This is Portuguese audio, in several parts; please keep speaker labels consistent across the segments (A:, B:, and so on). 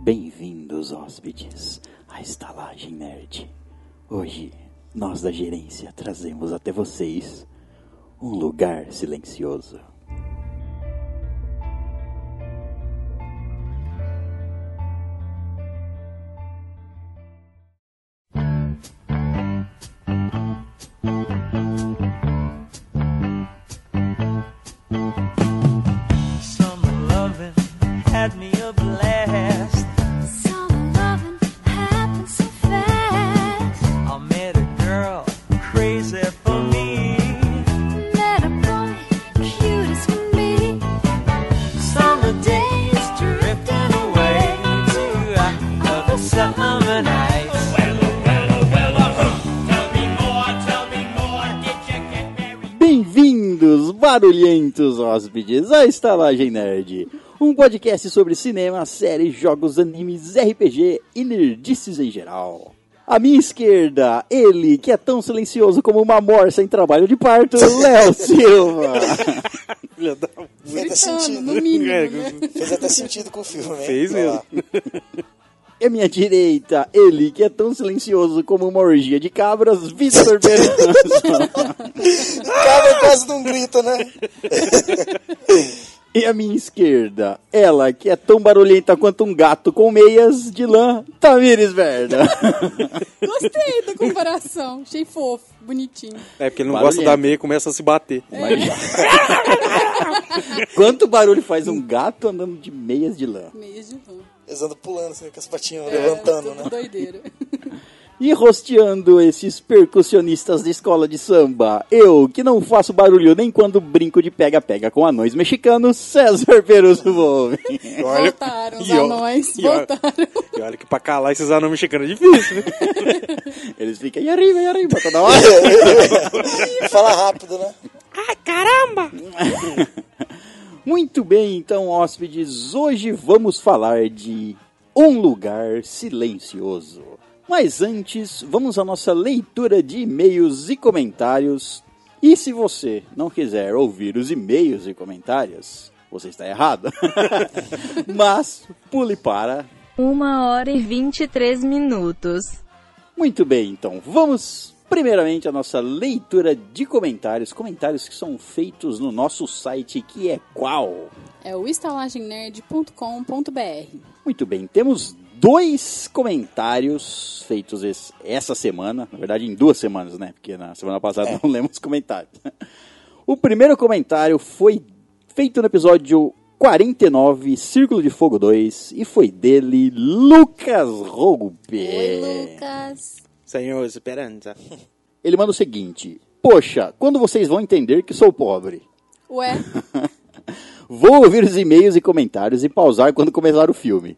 A: Bem-vindos, hóspedes, à Estalagem Nerd. Hoje, nós da gerência trazemos até vocês um lugar silencioso.
B: Summer loving had me a blast.
C: Summer loving happens so fast.
B: I met a girl crazy for me.
C: Met a boy, cute as can be.
B: Summer days drifting away to another summer night.
A: Bem-vindos, barulhentos hóspedes, à Estalagem Nerd. Um podcast sobre cinema, séries, jogos, animes, RPG e nerdices em geral. À minha esquerda, ele que é tão silencioso como uma morsa em trabalho de parto, Léo Silva.
D: Filha da
E: Fez até
F: no
E: sentido.
F: mínimo,
D: É,
F: né?
E: Fez até sentido com o filme, né?
D: Fez
E: Olha lá.
A: E à minha direita, ele que é tão silencioso como uma orgia de cabras, Vitor Bertazzo.
E: Cabra quase não grita, né?
A: e à minha esquerda, ela que é tão barulhenta quanto um gato com meias de lã, Tamires Verda.
F: Gostei da comparação. Achei fofo, bonitinho.
D: É, porque ele não
A: Barulhento.
D: gosta da meia e começa a se bater.
A: Quanto barulho faz um gato andando de meias de lã?
F: Meio de rã.
E: Eles andam pulando, assim, com as patinhas
D: É.
E: levantando, né?
F: É, tudo Doideira.
A: E rosteando esses percussionistas de escola de samba, eu que não faço barulho nem quando brinco de pega-pega com anões mexicanos, César Peruso Wolves.
F: Voltaram os
D: e olha-
F: anões.
D: e olha-
F: Voltaram.
D: E olha que pra calar esses anões mexicanos é difícil, né?
A: Eles ficam e arriba, e arriba toda hora.
E: Fala rápido, né?
A: Muito bem, então, hóspedes, hoje vamos falar de Um Lugar Silencioso. Mas antes, vamos à nossa leitura de e-mails e comentários. E se você não quiser ouvir os e-mails e comentários, você está errado. Mas pule para.
G: Uma hora e 23 minutos.
A: Muito bem, então, vamos primeiramente à nossa leitura de comentários. Comentários que são feitos no nosso site, que é qual?
F: É o estalagemnerd.com.br.
A: Muito bem, temos dois comentários feitos es- essa semana, na verdade em duas semanas, né? Porque na semana passada não lemos comentários. O primeiro comentário foi feito no episódio 49, Círculo de Fogo 2, e foi dele, Lucas Roupe.
F: Oi, Lucas.
D: Senhor
A: tá?
D: Esperança.
A: Ele manda o seguinte: Poxa, quando vocês vão entender que sou pobre?
F: Ué,
A: Vou ouvir os e-mails e comentários e pausar quando começar o filme.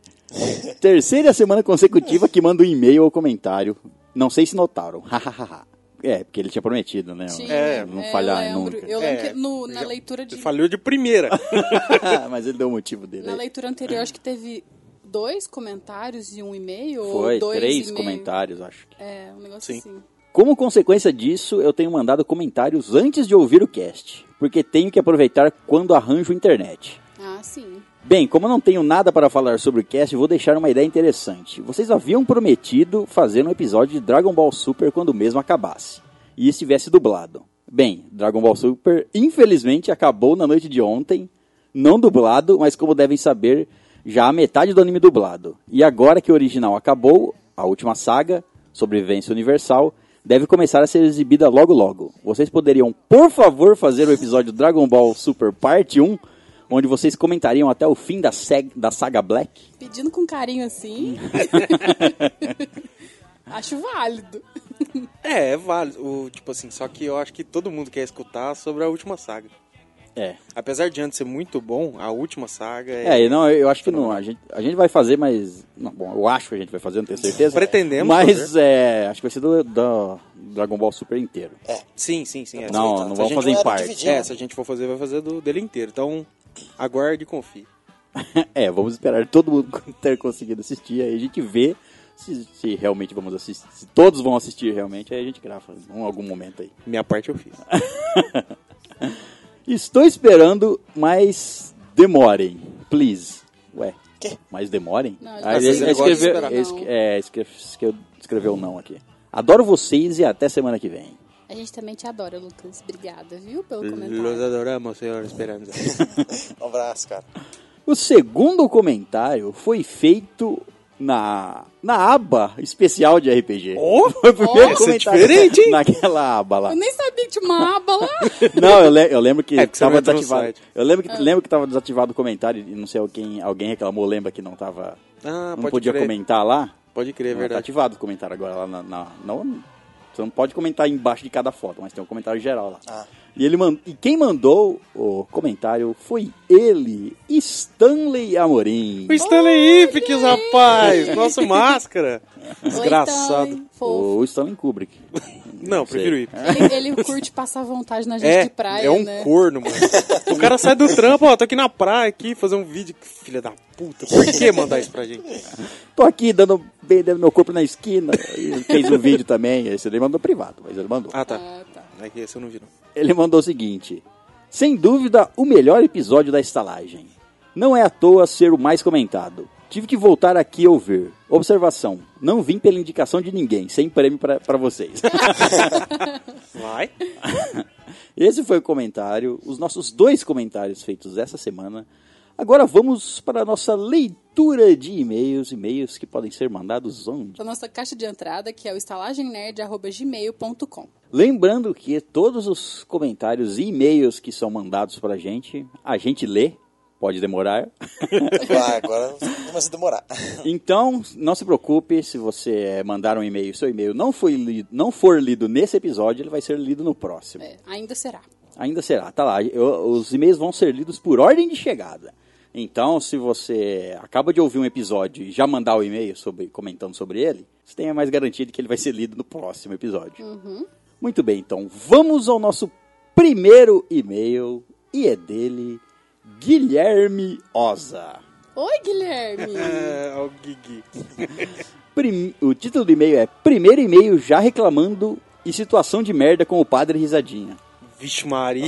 A: Terceira semana consecutiva que manda um e-mail ou comentário. Não sei se notaram. Hahaha. é, porque ele tinha prometido, né?
F: tinha.
D: É,
A: não
F: eu
A: falhar
F: lembro.
A: nunca.
F: Eu lembro
D: É,
F: que no- na
D: já-
F: leitura de.
D: Falhou de primeira.
A: Mas ele deu o motivo dele.
F: Na leitura anterior, acho que teve dois comentários e um e-mail.
A: Foi,
F: ou dois
A: três
F: e-mail.
A: comentários, acho. que.
F: É, um negócio
D: Sim.
F: assim.
A: Como consequência disso, eu tenho mandado comentários antes de ouvir o cast, porque tenho que aproveitar quando arranjo internet.
F: Ah, sim.
A: Bem, como não tenho nada para falar sobre o cast, vou deixar uma ideia interessante. Vocês haviam prometido fazer um episódio de Dragon Ball Super quando o mesmo acabasse e estivesse dublado. Bem, Dragon Ball Super infelizmente acabou na noite de ontem, não dublado, mas como devem saber, já a metade do anime dublado. E agora que o original acabou, a última saga, Sobrevivência Universal, deve começar a ser exibida logo logo. Vocês poderiam, por favor, fazer o episódio Dragon Ball Super Parte 1 onde vocês comentariam até o fim da, seg- da saga Black.
F: Pedindo com carinho assim. Acho válido.
D: É, é válido. O, tipo assim, só que eu acho que todo mundo quer escutar sobre a última saga.
A: É.
D: Apesar de antes ser muito bom, a última saga é.
A: É, não, eu acho que não. A gente, a gente vai fazer, mas. Não, bom, eu acho que a gente vai fazer, não tenho certeza.
D: Pretendemos
A: Mas é, acho que vai ser do, do Dragon Ball Super inteiro.
D: Sim, sim, sim.
A: Não,
D: é. Se a
A: não
D: gente-
A: vamos fazer em
E: vai
A: parte.
E: dividir.
D: É, se a gente for fazer, vai fazer do, dele inteiro. Então, aguarde e confie.
A: É, vamos esperar todo mundo ter conseguido assistir, aí a gente vê se, se realmente vamos assistir. Se todos vão assistir realmente, aí a gente grava em algum momento aí.
D: Minha parte eu fiz.
A: Estou esperando, mas demorem, please. Ué,
E: Quê?
A: Mas demorem. Ah, é
F: Não,
A: Aí
F: eles
A: ele
D: não gostam de
A: escreveu,
D: esperar.
A: ele esque-
F: Não.
A: é, esque- esque- escreveu não aqui. Adoro vocês e até semana que vem.
F: A gente também te adora, Lucas. Obrigada, viu, pelo
D: Los
F: comentário.
D: adoramos, senhor Esperanza.
E: Um abraço, cara.
A: O segundo comentário foi feito na, na aba especial de RPG.
D: Oh,
A: foi o primeiro
D: esse é
A: comentário
D: diferente, hein?
A: naquela aba lá.
F: Eu nem sabia que tinha uma aba lá.
A: Não, eu, le- eu lembro que
D: É, porque você
A: estava
D: não entrou no
A: desativado.
D: site.
A: Eu lembro que, lembro que tava desativado o comentário e não sei alguém, alguém reclamou, lembra que não tava.
D: Ah,
A: não
D: pode
A: podia
D: crer.
A: comentar lá.
D: Pode crer, é
A: Não, Tá
D: verdade.
A: ativado o comentário agora lá na. na- não, você não pode comentar embaixo de cada foto, mas tem um comentário geral lá.
E: Ah.
A: E, ele man- e quem mandou o comentário foi ele, Stanley Amorim.
D: O Stanley Ipkiss, rapaz! Nosso máscara!
F: Oi,
D: Desgraçado.
F: Stanley, então, fofo.
A: O Stanley Kubrick.
D: Não,
A: sei.
D: prefiro o Ipkiss.
F: Ele, ele curte passar vontade na gente
D: É,
F: de praia,
D: é um
F: né?
D: corno, mano. O cara sai do trampo, ó, tô aqui na praia aqui, fazer um vídeo. Que Filha da puta, por que mandar isso pra gente?
A: Tô aqui dando, vendendo meu corpo na esquina. Ele fez um vídeo também. Esse ele mandou privado, mas ele mandou.
D: Ah, tá.
F: Ah, tá.
D: É que esse eu não vi, não.
A: Ele mandou o seguinte: Sem dúvida, o melhor episódio da estalagem. Não é à toa ser o mais comentado. Tive que voltar aqui ouvir. Observação: não vim pela indicação de ninguém, sem prêmio pra pra vocês.
D: Vai.
A: Esse foi o comentário, os nossos dois comentários feitos essa semana. Agora vamos para a nossa leitura de e-mails, e-mails que podem ser mandados onde?
F: Da nossa caixa de entrada, que é o estalagemnerd.gmail.com.
A: Lembrando que todos os comentários e e-mails que são mandados pra gente, a gente lê, pode demorar.
E: Ah, agora começa a demorar.
A: Então, não se preocupe se você eh, mandar um e-mail, seu e-mail não foi lido, não for lido nesse episódio, ele vai ser lido no próximo.
F: É, ainda será.
A: Ainda será, tá lá. eu- os e-mails vão ser lidos por ordem de chegada. Então, se você acaba de ouvir um episódio e já mandar o e-mail sobre, comentando sobre ele, você tem a mais garantia de que ele vai ser lido no próximo episódio. Muito bem, então vamos ao nosso primeiro e-mail e é dele Guilherme Oza.
F: Oi, Guilherme!
D: É, ó, o Gigi.
A: Prim- O título do e-mail é Primeiro e-mail já reclamando e situação de merda com o padre Risadinha.
D: Vixe Maria.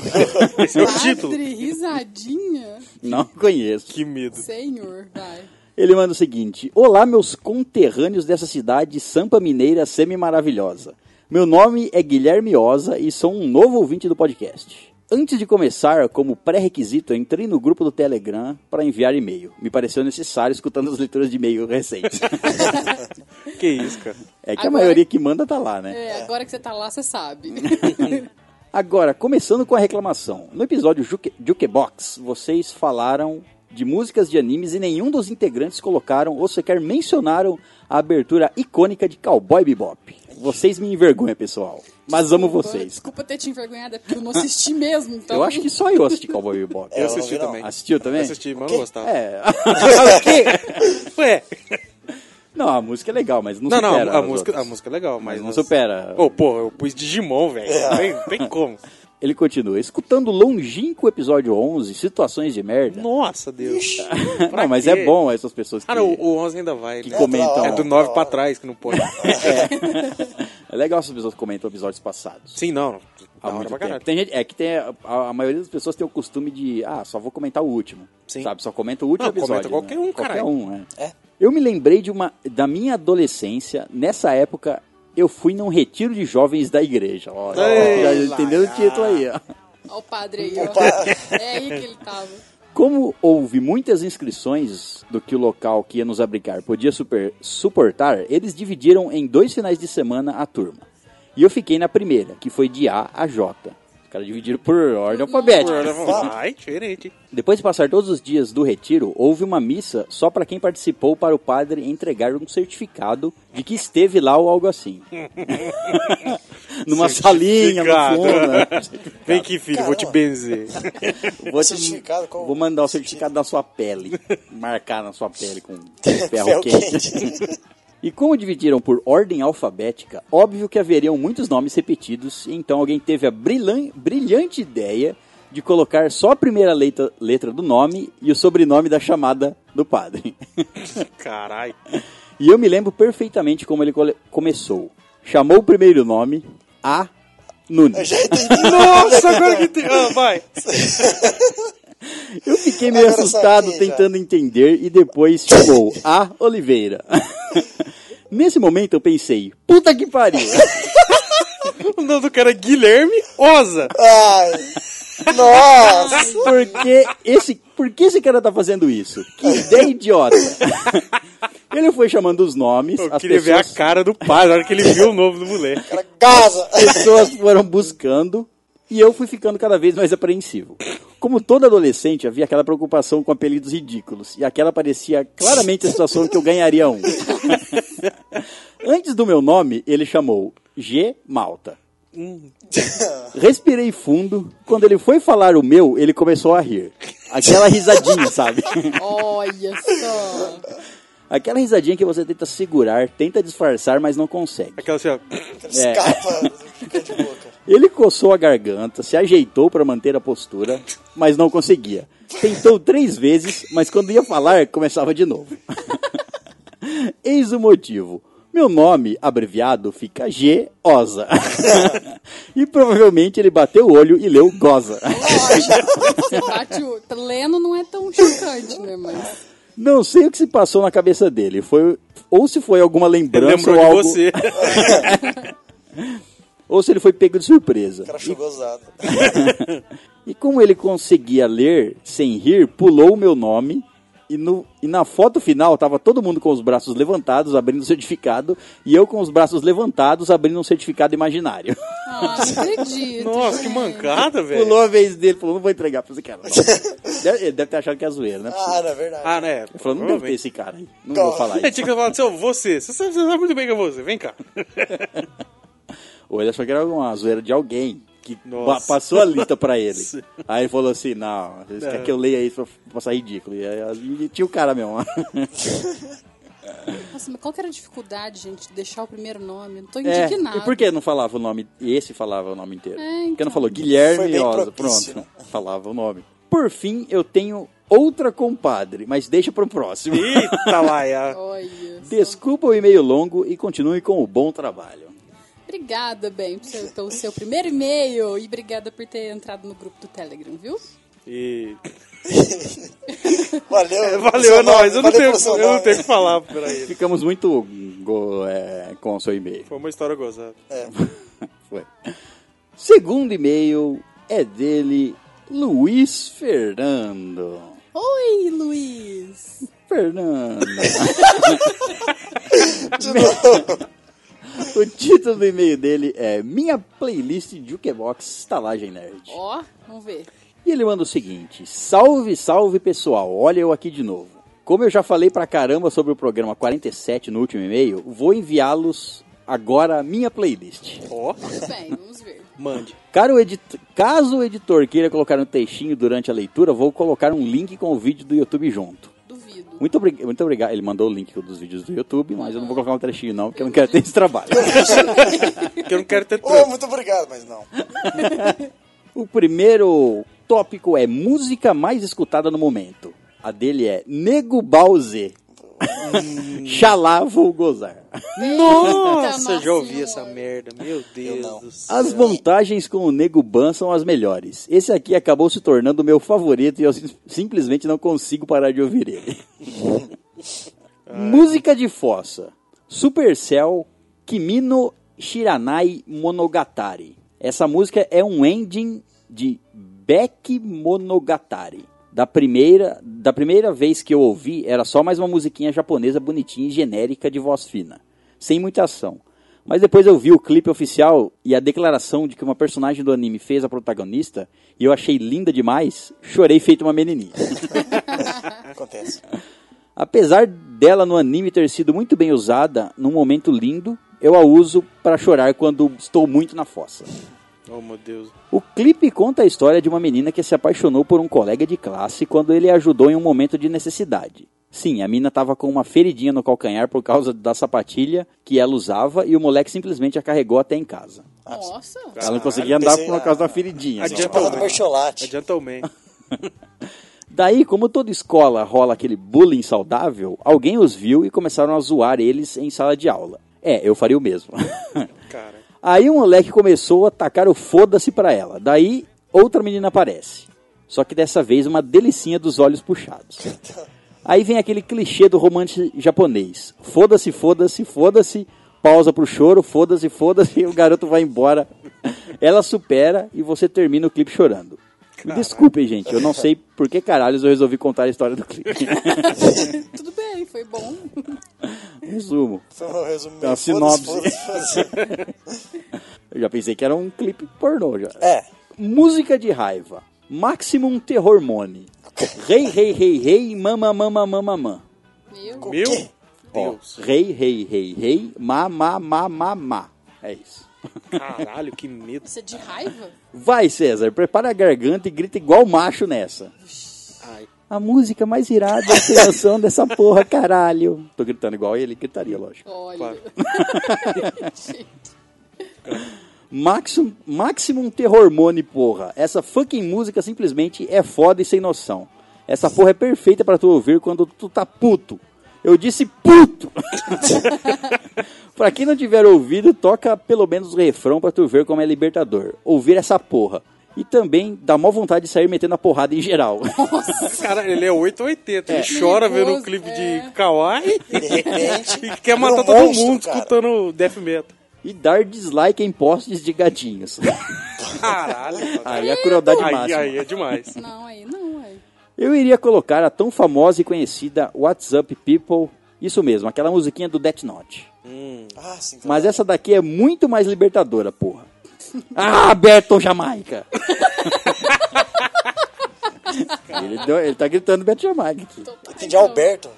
D: Esse é o título.
F: Padre, risadinha?
A: Não conheço.
D: Que medo.
F: Senhor, vai.
A: Ele manda o seguinte: Olá, meus conterrâneos dessa cidade Sampa Mineira semi-maravilhosa. Meu nome é Guilherme Oza e sou um novo ouvinte do podcast. Antes de começar, como pré-requisito, entrei no grupo do Telegram para enviar e-mail. Me pareceu necessário escutando as leituras de e-mail recentes.
D: Que isso, cara.
A: É que a
F: Agora-
A: maioria que manda tá lá, né?
F: É, agora que você tá lá, você sabe.
A: Agora, começando com a reclamação. No episódio Juke- Jukebox, vocês falaram de músicas de animes e nenhum dos integrantes colocaram ou sequer mencionaram a abertura icônica de Cowboy Bebop. Vocês me envergonham, pessoal. Mas amo
F: Desculpa,
A: vocês.
F: Desculpa ter te envergonhado, é porque eu não assisti mesmo, então.
A: Eu acho que só eu assisti Cowboy Bebop.
E: É,
D: Eu
E: eu
D: assisti
E: não vi, não.
D: também.
A: Assistiu também?
D: Eu assisti, mas não gostava.
A: É. O quê?
D: Ué.
A: Não, a música é legal, mas não,
D: Não,
A: supera.
D: não, a
A: as
D: música,
A: outras.
D: a música é legal, mas...
A: não supera.
D: Ô, pô, eu pus Digimon, velho. Não tem como.
A: Ele continua. Escutando longínquo episódio 11, situações de merda.
D: Nossa, Deus. Pra
A: não, mas
D: quê?
A: é bom essas pessoas
D: Ah,
A: que...
D: não, o 11 ainda vai.
A: que então.
D: né?
A: comentam.
D: É do 9 pra trás que não pode.
A: É legal essas pessoas que comentam episódios passados.
D: Sim, não.
A: Há
D: Da hora
A: muito tempo.
D: pra caralho.
A: Tem gente, é que tem a, a maioria das pessoas tem o costume de, ah, só vou comentar o último.
D: Sim.
A: Sabe, só comenta o último
D: Não, comenta
A: episódio.
D: qualquer
A: né?
D: um,
A: Qualquer
D: caralho.
A: um, é.
E: É?
A: Eu me lembrei de uma da minha adolescência, nessa época eu fui num retiro de jovens da igreja. Ó,
D: Ei,
A: já entendeu o título aí, ó.
F: Olha o padre aí, ó. É aí que ele tava.
A: Como houve muitas inscrições do que o local que ia nos abrigar podia super- suportar, eles dividiram em dois finais de semana a turma. E eu fiquei na primeira, que foi de A a J. Os caras dividiram por ordem alfabética.
D: Vai, diferente. hein?
A: Depois de passar todos os dias do retiro, houve uma missa só para quem participou para o padre entregar um certificado de que esteve lá ou algo assim. Numa salinha, no
D: Certificado.
A: fundo. né?
D: Vem aqui, filho, vou te
E: Caramba.
D: benzer.
A: Vou, te-
E: Certificado com-
A: vou mandar o certificado da sua pele. Marcar na sua pele com ferro
E: Ferro
A: quente. E como dividiram por ordem alfabética, óbvio que haveriam muitos nomes repetidos, então alguém teve a brilhan- brilhante ideia de colocar só a primeira letra, letra do nome e o sobrenome da chamada do padre.
D: Caralho.
A: E eu me lembro perfeitamente como ele cole- começou. Chamou o primeiro nome, A.
E: Eu
A: Nunes.
E: já entendi.
D: Nossa, agora que tem. Ah, vai.
A: Eu fiquei meio
E: Agora eu
A: assustado
E: saquei já.
A: tentando entender e depois chegou a Oliveira. Nesse momento eu pensei, puta que pariu!
D: O nome do cara é Guilherme Oza.
E: Ai! Nossa!
A: Porque esse, por que esse cara tá fazendo isso? Que ideia idiota! Ele foi chamando os nomes,
D: Eu
A: as
D: queria ver a
A: pessoas,
D: cara do pai na hora que ele viu o nome do moleque.
E: Cara, casa!
D: É.
A: pessoas foram buscando e eu fui ficando cada vez mais apreensivo. Como todo adolescente, havia aquela preocupação com apelidos ridículos, e aquela parecia claramente a situação que eu ganharia um. Antes do meu nome, ele chamou G. Malta. Respirei fundo. Quando ele foi falar o meu, ele começou a rir. Aquela risadinha, sabe?
F: Olha só.
A: Aquela risadinha que você tenta segurar, tenta disfarçar, mas não consegue.
D: Aquela assim, ó.
E: Escapa! Fica de boca.
A: Ele coçou a garganta, se ajeitou para manter a postura, mas não conseguia. Tentou três vezes, mas quando ia falar, começava de novo. Eis o motivo. Meu nome, abreviado, fica G. Oza. e provavelmente ele bateu o olho e leu Goza.
F: Você bate o... Leno não é tão chocante, né, mas...
A: Não sei o que se passou na cabeça dele. Foi ou se foi alguma
D: Ele
A: lembrança
D: lembrou
A: ou
D: de
A: algo,
D: você.
A: ou se ele foi pego de surpresa.
E: O cara achou gozado.
A: E como ele conseguia ler sem rir, pulou o meu nome. E, no- e na foto final tava todo mundo com os braços levantados, abrindo o certificado, e eu com os braços levantados, abrindo um certificado imaginário.
F: Ah, não acredito.
D: Nossa, que
F: gente.
D: mancada, velho.
A: Pulou a vez dele, falou, não vou entregar pra esse cara. não." deve, ele deve ter achado que é zoeira, né?
E: Ah, não é verdade.
D: Ah, né?
A: Ele falou, não deve ter esse cara aí, não vou
E: Calma.
A: falar
D: É,
A: isso.
D: tinha que falar assim, ó, você. Você sabe, você sabe muito bem que é você. Vem cá.
A: Ou ele achou que era uma zoeira de alguém, que pa-
D: Nossa.
A: passou a lista pra ele. Aí ele falou assim, não, você quer que eu leia isso pra passar ridículo. E, aí- e tinha o cara mesmo.
F: Nossa, mas qual que era a dificuldade, gente, de deixar o primeiro nome? Eu tô
A: É,
F: indignado.
A: e por que não falava o nome? Esse falava o nome inteiro.
F: É,
A: Porque
F: então.
A: não falou
E: Foi
A: Guilherme
E: bem
A: Rosa.
E: propício,
A: Pronto, falava o nome. Por fim, eu tenho outra compadre, mas deixa pro próximo.
D: Eita, Laia.
F: Olha. só.
A: Desculpa o e-mail longo e continue com o bom trabalho.
F: Obrigada, Ben, por seu- pelo seu primeiro e-mail. E obrigada por ter entrado no grupo do Telegram, viu?
D: E...
E: Valeu,
D: Valeu, é nóis. Eu não
E: valeu
D: tenho
E: pelo seu
D: eu não
E: nome.
D: tenho o que falar pra ele.
A: Ficamos muito go- é, com o seu e-mail.
D: Foi uma história gozada.
E: É.
A: Foi. Segundo e-mail é dele, Luiz Fernando.
F: Oi, Luiz!
A: Fernando. o título do e-mail dele é Minha Playlist Jukebox Estalagem Nerd.
F: Ó, vamos ver.
A: E ele manda o seguinte: Salve, salve pessoal, olha eu aqui de novo. Como eu já falei pra caramba sobre o programa 47 no último e-mail, vou enviá-los agora a minha playlist.
D: Ó,
F: Tudo bem, vamos ver.
D: mande.
A: Cara, o edit- Caso o editor queira colocar um textinho durante a leitura, vou colocar um link com o vídeo do YouTube junto.
F: Duvido.
A: Muito, obri- muito obrigado. Ele mandou o link dos vídeos do YouTube, mas eu não vou colocar um trechinho não, porque eu não quero ter esse trabalho.
D: Porque eu não quero ter
E: Ô,
D: trânsito.
E: muito obrigado, mas não.
A: O primeiro tópico é música mais escutada no momento. A dele é Nego Bauze. Xalá vou gozar.
D: Nossa,
F: Tá, Nossa
D: já ouvi
F: Senhora.
D: essa merda. Meu
E: não.
D: Deus do céu.
A: As montagens com o Nego Ban são as melhores. Esse aqui acabou se tornando o meu favorito e eu sim- simplesmente não consigo parar de ouvir ele. música de fossa. Supercell Kimino Shiranai Monogatari. Essa música é um ending de Beck Monogatari. Da primeira, da primeira vez que eu ouvi, era só mais uma musiquinha japonesa bonitinha e genérica de voz fina, sem muita ação. Mas depois eu vi o clipe oficial e a declaração de que uma personagem do anime fez a protagonista, e eu achei linda demais, chorei feito uma menininha.
E: Acontece.
A: Apesar dela no anime ter sido muito bem usada, num momento lindo, eu a uso para chorar quando estou muito na fossa.
D: Oh, meu Deus.
A: O clipe conta a história de uma menina que se apaixonou por um colega de classe quando ele a ajudou em um momento de necessidade. Sim, a mina tava com uma feridinha no calcanhar por causa da sapatilha que ela usava e o moleque simplesmente a carregou até em casa.
F: Nossa!
A: ela não conseguia andar
E: pensei
A: por
E: na-
A: causa da feridinha. assim.
D: Adianta-
E: Tipo, do Bercholati.
D: Adianta o man.
A: Daí, como toda escola rola aquele bullying saudável, alguém os viu e começaram a zoar eles em sala de aula. É, eu faria o mesmo.
D: Cara.
A: um Aí o moleque começou a tacar o foda-se pra ela. Daí, outra menina aparece. Só que dessa vez uma delicinha dos olhos puxados. Aí vem aquele clichê do romance japonês. Foda-se, foda-se, foda-se. Pausa pro choro, foda-se, foda-se. e O garoto vai embora. Ela supera e você termina o clipe chorando. Me desculpem, gente. Eu não sei por que caralhos eu resolvi contar a história do clipe.
F: Tudo bem, foi bom.
A: Resumo.
E: Foi um resumo
A: É uma
E: meio
A: sinopse.
E: foda-se, foda-se, foda-se.
A: Eu já pensei que era um clipe pornô já.
E: É,
A: Música de raiva. um Maximum Terrormone. Rei, rei, rei, rei, mama, mama, mama, mama.
F: Meu,
D: Meu
A: Ó,
D: Deus.
A: Rei, rei, rei, rei, ma, ma, ma, ma, ma. É isso.
D: Caralho, que medo.
F: isso é de raiva?
A: Vai, César, prepara a garganta e grita igual macho nessa.
D: Ai.
A: A música mais irada é a seleção dessa porra, caralho. Tô gritando igual ele gritaria, lógico.
F: Olha.
D: Claro.
F: Gente,
A: Maximum, Maximum Terrormone, porra. Essa fucking música simplesmente é foda e sem noção. Essa porra é perfeita pra tu ouvir quando tu tá puto. Eu disse puto! pra quem não tiver ouvido, toca pelo menos o refrão pra tu ver como é libertador. Ouvir essa porra. E também dá mó vontade de sair metendo a porrada em geral.
D: Cara, ele é 880. Ele chora vendo um
F: Perigoso,
D: clipe
F: é.
D: de Kawaii
E: de repente.
D: e
E: vira
D: quer matar
E: um
D: todo
E: monstro,
D: mundo
E: cara.
D: escutando death metal.
A: e dar dislike em posts de gatinhos.
D: Caralho, mano.
A: aí a crueldade
D: Aí,
A: máxima.
D: aí é demais.
F: não, aí não, aí.
A: Eu iria colocar a tão famosa e conhecida WhatsApp People, isso mesmo, aquela musiquinha do Death Note.
E: Ah, sim. tá
A: Mas essa daqui é muito mais libertadora, porra. Ah, Berton Jamaica! ele, deu- ele tá gritando Berton Jamaica aqui.
E: Entendi, é Alberto.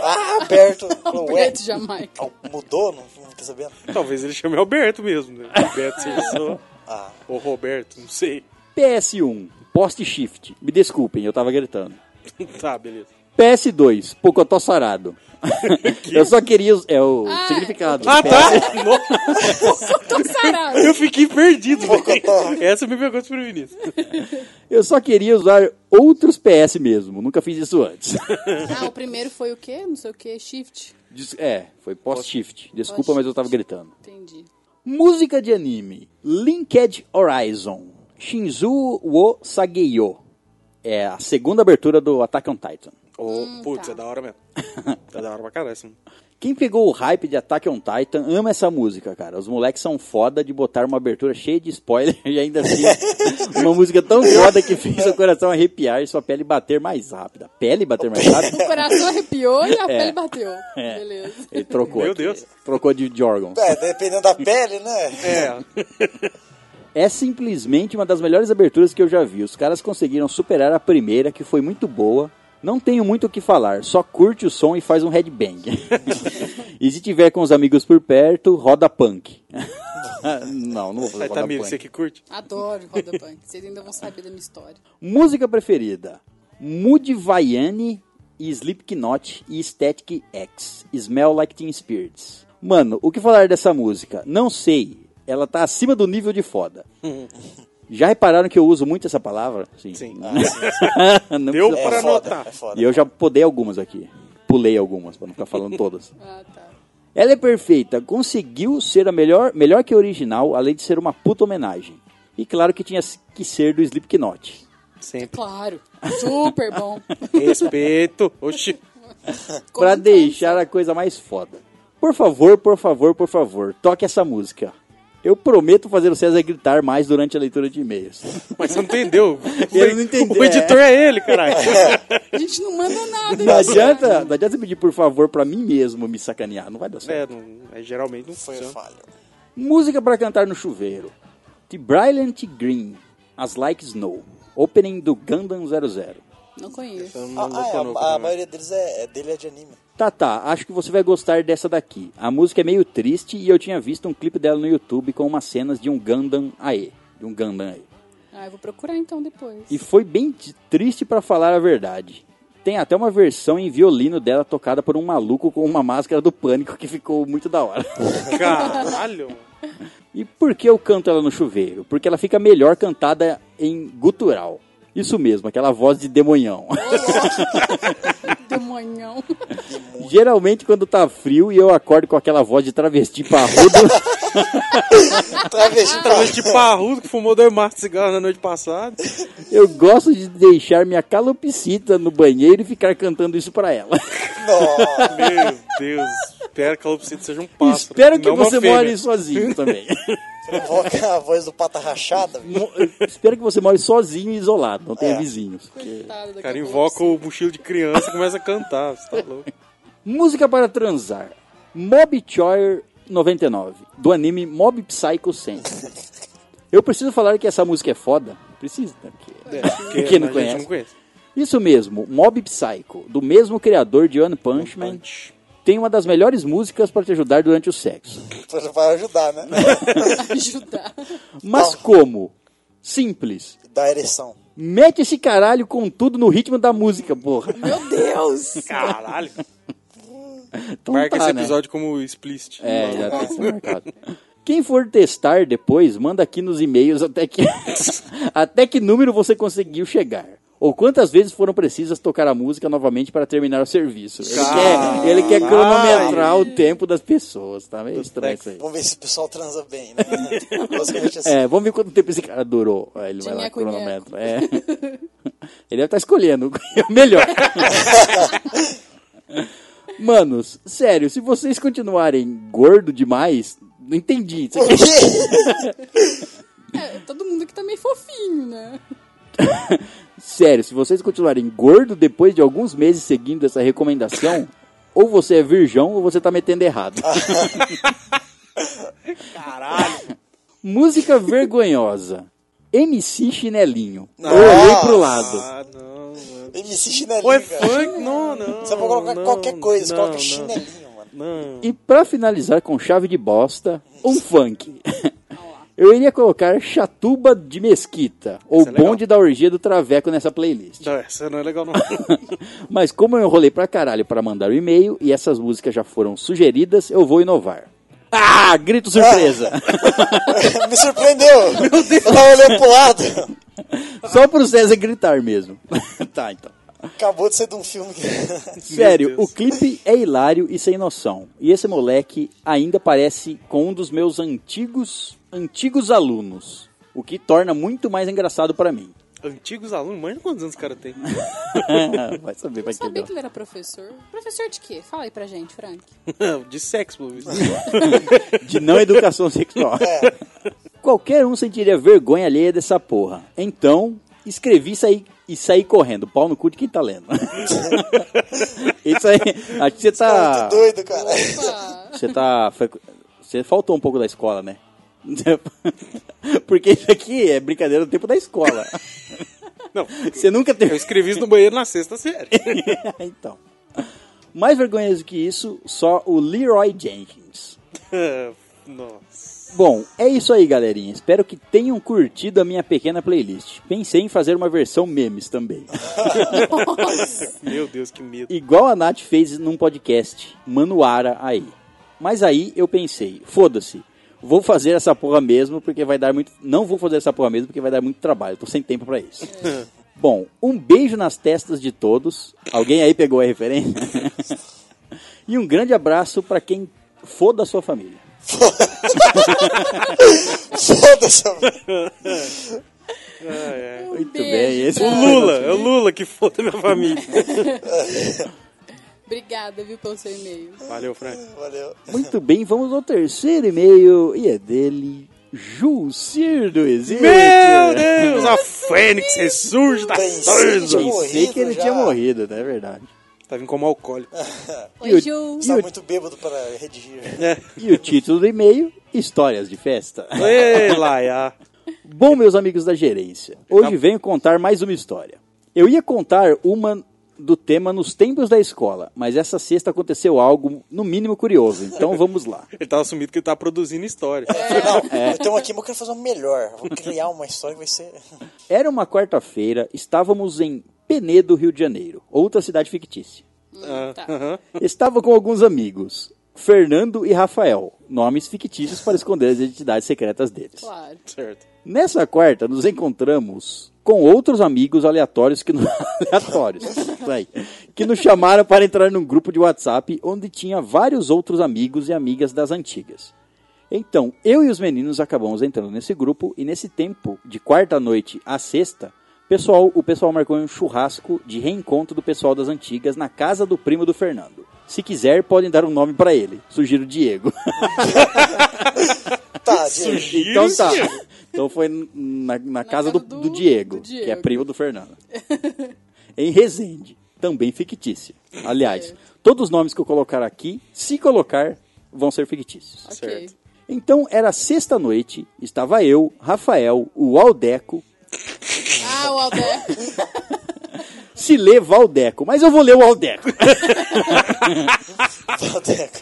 E: Ah, Alberto.
F: Tá
D: é?
E: Falou, ué,
F: Alberto Jamaica.
E: al- mudou? Não, não tá sabendo?
D: Talvez ele chame Alberto mesmo, né? Alberto Silva.
E: Ah.
D: Ou Roberto, não sei.
A: PS1, Post Shift. Me desculpem, eu tava gritando.
D: Tá, beleza.
A: PS2, Pocotó Sarado. eu só queria. os- É o
F: Ah,
A: significado.
D: Ah, tá! Nossa,
F: Tô sarado.
D: eu fiquei perdido.
E: Mocotó.
D: velho. Essa é me pegou desprevenido.
A: Eu só queria usar outros PS mesmo. Nunca fiz isso antes.
F: Ah, o primeiro foi o quê? Não sei o quê, shift.
A: Des- É, foi post-shift. Desculpa, mas eu tava gritando.
F: Entendi.
A: Música de anime. Linked Horizon. Shinzu wo Sageyo. É a segunda abertura do Attack on Titan.
E: Hum,
D: Ô,
E: tá.
D: putz, é da hora mesmo. É da hora pra caralho. Assim.
A: Quem pegou o hype de Attack on Titan ama essa música, cara. Os moleques são foda de botar uma abertura cheia de spoiler e ainda assim uma música tão foda que fez seu coração arrepiar e sua pele bater mais rápida. Pele bater mais rápida?
F: O coração arrepiou e a
A: É.
F: pele bateu.
A: É.
F: Beleza.
A: Ele trocou.
D: Meu
A: aqui.
D: Deus.
A: Trocou de, de órgãos.
E: É, dependendo da pele, né?
D: É,
A: É simplesmente uma das melhores aberturas que eu já vi. Os caras conseguiram superar a primeira, que foi muito boa. Não tenho muito o que falar, só curte o som e faz um headbang. e se tiver com os amigos por perto, roda punk. não, não vou fazer
D: aí
A: roda
D: tá, Miro,
A: punk.
D: você que curte?
F: Adoro roda punk. Vocês ainda vão saber da minha história.
A: Música preferida: Mudvayane e Slipknot e Static X. Smell Like Teen Spirits. Mano, o que falar dessa música? Não sei. Ela tá acima do nível de foda. Já repararam que eu uso muito essa palavra?
D: Sim. Ah,
A: Não
D: Deu
A: precisa
D: pra
E: É
A: falar.
E: foda,
D: anotar.
E: é foda.
A: E eu já podei algumas aqui. Pulei algumas, pra não ficar falando todas.
F: Ah, tá.
A: Ela é perfeita, conseguiu ser a melhor, melhor que a original, além de ser uma puta homenagem. E claro que tinha que ser do Slipknot.
D: Sempre.
F: Claro. Super bom.
D: Respeito. Oxi.
A: Pra
F: Como
A: deixar a coisa mais foda. Por favor, por favor, por favor, toque essa música. Eu prometo fazer o César gritar mais durante a leitura de e-mails.
D: Mas você não entendeu.
A: Ele não entendeu,
D: O editor é, ele, caralho.
F: A gente não manda nada.
A: Não
F: gente.
A: adianta, não adianta pedir por favor pra mim mesmo me sacanear, não vai dar certo.
D: É, não, é, geralmente não
E: Foi
D: funciona.
E: falho.
A: Música pra cantar no chuveiro. The Brilliant Green, As Like Snow, opening do Gundam 00.
F: Não conheço.
D: Então, não
E: Ah, ah, é,
D: vou
E: a-
D: não,
E: a,
D: não.
E: maioria deles é, é dele é de anime.
A: Tá, tá, acho que você vai gostar dessa daqui. A música é meio triste e eu tinha visto um clipe dela no YouTube com umas cenas de um Gundam AE. De um Gundam AE.
F: Ah, eu vou procurar então depois.
A: E foi bem t- triste pra falar a verdade. Tem até uma versão em violino dela tocada por um maluco com uma máscara do pânico que ficou muito da hora.
D: Caralho. mano.
A: E por que eu canto ela no chuveiro? Porque ela fica melhor cantada em gutural. Isso mesmo, aquela voz de demonhão.
F: demonhão.
A: Geralmente quando tá frio e eu acordo com aquela voz de travesti parrudo,
E: Travesti,
D: Talvez de parrudo que fumou dois maços de cigarro na noite passada.
A: eu gosto de deixar minha calopsita no banheiro e ficar cantando isso pra ela.
E: Nossa.
D: Meu Deus. Espero que a Lupicito seja um pássaro.
A: Espero que
D: não uma
A: você
D: fêmea.
A: more sozinho também.
E: Invoca a voz do pata rachada. velho.
A: Mo- Espero que você more sozinho e isolado, não tenha
E: É.
A: vizinhos. porque-
F: Coitado daquela
D: O cara invoca o mochilo de criança e começa a cantar. Você tá louco.
A: Música para transar. Mob Choir 99, do anime Mob Psycho 100. Eu preciso falar que essa música é foda. Precisa, né? Porque...
D: É, Porque
A: Quem não
D: a gente
A: conhece?
D: não conhece.
A: Isso mesmo, Mob Psycho, do mesmo criador de One Punch Man, tem uma das melhores músicas para te ajudar durante o sexo.
E: Você vai ajudar, né?
F: coisa. Ajudar.
A: Mas como? Simples.
E: Da ereção.
A: Mete esse caralho com tudo no ritmo da música, porra.
F: Meu Deus!
D: Caralho.
A: Então
D: Marca
A: tá,
D: esse
A: né?
D: episódio como explicit.
A: É, já tem que ser marcado. Quem for testar depois, manda aqui nos e-mails até que, até que número você conseguiu chegar. Ou quantas vezes foram precisas tocar a música novamente para terminar o serviço. Ele, quer, ele quer cronometrar o tempo das pessoas, tá meio estranho isso aí.
E: Vamos ver se o pessoal transa bem, né? Basicamente assim.
A: É, vamos ver quanto tempo esse cara durou. Aí ele vai lá,
F: Tinheco, nheco.
A: cronometra. É. Ele deve estar escolhendo o melhor. Manos, sério, se vocês continuarem gordo demais, não entendi. Você quer-
F: É, todo mundo que tá meio fofinho, né?
A: Sério, se vocês continuarem gordo depois de alguns meses seguindo essa recomendação, ou você é virgão ou você tá metendo errado.
D: Caralho.
A: Música vergonhosa. MC Chinelinho. Eu olhei pro lado.
D: Ah, não, mano.
E: MC
D: Ou é
E: chinelinho, cara.
D: funk? Não, não.
E: Você pode colocar
D: não,
E: qualquer coisa,
D: não,
E: coloca
D: não.
E: chinelinho, mano.
D: Não.
A: E pra finalizar com chave de bosta, um funk. Eu iria colocar Chatuba de Mesquita, ou
D: Isso é legal.
A: Bonde da Orgia do Traveco nessa playlist.
D: Não, essa não é legal, não.
A: Mas como eu enrolei pra caralho pra mandar o e-mail e essas músicas já foram sugeridas, eu vou inovar. Ah! Grito surpresa!
E: Me surpreendeu. Ela olhou pro lado.
A: Só pro César gritar mesmo. tá, então.
E: Acabou de ser de um filme que...
A: Sério, o
D: Deus.
A: clipe é hilário e sem noção. E esse moleque ainda parece com um dos meus antigos, antigos alunos. O que torna muito mais engraçado pra mim.
D: Antigos alunos, manja quantos anos o cara tem.
A: vai saber, vai
F: Eu sabia que
A: que
F: ele era professor. Professor de quê? Fala aí pra gente, Frank.
D: De sexo, pelo visto.
A: De não educação sexual. Qualquer um sentiria vergonha alheia dessa porra. Então, escrevi isso aí e saí correndo. Pau no cu de quem tá lendo. isso aí. Acho que você tá.
D: Ah.
E: Muito doido, cara.
F: Opa!
A: Você tá. foi- Você faltou um pouco da escola, né? Porque isso aqui é brincadeira do tempo da escola.
D: Não,
A: Você nunca
D: eu
A: teve.
D: escrevi isso no banheiro na sexta série.
A: então. Mais vergonhoso que isso, só o Leroy Jenkins.
D: Nossa.
A: Bom, é isso aí, galerinha. Espero que tenham curtido a minha pequena playlist. Pensei em fazer uma versão memes também.
D: Meu Deus, que medo.
A: Igual a Nath fez num podcast, Manuara aí. Mas aí eu pensei, foda-se, vou fazer essa porra mesmo porque vai dar muito. Não vou fazer essa porra mesmo porque vai dar muito trabalho, tô sem tempo pra isso. Bom, um beijo nas testas de todos. Alguém aí pegou a referência? e um grande abraço pra quem for da sua família.
E: Foda-se.
A: Muito
F: Um beijo,
A: bem, esse
F: cara.
A: foi o
D: Lula, é o Lula que foda minha família.
F: tá? Obrigada, viu, pelo seu e-mail.
D: Valeu, Frank.
E: Valeu.
A: Muito bem, vamos ao terceiro e-mail e é dele, Jucir do Exílio.
D: Meu Deus, a Fênix ressurge da
E: Pensei que tinha
D: cinza.
A: Pensei que ele
E: já.
A: tinha morrido, né? é verdade.
D: Tá vindo como alcoólico.
A: E o-
F: Oi, Ju.
E: Está Tá muito bêbado para redigir.
D: É.
A: E o título do e-mail: Histórias de Festa.
D: Ei, Laia.
A: Bom, meus amigos da gerência, hoje venho contar mais uma história. Eu ia contar uma do tema nos tempos da escola, mas essa sexta aconteceu algo, no mínimo, curioso. Então vamos lá.
D: Ele tava assumindo que ele tava produzindo história.
E: Não,
D: É.
E: eu tenho um aqui, mas eu quero fazer uma melhor. Eu Vou criar uma história que vai ser.
A: Era uma quarta-feira, estávamos em Penedo, Rio de Janeiro, outra cidade fictícia.
D: Ah,
F: tá.
D: aham.
A: Estava com alguns amigos, Fernando e Rafael, nomes fictícios para esconder as identidades secretas deles.
F: Claro.
D: Certo.
A: Nessa quarta, nos encontramos com outros amigos aleatórios que não, aleatórios, Isso aí. Que nos chamaram para entrar num grupo de WhatsApp onde tinha vários outros amigos e amigas das antigas. Então, eu e os meninos acabamos entrando nesse grupo e nesse tempo, de quarta noite à sexta, pessoal, o pessoal marcou um churrasco de reencontro do pessoal das antigas na casa do primo do Fernando. Se quiser, podem dar um nome para ele. Sugiro Diego.
E: Tá, gente.
D: Sugiro
A: então tá.
D: Diego.
A: Então foi na, na casa do, do Diego,
F: do Diego.
A: que é primo do Fernando. em Resende, também fictícia. Aliás, todos os nomes que eu colocar aqui, se colocar, vão ser fictícios.
F: Ok.
D: Certo.
A: Então era sexta-noite, estava eu, Rafael, o Aldeco,
F: Ah, o Alberto.
A: se lê Valdeco, mas eu vou ler o Aldeco.
E: Valdeco.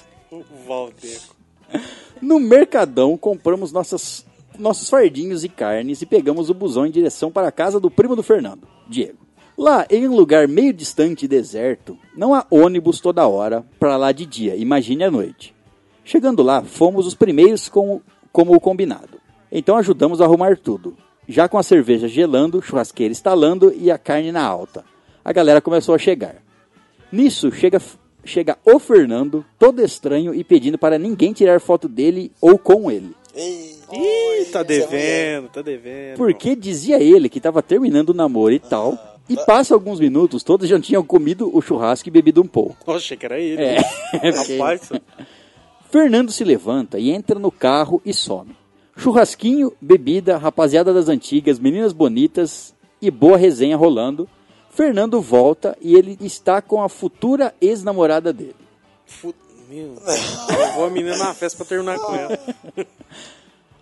D: Valdeco.
A: No Mercadão, compramos nossas, nossos fardinhos e carnes e pegamos o busão em direção para a casa do primo do Fernando, Diego. Lá, em um lugar meio distante e deserto, não há ônibus toda hora para lá de dia, imagine à noite. Chegando lá, fomos os primeiros com, como o combinado. Então ajudamos a arrumar tudo, já com a cerveja gelando, churrasqueira estalando e a carne na alta. A galera começou a chegar. Nisso, chega, chega o Fernando, todo estranho e pedindo para ninguém tirar foto dele ou com ele.
E: Ei,
D: Ih, tá
E: Essa
D: devendo, tá devendo.
A: Porque dizia ele que estava terminando o namoro e tal. E passa alguns minutos, todos já tinham comido o churrasco e bebido um pouco.
D: Nossa, achei que era ele. né?
A: É,
D: Rapaz,
A: Fernando se levanta e entra no carro e some. Churrasquinho, bebida, rapaziada das antigas, meninas bonitas e boa resenha rolando. Fernando volta e ele está com a futura ex-namorada dele.
D: fu- meu Deus. Levou a menina na festa pra terminar com ela.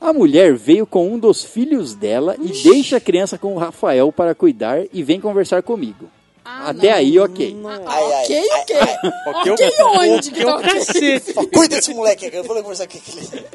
A: A mulher veio com um dos filhos dela e deixa a criança com o Rafael para cuidar e vem conversar comigo.
F: Ah,
A: Até
F: não.
A: aí, ok.
D: Ah,
E: Ai, ai.
F: Ok, ok.
D: Ok,
F: Ok,
D: o-
F: onde
D: ok,
F: que
D: o
F: tá ok?
D: cacete.
E: Ó, Cuida desse moleque aqui. Eu vou lá conversar com aquele,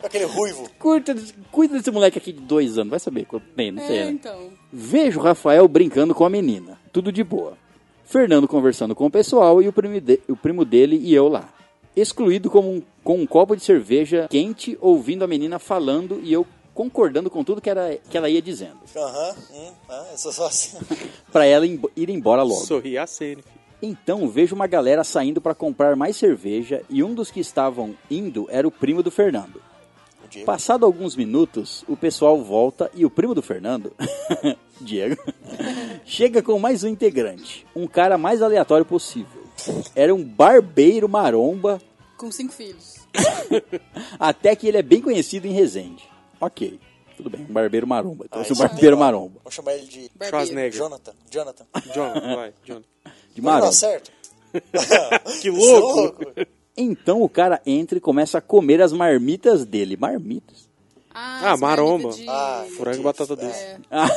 E: com aquele ruivo.
A: Curta, cuida desse moleque aqui de dois anos, vai saber quanto tem, não sei.
F: É,
A: né?
F: então.
A: Vejo o Rafael brincando com a menina, tudo de boa. Fernando conversando com o pessoal e o primo, de- o primo dele e eu lá. Excluído como um- com um copo de cerveja quente, ouvindo a menina falando e eu concordando com tudo que, era, que ela ia dizendo.
E: Aham. hum, ah, eu sou só assim.
A: Pra ela imbo- ir embora logo.
D: Sorri a cena, filho.
A: Então vejo uma galera saindo para comprar mais cerveja e um dos que estavam indo era o primo do Fernando.
E: O Diego.
A: Passado alguns minutos, o pessoal volta e o primo do Fernando, Diego, chega com mais um integrante, um cara mais aleatório possível. Era um barbeiro maromba,
F: Com cinco filhos.
A: até que ele é bem conhecido em Resende. Ok, tudo bem, um barbeiro maromba. Então, um
E: isso é
A: barbeiro
E: legal.
A: maromba.
E: Vou chamar ele de
F: Barbeiro.
D: Schwarzenegger.
E: Jonathan. Jonathan.
D: Jonathan, vai, Jonathan.
A: De
E: Não
A: maromba.
E: dá certo.
D: Que
E: Você é
D: louco.
A: Então o cara entra e começa a comer as marmitas dele. Marmitas?
D: Ah,
F: as
D: maromba.
F: marmitas de-
E: Ah,
D: Frango e batata doce.
A: Ah,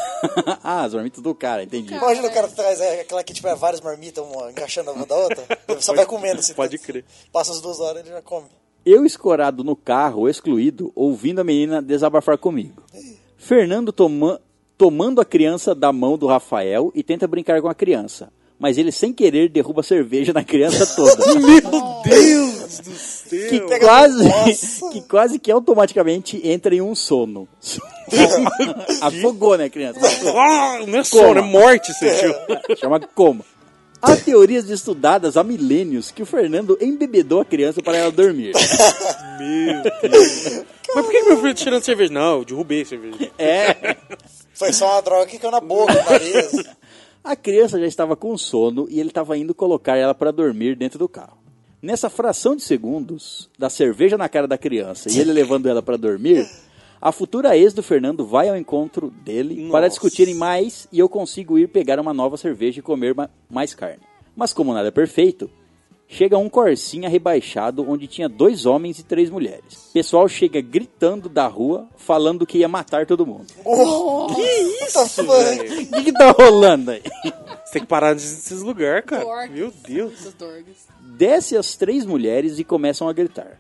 A: ah, as marmitas do cara, entendi.
E: Imagina o cara que traz é, aquela que tiver várias marmitas, uma encaixando uma da outra. Ele só vai comendo. Assim,
D: pode crer.
E: Passa as duas horas ele já come.
A: Eu escorado no carro, excluído, ouvindo a menina desabafar comigo. Fernando toma- tomando a criança da mão do Rafael e tenta brincar com a criança. Mas ele, sem querer, derruba a cerveja na criança toda.
D: Meu Deus do
A: que,
D: céu.
A: quase, que quase que automaticamente entra em um sono. Afogou, né, criança?
D: Ah, não é sono,
A: Coma.
D: é morte, sentiu.
A: Chama como. Há teorias estudadas há milênios que o Fernando embebedou a criança para ela dormir.
D: Meu Deus. Mas por que que meu filho tá tirando cerveja? Não, eu derrubei a cerveja.
A: É.
E: Foi só uma droga que caiu na boca, no nariz.
A: A criança já estava com sono e ele estava indo colocar ela para dormir dentro do carro. Nessa fração de segundos, da cerveja na cara da criança e ele levando ela para dormir, a futura ex do Fernando vai ao encontro dele para
D: Nossa.
A: discutirem mais e eu consigo ir pegar uma nova cerveja e comer ma- mais carne. Mas como nada é perfeito, chega um corsinha rebaixado onde tinha dois homens e três mulheres. O pessoal chega gritando da rua, falando que ia matar todo mundo.
E: Isso,
A: O que, que tá rolando aí?
D: Você tem que parar nesses lugares, cara.
F: Porcos.
D: Meu Deus.
F: Essas dorgas.
A: desce as três mulheres e começam a gritar.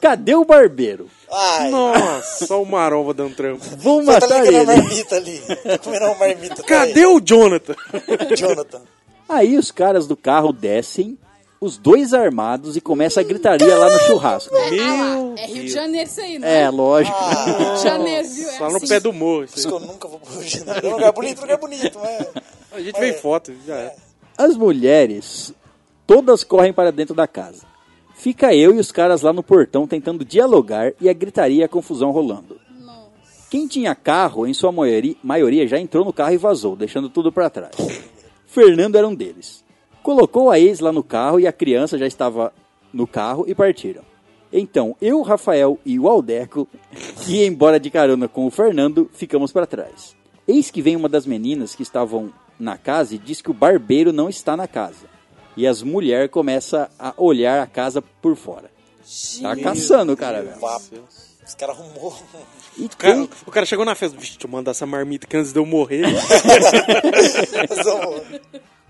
A: Cadê o barbeiro?
E: Ai,
D: Nossa, só o maromba dando trampo.
A: Vou
E: só tá
A: matar
E: ligando a
A: ele.
E: marmita ali. Tá comendo uma marmita.
D: né? Cadê o Jonathan?
E: o Jonathan?
A: Aí os caras do carro descem, os dois armados, e começa a gritaria lá no churrasco.
D: Meu
F: É Rio de
D: Deus.
F: Janeiro isso aí, né?
A: É, lógico.
E: Ah.
F: Rio de Janeiro, viu? É
D: Só no
F: assim.
D: pé do morro.
E: Por isso que eu nunca vou pro Rio de Janeiro. É um lugar bonito, um lugar bonito, mas...
D: A gente vê foto, já é.
A: As mulheres todas correm para dentro da casa. Fica eu e os caras lá no portão tentando dialogar e a gritaria e a confusão rolando. Quem tinha carro, em sua maioria, maioria, já entrou no carro e vazou, deixando tudo para trás. Fernando era um deles. Colocou a ex lá no carro e a criança já estava no carro e partiram. Então, eu, Rafael e o Aldeco, que ia embora de carona com o Fernando, ficamos para trás. Eis que vem uma das meninas que estavam na casa e diz que o barbeiro não está na casa. E as mulheres começam a olhar a casa por fora. Tá caçando, cara, velho.
E: Papo. Os caras arrumou.
A: E
D: O cara,
A: tem-
D: o cara chegou na festa, bicho, deixa eu mandar essa marmita que antes de eu morrer.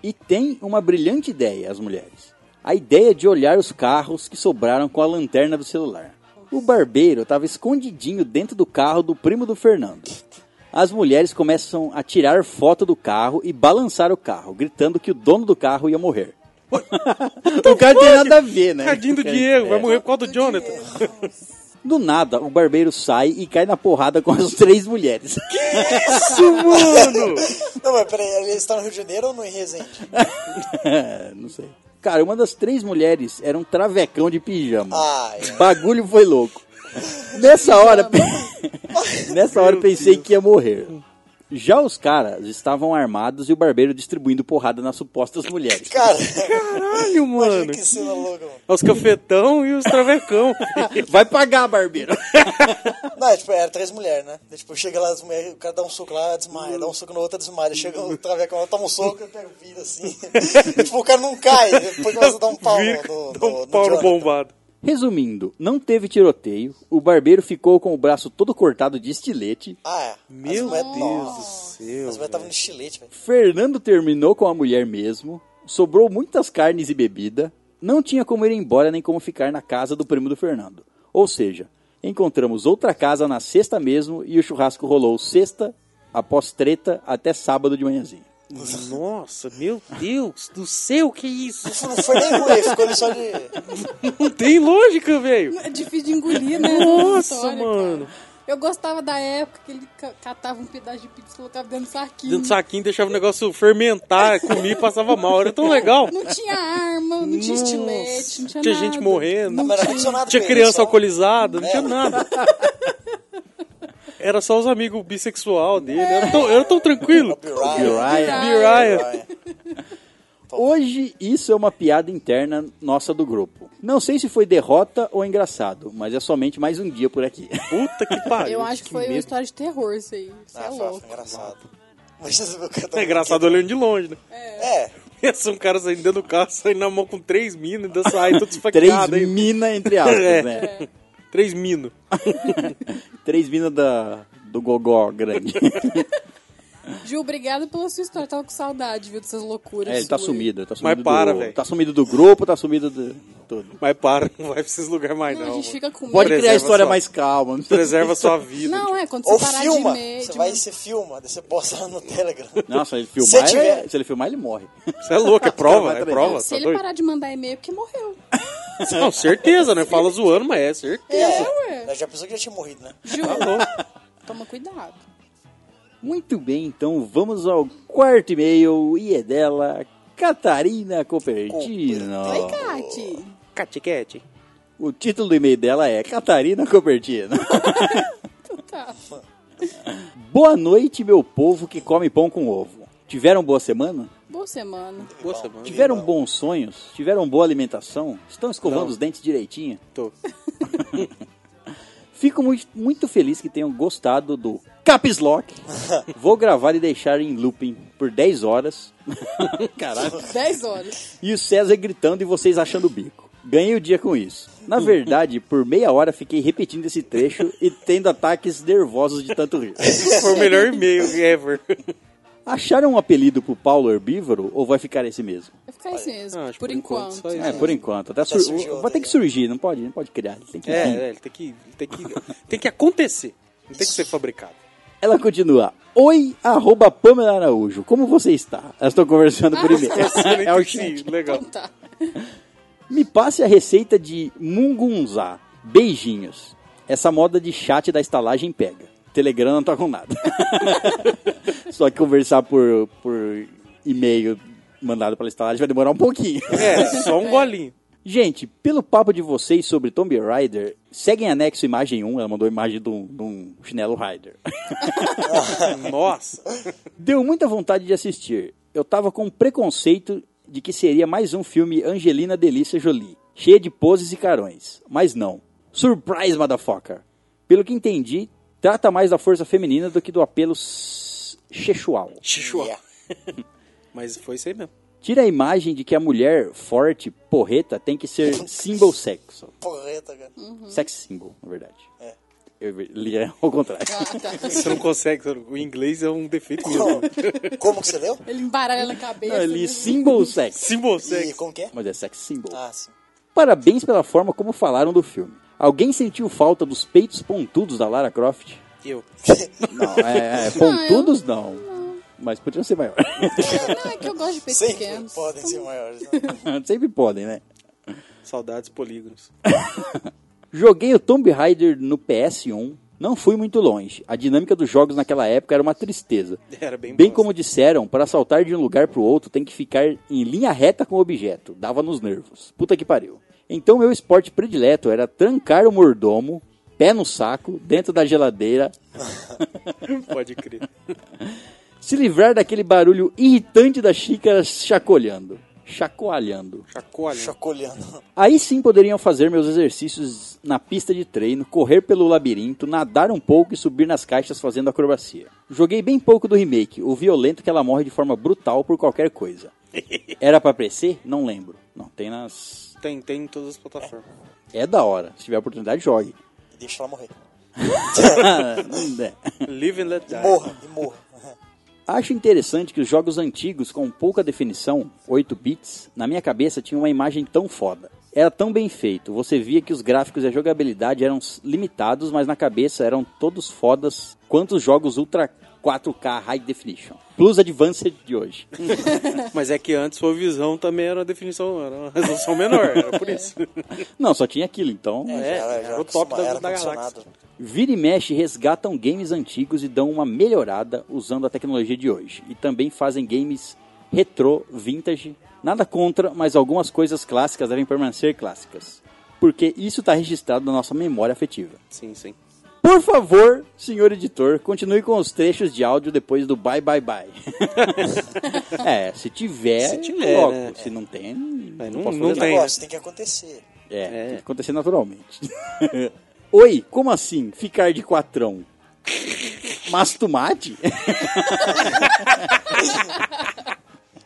A: E tem uma brilhante ideia, as mulheres. A ideia de olhar os carros que sobraram com a lanterna do celular. O barbeiro estava escondidinho dentro do carro do primo do Fernando. As mulheres começam a tirar foto do carro e balançar o carro, gritando que o dono do carro ia morrer. o cara tem nada a ver, né?
D: Tadinho Então do
A: O cara-
D: Diego, vai
A: é.
D: morrer por causa do Jonathan.
A: Do nada, o barbeiro sai e cai na porrada com as três mulheres.
D: Isso, mano!
E: Não, mas peraí, eles estão no Rio de Janeiro ou no em Resende?
A: Não sei. Cara, uma das três mulheres era um travecão de pijama.
E: Ah, é.
A: Bagulho foi louco. Nessa hora, nessa hora pensei que ia morrer. Já os caras estavam armados e o barbeiro distribuindo porrada nas supostas mulheres.
E: Cara,
D: Caralho, mano!
E: imagina que cena louca, mano.
D: Os cafetão e os travecão.
A: Vai pagar, barbeiro.
E: Não, tipo, era três mulheres, né? Daí, tipo, chega lá, as mulheres, o cara dá um soco lá, desmaia, dá um soco na outra, desmaia. Daí Chega o travecão lá, toma um soco, pega o filho assim. tipo, o cara não cai, depois começa a dar um pau
D: Vira-
E: no, no,
D: dá um
E: no
D: pau no
E: Jonathan.
D: bombado.
A: Resumindo, não teve tiroteio, o barbeiro ficou com o braço todo cortado de estilete,
E: Ah, é.
D: Meu
E: as mulher-
D: Deus do
E: Nossa,
D: céu.
E: As mulheres estavam no estilete, velho.
A: Fernando terminou com a mulher mesmo, sobrou muitas carnes e bebida, não tinha como ir embora nem como ficar na casa do primo do Fernando. Ou seja, encontramos outra casa na sexta mesmo e o churrasco rolou sexta, após treta, até sábado de manhãzinha.
D: velho. Nossa, meu Deus do céu, que isso?
E: Isso não foi nem ruim, ficou ali só de.
D: Não tem lógica, velho.
F: É difícil de engolir, né? essa
D: Nossa,
F: história,
D: mano.
F: cara. Eu gostava da época que ele ca- catava um pedaço de pizza e colocava dentro do saquinho.
D: Dentro do saquinho deixava o negócio fermentar, comia e passava mal. Era tão legal.
F: Não tinha arma, não tinha estilete, não tinha,
D: tinha
F: nada.
D: gente morrendo.
E: Ah, mas era condicionado
D: Tinha
E: pra
D: criança
E: ele, só.
D: alcoolizada, não tinha
E: É.
D: nada. Era só os amigos bissexual dele.
E: É.
D: Era tão, era tão tranquilo.
E: Uriah,
A: Uriah.
D: Mirai.
E: Uriah.
A: Hoje isso é uma piada interna nossa do grupo. Não sei se foi derrota ou engraçado, mas é somente mais um dia por aqui.
D: Puta que pariu.
F: Eu acho que foi uma
D: medo.
F: história de terror isso aí. Isso é
E: Ah, foi,
F: louco.
E: foi engraçado. Mas você viu o cara
D: É engraçado olhando de longe, né?
E: É,
D: Pensa um cara saindo dentro do carro, saindo na mão com três minas, ainda sai todo
A: Três
D: esfaqueado. aí.
A: mina, entre aspas,
D: É.
A: né?
D: Três minos.
A: Três mina da, do gogó grande.
D: assim.
F: Gil, obrigado pela sua história. Tava com saudade, viu, dessas loucuras.
A: É, ele tá
F: suas.
A: sumido, tá sumido do-
D: para, velho.
A: Tá sumido do grupo, tá sumido de tudo.
D: Mas para, não vai pra esses lugares mais
F: Não,
D: não.
F: a gente
D: mano.
F: fica com medo.
A: Pode criar a
D: Preserva
A: história
D: sua-
A: mais calma. né? não precisa-
D: Preserva a sua vida.
F: Não, é, quando
E: ou
F: você parar
E: filma.
F: de tipo, medo.
E: Você vai e você filma, daí você posta lá no Telegram.
A: Nossa, ele
E: Se
A: filmar,
E: tiver-
A: ele, se ele filmar, ele morre.
D: Você é louco, é prova, é
A: Não,
D: prova.
F: Se
D: tá
F: ele
D: doido?
F: parar de mandar e-mail, é porque morreu.
D: Não, certeza, né? Fala zoando, mas é certeza.
E: É, eu já pensou que já tinha morrido, né?
F: Gil,
D: Tá louco.
F: toma cuidado.
A: Muito bem, então vamos ao quarto e-mail e é dela Catarina Copertino.
E: Ah.
F: Vai, Kati.
D: Catiquete.
A: O título do e-mail dela é Catarina Copertino.
F: Tá.
A: Boa noite, meu povo que come pão com ovo. Tiveram boa semana?
F: Boa semana.
D: Boa semana.
A: Tiveram bons sonhos? Tiveram boa alimentação? Estão escovando
D: Não.
A: os dentes direitinho?
D: Tô.
A: Fico muito, muito feliz que tenham gostado do Caps Lock. Vou gravar e deixar em looping por 10 horas. Caralho.
F: 10 horas.
A: E o César gritando e vocês achando o bico. Ganhei o dia com isso. Na verdade, por meia hora fiquei repetindo esse trecho e tendo ataques nervosos de tanto rir.
D: Foi o melhor e-mail ever.
A: Acharam um apelido pro Paulo Herbívoro ou vai ficar esse mesmo?
F: Vai ficar isso mesmo,
D: Ah, acho que
F: por,
D: por enquanto,
F: enquanto.
D: só isso.
A: É, por enquanto. Até sur-
E: surgiu outro,
A: vai ter que
E: né?
A: surgir, não pode, não pode criar. Tem que
D: É, é, ele tem que, ele tem que, tem que acontecer. Não tem que ser fabricado.
A: Ela continua. Oi, arroba Pamela Araújo. Como você está? Elas estão conversando por e-mail.
D: É o X, legal.
F: Então tá.
A: Me passe a receita de mungunzá. Beijinhos. Essa moda de chat da estalagem pega. Telegram não tá com nada. Só que conversar por, por e-mail mandado pela estalagem vai demorar um pouquinho.
D: É, só um golinho.
A: Gente, pelo papo de vocês sobre Tomb Raider, segue em anexo imagem 1, ela mandou imagem de um, de um chinelo Rider.
D: Nossa.
A: Deu muita vontade de assistir. Eu tava com um preconceito de que seria mais um filme Angelina Delícia Jolie, cheia de poses e carões. Mas não. Surprise, motherfucker! Pelo que entendi, trata mais da força feminina do que do apelo s- sexual.
E: Yeah.
D: Mas foi isso aí mesmo.
A: Tira a imagem de que a mulher forte, porreta, tem que ser symbol sexo.
E: Porreta, cara.
F: Uhum.
A: Sex symbol, na verdade. Eu li ao contrário.
D: Você não consegue, você não- o inglês é um defeito mesmo.
E: Como que você leu?
F: Ele embaralha na cabeça.
A: Não, eu li
F: né?
A: symbol sex.
D: Se
E: E
D: você.
E: como que é?
A: Mas é sex symbol.
E: Ah, sim.
A: Parabéns pela forma como falaram do filme. Alguém sentiu falta dos peitos pontudos da Lara Croft?
D: Eu.
A: Não, é, é, pontudos não. Mas podiam ser maior.
F: Não, é que eu gosto de peitos
E: Sempre
F: pequenos.
E: podem ser maiores. né?
A: Sempre podem, né?
D: Saudades polígonos.
A: Joguei o Tomb Raider no PS1. Não fui muito longe. A dinâmica dos jogos naquela época era uma tristeza.
D: Era bem
A: Bem
D: bosta.
A: como disseram, para saltar de um lugar pro outro tem que ficar em linha reta com o objeto. Dava nos nervos. Puta que pariu. Então meu esporte predileto era trancar o mordomo, pé no saco, dentro da geladeira,
D: Pode crer.
A: se livrar daquele barulho irritante da xícara chacoalhando. Chacoalhando.
D: Chacoalha.
E: Chacoalhando.
A: Aí sim poderiam fazer meus exercícios na pista de treino, correr pelo labirinto, nadar um pouco e subir nas caixas fazendo acrobacia. Joguei bem pouco do remake, o violento que ela morre de forma brutal por qualquer coisa. Era pra PC? Não lembro. Não, tem nas.
D: Tem, tem em todas as plataformas.
A: É da hora. Se tiver oportunidade, jogue.
E: E deixa ela morrer.
A: É.
D: Live and let die.
E: Morra, e morra.
A: Acho interessante que os jogos antigos com pouca definição, 8 bits, na minha cabeça tinha uma imagem tão foda. Era tão bem feito, você via que os gráficos e a jogabilidade eram s- limitados, mas na cabeça eram todos fodas quanto os jogos Ultra 4K High Definition. Plus Advanced de hoje.
D: Mas é que antes sua visão também era uma definição, era uma resolução menor, era por isso.
A: Não, só tinha aquilo, então.
D: É,
E: Ela
D: era o top da-
E: acostuma- era
D: da
E: condicionado.
A: Vira e mexe resgatam games antigos e dão uma melhorada usando a tecnologia de hoje. E também fazem games retrô, vintage. Nada contra, mas algumas coisas clássicas devem permanecer clássicas. Porque isso está registrado na nossa memória afetiva.
D: Sim, sim.
A: Por favor, senhor editor, continue com os trechos de áudio depois do bye bye bye. é, se tiver,
D: Se tiver,
A: coloco.
D: né?
A: Se não tem, não,
D: É, não-
A: posso fazer
E: O
D: não
A: nada.
D: Tem, né?
E: negócio tem que acontecer.
A: É,
D: É.
A: tem que acontecer naturalmente. Oi, como assim ficar de quatrão? Mas tomate?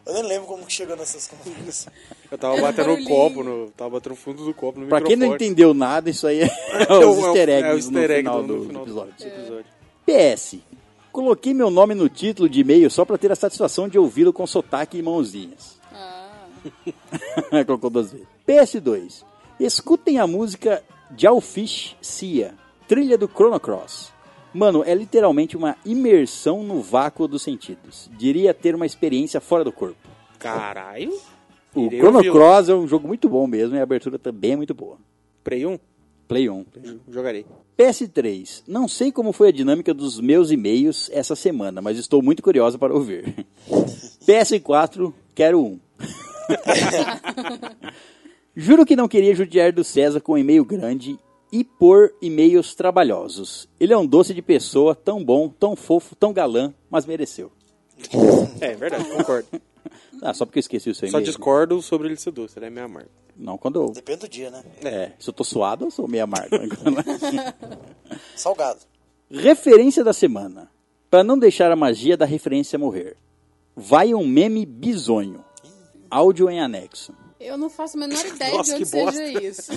E: Eu nem lembro como que chegou nessas conversas.
D: Eu tava
F: Era um
D: batendo o
F: barulhinho.
D: copo, no, tava batendo o fundo do copo no
A: pra quem não
D: microfone.
A: entendeu nada, isso aí é
D: É o-
A: os
D: é o-
A: easter eggs
D: é o
A: no
D: easter egg
A: final
D: do-
A: do,
D: no final
A: do episódio.
D: do episódio.
A: PS. Coloquei meu nome no título de e-mail só pra ter a satisfação de ouvi-lo com sotaque e mãozinhas.
F: Ah,
A: Colocou duas vezes. PS2. Escutem a música Jalfish Sia, trilha do Chrono Cross. Mano, é literalmente uma imersão no vácuo dos sentidos. Diria ter uma experiência fora do corpo.
D: Caralho.
A: O
D: Irei
A: Chrono
D: ouvi-lo.
A: Cross é um jogo muito bom mesmo e a abertura também é muito boa.
D: Play 1?
A: Play 1.
D: Jogarei.
A: PS3. Não sei como foi a dinâmica dos meus e-mails essa semana, mas estou muito curiosa para ouvir. PS4, quero um. Juro que não queria judiar do César com um e-mail grande e por e-mails trabalhosos. Ele é um doce de pessoa, tão bom, tão fofo, tão galã, mas mereceu.
D: É, verdade, concordo.
A: Ah, só porque eu esqueci o seu
D: É Só
A: e-mail.
D: discordo sobre ele ser doce, ele é minha marca.
A: Não, quando eu...
E: Depende do dia, né?
A: É, se eu tô suado, eu sou meio amargo.
E: Salgado.
A: Referência da semana. Para não deixar a magia da referência morrer. Vai um meme bizonho. Áudio em anexo.
F: eu não faço a menor ideia
D: Nossa,
F: de onde
D: que
F: seja
D: bosta.
F: isso.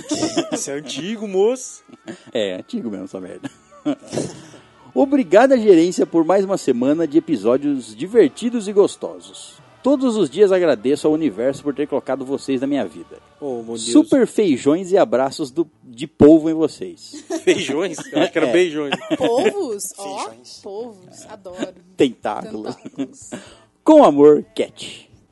D: Isso é antigo, moço.
A: É, antigo mesmo essa merda. Obrigado à gerência por mais uma semana de episódios divertidos e gostosos. Todos os dias agradeço ao universo por ter colocado vocês na minha vida.
D: Ô, meu Oh, Deus.
A: Super feijões e abraços do- de polvo em vocês.
D: Feijões? Eu acho que era
A: É.
D: beijões.
F: Povos? Ó,
E: Feijões.
F: povos. Adoro. Então,
A: Tentáculos.
F: Tentáculos.
A: Com amor, Cat.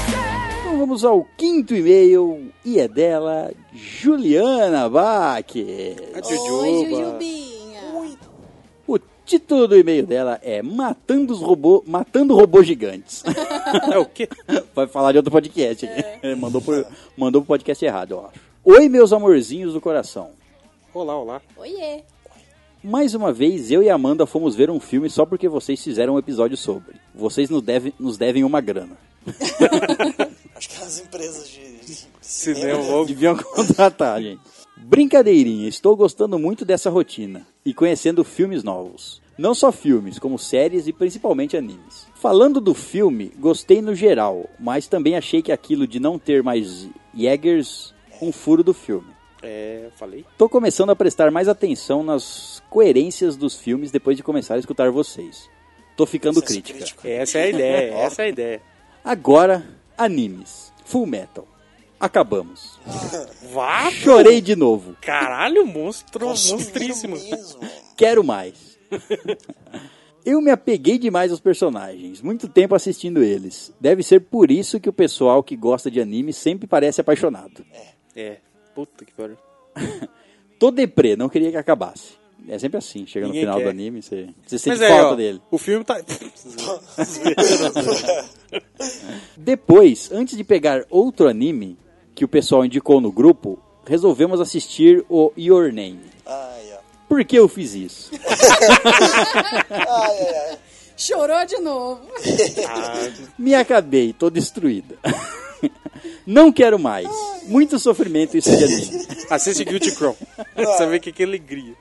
A: chegamos Então ao quinto e-mail e é dela Juliana Bach.
D: A
F: Oi,
D: Jujuba.
F: Jujubinha.
A: O título do e-mail dela é Matando os robô, Matando Robôs Gigantes.
D: É o quê?
A: Vai falar de outro podcast. aqui. mandou, pro, mandou pro podcast errado, eu acho. Oi, meus amorzinhos do coração.
D: Olá, olá.
F: Oiê.
A: Mais uma vez, eu e Amanda fomos ver um filme só porque vocês fizeram um episódio sobre. Vocês nos devem, nos devem uma grana.
E: Acho que as empresas de de
D: Cinema
E: devem-
D: logo.
A: Deviam contratar, gente. Brincadeirinha, estou gostando muito dessa rotina e conhecendo filmes novos. Não só filmes, como séries e principalmente animes. Falando do filme, gostei no geral, mas também achei que aquilo de não ter mais Jaegers um furo do filme.
D: É, falei.
A: Tô começando a prestar mais atenção nas coerências dos filmes depois de começar a escutar vocês. Tô ficando
E: senso
A: crítica.
E: crítico.
D: Essa é a ideia, essa é a ideia.
A: Agora, animes. Full Metal. Acabamos.
D: Vá,
A: Chorei de novo.
D: Caralho, monstro,
E: Consumiram
D: monstríssimo.
E: mesmo.
A: Quero mais. Eu me apeguei demais aos personagens, muito tempo assistindo eles. Deve ser por isso que o pessoal que gosta de anime sempre parece apaixonado.
D: É, puta que pariu.
A: Tô deprê, não queria que acabasse. É sempre assim, chega
D: Ninguém
A: no final
D: quer.
A: do anime, você, você sente
D: Mas é,
A: falta
D: ó,
A: dele.
D: o filme tá...
A: Depois, antes de pegar outro anime que o pessoal indicou no grupo, resolvemos assistir o Your Name.
E: Ai, ó.
A: Por que eu fiz isso?
E: Ai, ai, ai.
F: Chorou de novo.
A: Me acabei, tô destruída. Não quero mais. Muito sofrimento isso de anime.
D: Assiste Guilty Crown. Você vê que, que alegria.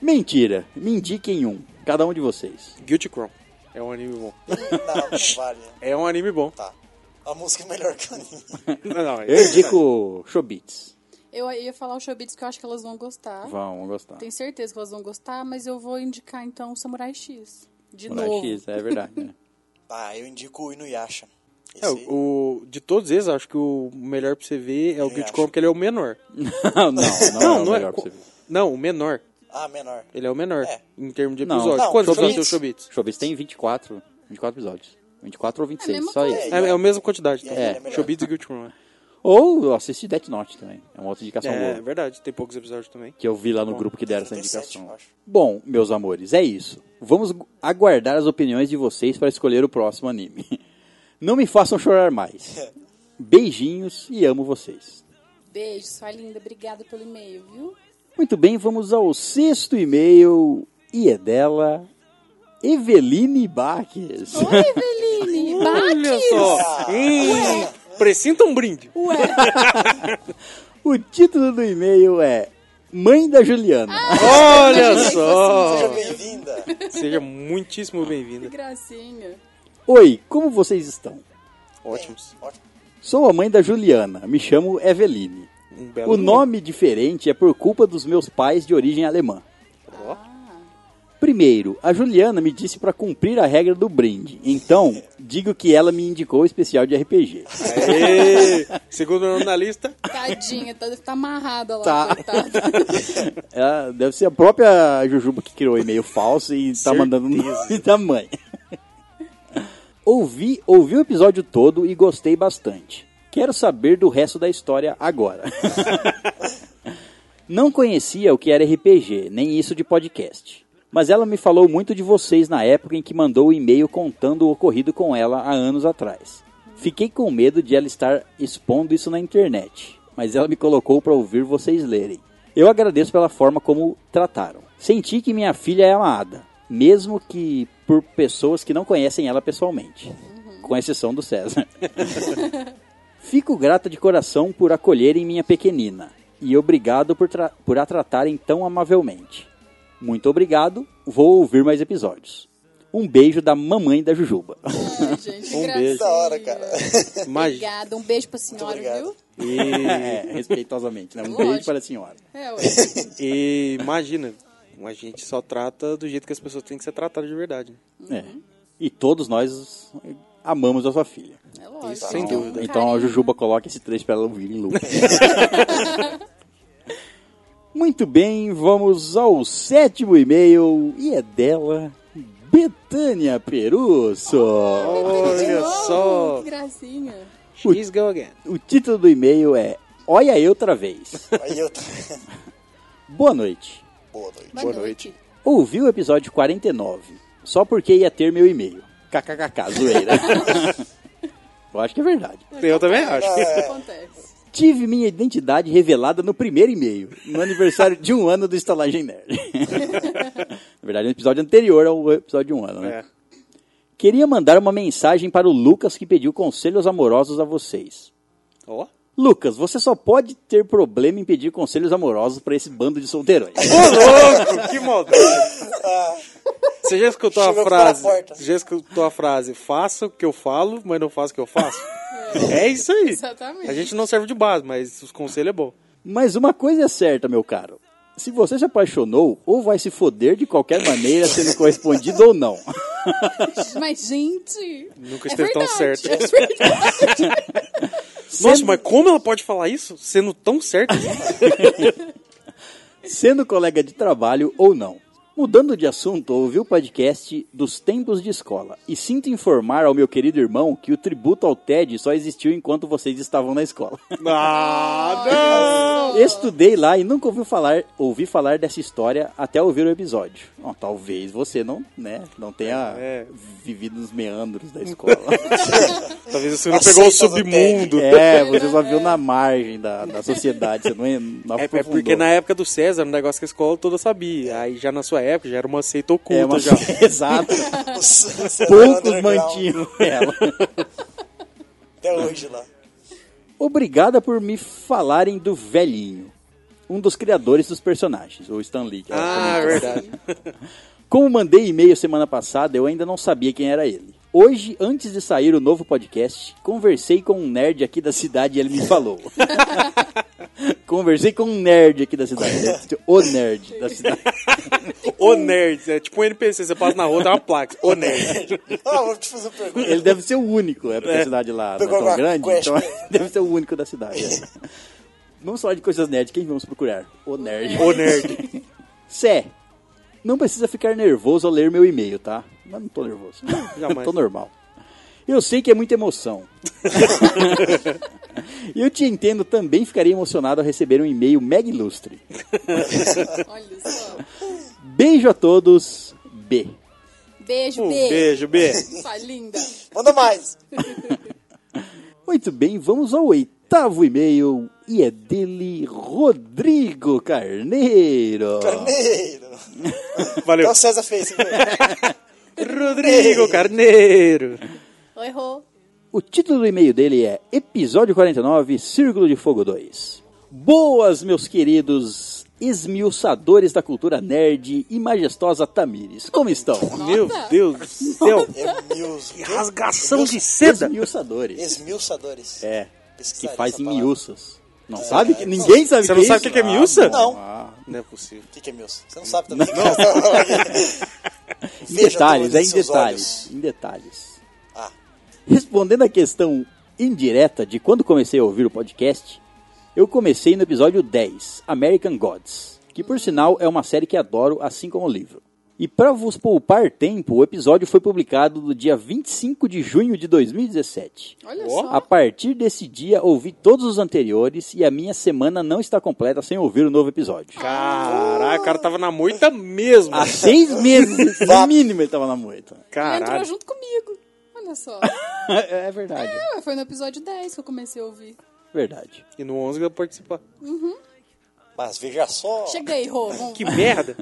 A: Mentira, me indiquem um, cada um de vocês.
D: Guilty Crown. É um anime bom.
E: Não, não vale.
D: É um anime bom.
E: Tá. A música é melhor que a minha.
D: Não, não, é-
A: Eu indico Chobits.
F: Eu ia falar o Showbiz que eu acho que elas vão gostar.
A: Vão gostar.
F: Tenho certeza que elas vão gostar, mas eu vou indicar então o Samurai X. De
A: Samurai
F: novo.
A: X, é verdade. né?
E: Ah, eu indico o Inuyasha. Esse
D: É,
E: aí.
D: o, de todos eles, acho que o melhor pra você ver é o Guilty
E: acho.
D: Crown, porque ele é o menor.
A: Não, não, não, é o melhor pra você ver.
D: Não, o menor.
E: Ah, menor.
D: Ele é o menor,
E: É.
D: em termos de
A: Não.
D: episódio.
E: Não,
D: Quantos são
E: Chobits.
D: seus Chobits?
A: Chobits tem 24, 24 episódios. 24 ou 26,
F: mesma
A: só
F: coisa.
A: isso.
D: É, é a mesma quantidade. Tá?
E: É,
A: é
E: melhor.
D: Chobits e Guilty Crown.
A: Ou assiste Death Note também. É uma outra indicação
D: É, é
A: boa.
D: verdade, tem poucos episódios também.
A: Que eu vi lá no grupo que deram essa
E: 37, eu
A: indicação.
E: acho.
A: Bom, meus amores, é isso. Vamos gu- aguardar as opiniões de vocês para escolher o próximo anime. Não me façam chorar mais. Beijinhos e amo vocês.
F: Beijo, sua linda. Obrigada pelo e-mail, viu?
A: Muito bem, vamos ao sexto e-mail e é dela Eveline Baques.
F: Oi, Eveline.
D: Olha só! Hum, precinta um brinde.
A: O título do e-mail é Mãe da Juliana.
D: Ah. Olha só!
E: Seja bem-vinda.
D: Seja muitíssimo bem-vinda.
F: Que gracinha.
A: Oi, como vocês estão?
D: Ótimos.
E: Ótimo.
A: Sou a mãe da Juliana, me chamo Eveline.
D: Um belo
A: O nome diferente é por culpa dos meus pais de origem alemã.
D: Ó.
A: Primeiro, a Juliana me disse para cumprir a regra do brinde, então digo que ela me indicou o especial de RPG.
D: Aê! Segundo nome na lista,
F: Tadinha, tá, deve tá amarrada lá,
A: Tá.
F: coitada.
A: Ela É, deve ser a própria Jujuba que criou o e-mail falso e tá
D: Certeza.
A: mandando o nome da mãe. ouvi, ouvi o episódio todo e gostei bastante. Quero saber do resto da história agora. Não conhecia o que era RPG, nem isso de podcast. Mas ela me falou muito de vocês na época em que mandou o e-mail contando o ocorrido com ela há anos atrás. Fiquei com medo de ela estar expondo isso na internet, mas ela me colocou para ouvir vocês lerem. Eu agradeço pela forma como trataram. Senti que minha filha é amada, mesmo que por pessoas que não conhecem ela pessoalmente, com exceção do César. Fico grata de coração por acolherem minha pequenina e obrigado por, tra- por a tratarem tão amavelmente. Muito obrigado, vou ouvir mais episódios. Um beijo da mamãe da Jujuba.
F: Ai, gente, que
D: Um
F: gracinha.
D: beijo.
E: Da hora, cara.
D: imagina.
F: Obrigada, um beijo pra senhora,
E: obrigado.
F: viu?
A: é, respeitosamente, né? Um
F: Lógico.
A: beijo para a senhora.
F: É, ué.
D: E imagina, a gente só trata do jeito que as pessoas têm que ser tratadas de verdade. né?
A: É. E todos nós amamos a sua filha.
F: É lógico.
D: Isso, sem
F: Então,
D: dúvida.
A: Então a
F: carinho.
A: Jujuba coloca esse trecho para ela ouvir em loop. Muito bem, vamos ao sétimo e-mail e é dela Betânia Peruso.
D: Olha só.
F: Que gracinha.
D: She's go again.
A: O título do e-mail é Olha eu outra vez.
E: Aí eu.
A: Boa noite.
E: Boa noite.
F: Boa, noite.
A: Ouvi o episódio 49, só porque ia ter meu e-mail. KKKK, zoeira. eu acho que é verdade.
D: Eu também acho.
F: Acontece.
A: Tive minha identidade revelada no primeiro e-mail, no aniversário de um ano do Estalagem Nerd. Na verdade, no episódio anterior ao episódio de um ano, né?
D: É.
A: Queria mandar uma mensagem para o Lucas que pediu conselhos amorosos a vocês.
D: Ó.
A: Lucas, você só pode ter problema em pedir conselhos amorosos para esse bando de solteirões.
D: Ô, louco, que maldade. É. Você já escutou a
E: Chegou
D: frase?
E: pela porta.
D: Já escutou a frase, faça o que eu falo, mas não faça o que eu faço? É isso aí.
F: Exatamente.
D: A gente não serve de base, mas os conselhos é bom.
A: Mas uma coisa é certa, meu caro. Se você se apaixonou, ou vai se foder de qualquer maneira sendo correspondido ou não.
F: Mas, gente.
D: tá- Nunca
F: é
D: esteve tão
F: verdade,
D: certo.
F: É verdade.
D: Nossa, mas como ela pode falar isso sendo tão certa?
A: Sendo colega de trabalho ou não. Mudando de assunto, ouvi o podcast dos tempos de escola e sinto informar ao meu querido irmão que o tributo ao TED só existiu enquanto vocês estavam na escola.
D: Ah, Nada!
A: Estudei lá e nunca ouvi falar, ouvi falar dessa história até ouvir o episódio. Bom, talvez você não, né, não tenha
D: É.
A: vivido nos meandros da escola.
D: Talvez você não pegou o
E: Aceitas o
D: submundo.
A: é, você só viu na margem da, da sociedade, você não, não
D: É, é
A: aprofundou.
D: porque na época do César, um negócio que a escola toda sabia. Aí já na sua época já era uma seita oculta
A: é, mas,
D: já.
A: Exato,
E: Você é
A: poucos
E: underground
A: mantinham ela.
E: Até hoje lá.
A: Obrigada por me falarem do velhinho, um dos criadores dos personagens, o Stan Lee. que ela
D: Ah,
A: comentou.
D: é verdade.
A: Como mandei e-mail semana passada, eu ainda não sabia quem era ele. Hoje, antes de sair o novo podcast, conversei com um nerd aqui da cidade e ele me falou. conversei com um nerd aqui da cidade. O nerd da cidade.
D: O nerd. É tipo um NPC, você passa na rua, tem uma placa. O nerd.
E: Ah, vou te fazer uma pergunta.
A: Ele deve ser o único, é porque a cidade lá não é
E: Pegou
A: tão
E: agora,
A: grande,
E: quest.
A: então deve ser o único da cidade. Vamos falar de coisas nerd, quem vamos procurar? O nerd.
D: O nerd. Tipo,
A: Sé, não precisa ficar nervoso ao ler meu e-mail, tá? Mas não tô nervoso.
D: jamais.
A: tô normal. Eu sei que é muita emoção. E eu te entendo, também ficaria emocionado ao receber um e-mail mega ilustre.
F: Olha só.
A: Beijo a todos. B.
F: Beijo,
D: Um
F: beijo.
D: beijo, B.
F: Sua linda.
E: Manda mais.
A: Muito bem, vamos ao oitavo e-mail. E é dele, Rodrigo Carneiro.
D: Ah.
E: Carneiro.
D: Valeu.
E: Até Então o César fez. hein, meu?
D: Rodrigo Carneiro.
F: Oi, Rô.
A: O título do e-mail dele é Episódio 49, Círculo de Fogo 2. Boas, meus queridos esmiuçadores da cultura nerd e majestosa Tamires. Como estão?
D: Meu Deus do céu.
E: É mius.
D: Que rasgação de seda.
A: Esmiuçadores.
E: Esmiuçadores.
A: É, que
E: Pesquisaria
A: faz
E: essa palavra.
A: miúças. Não sabe? Que ninguém sabe
D: Você
A: que é
D: não sabe o
A: isso?
D: que que é miúça?
E: Não.
A: Ah,
D: Não é possível.
E: O que, que é miúça? Você não sabe também. Não.
A: em detalhes, é em detalhes. Em detalhes.
E: Ah,
A: Respondendo à questão indireta de quando comecei a ouvir o podcast, eu comecei no episódio 10, American Gods, que por sinal é uma série que adoro, assim como o livro. E para vos poupar tempo, o episódio foi publicado no dia 25 de junho de 2017.
F: Olha
D: Ó.
A: A
F: só.
A: partir desse dia, ouvi todos os anteriores e a minha semana não está completa sem ouvir o novo episódio.
D: Ah. Caraca, o cara tava na moita mesmo.
A: Há seis meses, no mínimo, Ah. ele estava na moita.
F: Ela entrou
D: Caralho.
F: junto comigo. Olha só.
A: É verdade.
F: Ah, Foi no episódio 10 que eu comecei a ouvir.
A: Verdade.
D: E no 11 eu participar.
E: mas veja só.
F: Chega aí, Rô. Vamos.
D: Que merda.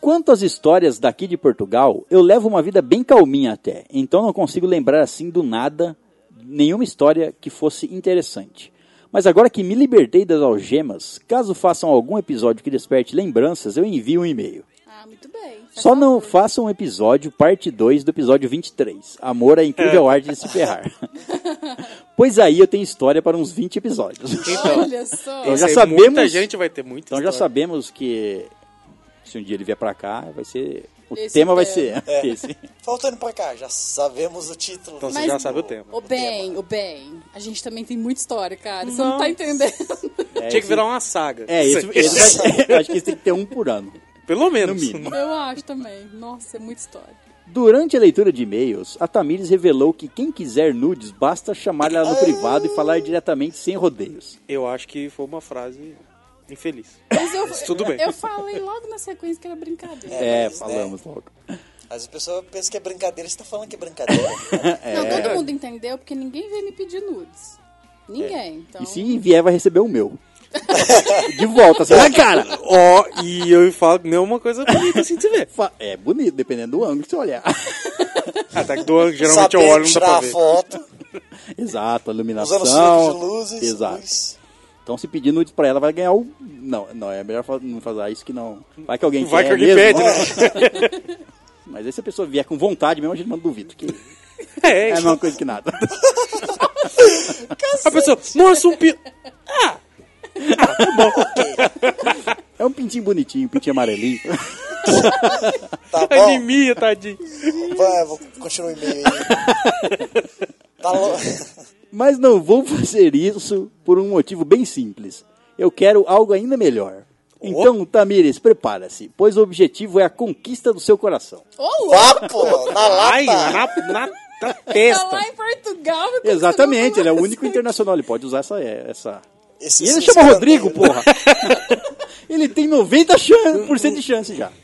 A: Quanto às histórias daqui de Portugal, eu levo uma vida bem calminha até, então não consigo lembrar assim do nada nenhuma história que fosse interessante. Mas agora que me libertei das algemas, caso façam algum episódio que desperte lembranças, eu envio um e-mail.
F: Ah, muito bem. Faz
A: Só não
F: favor.
A: façam um episódio parte 2 do episódio 23, Amor à Incrível Arte de Se Ferrar. pois aí eu tenho história para uns 20 episódios.
F: Olha só.
A: Eu já
D: Sei,
A: sabemos-
D: Muita gente vai ter muito.
A: Então já sabemos que se um dia ele vier pra cá, vai ser o
F: Esse é
A: tema vai
F: tema.
A: ser esse.
E: Faltando pra cá, já sabemos o título.
D: Então você
F: Mas-
D: já sabe o tema.
F: Ô, bem, ô, bem. A gente também tem muita história, cara. Você não tá entendendo.
D: Tinha que virar uma saga.
A: É, esse, esse vai, acho que esse tem que ter um por ano.
D: Pelo menos.
A: No mínimo.
F: Eu acho também. Nossa, é muita história.
A: Durante a leitura de e-mails, a Tamires revelou que quem quiser nudes basta chamar ela no privado e falar diretamente sem rodeios.
D: Eu acho que foi uma frase infeliz.
F: Mas eu,
D: tudo bem.
F: eu falei logo na sequência que era brincadeira.
A: É,
E: mas, né?
A: falamos logo.
E: Às vezes a pessoa pensa que é brincadeira, você tá falando que é brincadeira.
F: Não,
A: é.
F: todo mundo entendeu, porque ninguém veio me pedir nudes. Ninguém. Então,
A: É. E se vier, vai receber o meu. De volta, assim, na cara!
D: Ó, e eu falo, não é uma coisa bonita assim de ver.
A: Fa- É bonito, dependendo do ângulo que você olhar.
D: Até Ah, tá, que do, geralmente eu
E: Sabendo
D: olho e não dá
E: tirar
D: pra
E: a
D: ver.
E: foto,
A: Exato, a
E: usando os filtros
A: iluminação.
E: de luzes.
A: Exato.
E: luz.
A: Então se pedir nudes pra ela, vai ganhar o. Não, não, é melhor fa- não fazer isso que não. Vai que alguém
D: Vai
A: quer
D: que alguém
A: mesmo.
D: pede, né?
A: Mas aí se a pessoa vier com vontade mesmo, a gente manda um duvido. Que
D: É,
A: é a
D: isso.
A: mesma coisa que nada.
D: a pessoa, nossa, um pi...
A: É um pintinho bonitinho, um pintinho amarelinho.
E: Tá
D: É de
E: bom?
D: mim, tadinho.
E: Vai, vou continuar o e-mail aí. Tá louco.
A: Mas não vou fazer isso por um motivo bem simples. Eu quero algo ainda melhor. Então, Tamires, prepara-se, pois o objetivo é a conquista do seu coração.
F: Ô, louco,
E: Papo, na
D: Ai,
E: lata.
D: na, na, na
F: tá lá
D: testa.
F: em Portugal. meu Deus,
A: Exatamente,
F: eu
A: ele é
F: não
A: o
F: vou
A: único internacional, ele pode usar essa. é, essa...
E: Esse-
A: E ele
E: esse
A: chama
E: escanteio,
A: Rodrigo,
E: né?
A: porra! ele tem 90% chan- por cento de chance já.
F: entender.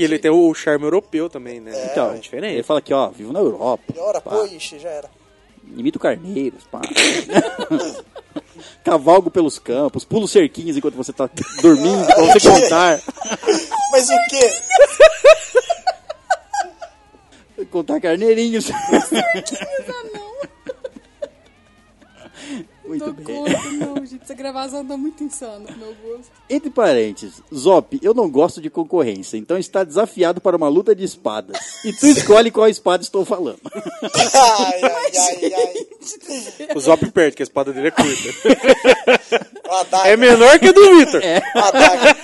D: E ele tem o charme europeu também, né?
A: Então,
D: é diferente.
A: ele fala aqui, ó, vivo na Europa.
E: Ora,
A: pá,
E: pô, ixi, já era.
A: Imito carneiros, pá. Cavalgo pelos campos, pulo cerquinhos enquanto você tá dormindo, pra você contar.
E: Mas o quê?
A: Contar carneirinhos. Muito
F: Tô
A: bem.
F: gordo, não, gente. Essa gravação tá muito insana pro meu gosto.
A: Entre parênteses, Zop, eu não gosto de concorrência, então está desafiado para uma luta de espadas. E tu escolhe qual espada estou falando.
E: Ai, ai, ai, ai.
D: O Zop perde, que a espada dele é curta.
E: Uma adaga,
D: é menor que a do Victor.
E: uma adaga.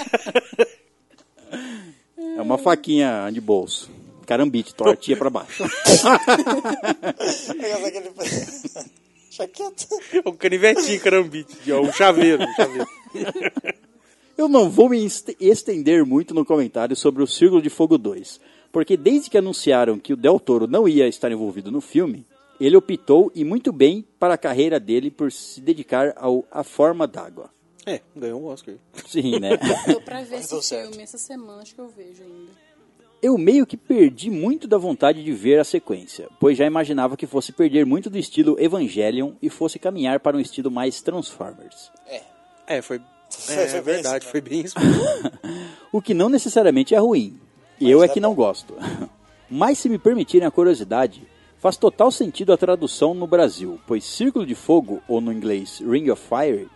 A: É uma faquinha de bolso. Carambite, tortinha pra baixo.
E: Pegando aquele... Chaqueta.
D: O canivetinho carambite, ó, o chaveiro, o chaveiro.
A: Eu não vou me est- estender muito no comentário sobre o Círculo de Fogo 2, porque desde que anunciaram que o Del Toro não ia estar envolvido no filme, ele optou, e muito bem, para a carreira dele por se dedicar ao A Forma d'Água.
D: É, ganhou um Oscar.
A: Sim, né?
F: Tô pra ver esse
E: deu
F: filme
E: certo.
F: essa semana, acho que eu vejo ainda.
A: Eu meio que perdi muito da vontade de ver a sequência, pois já imaginava que fosse perder muito do estilo Evangelion e fosse caminhar para um estilo mais Transformers.
D: É, foi.
E: Foi-
D: É,
E: foi bem
D: verdade,
E: isso, né?
D: foi bem isso.
A: O que não necessariamente é ruim. Eu é que não gosto. Mas se me permitirem a curiosidade, faz total sentido a tradução no Brasil, pois Círculo de Fogo, ou no inglês Ring of Fire,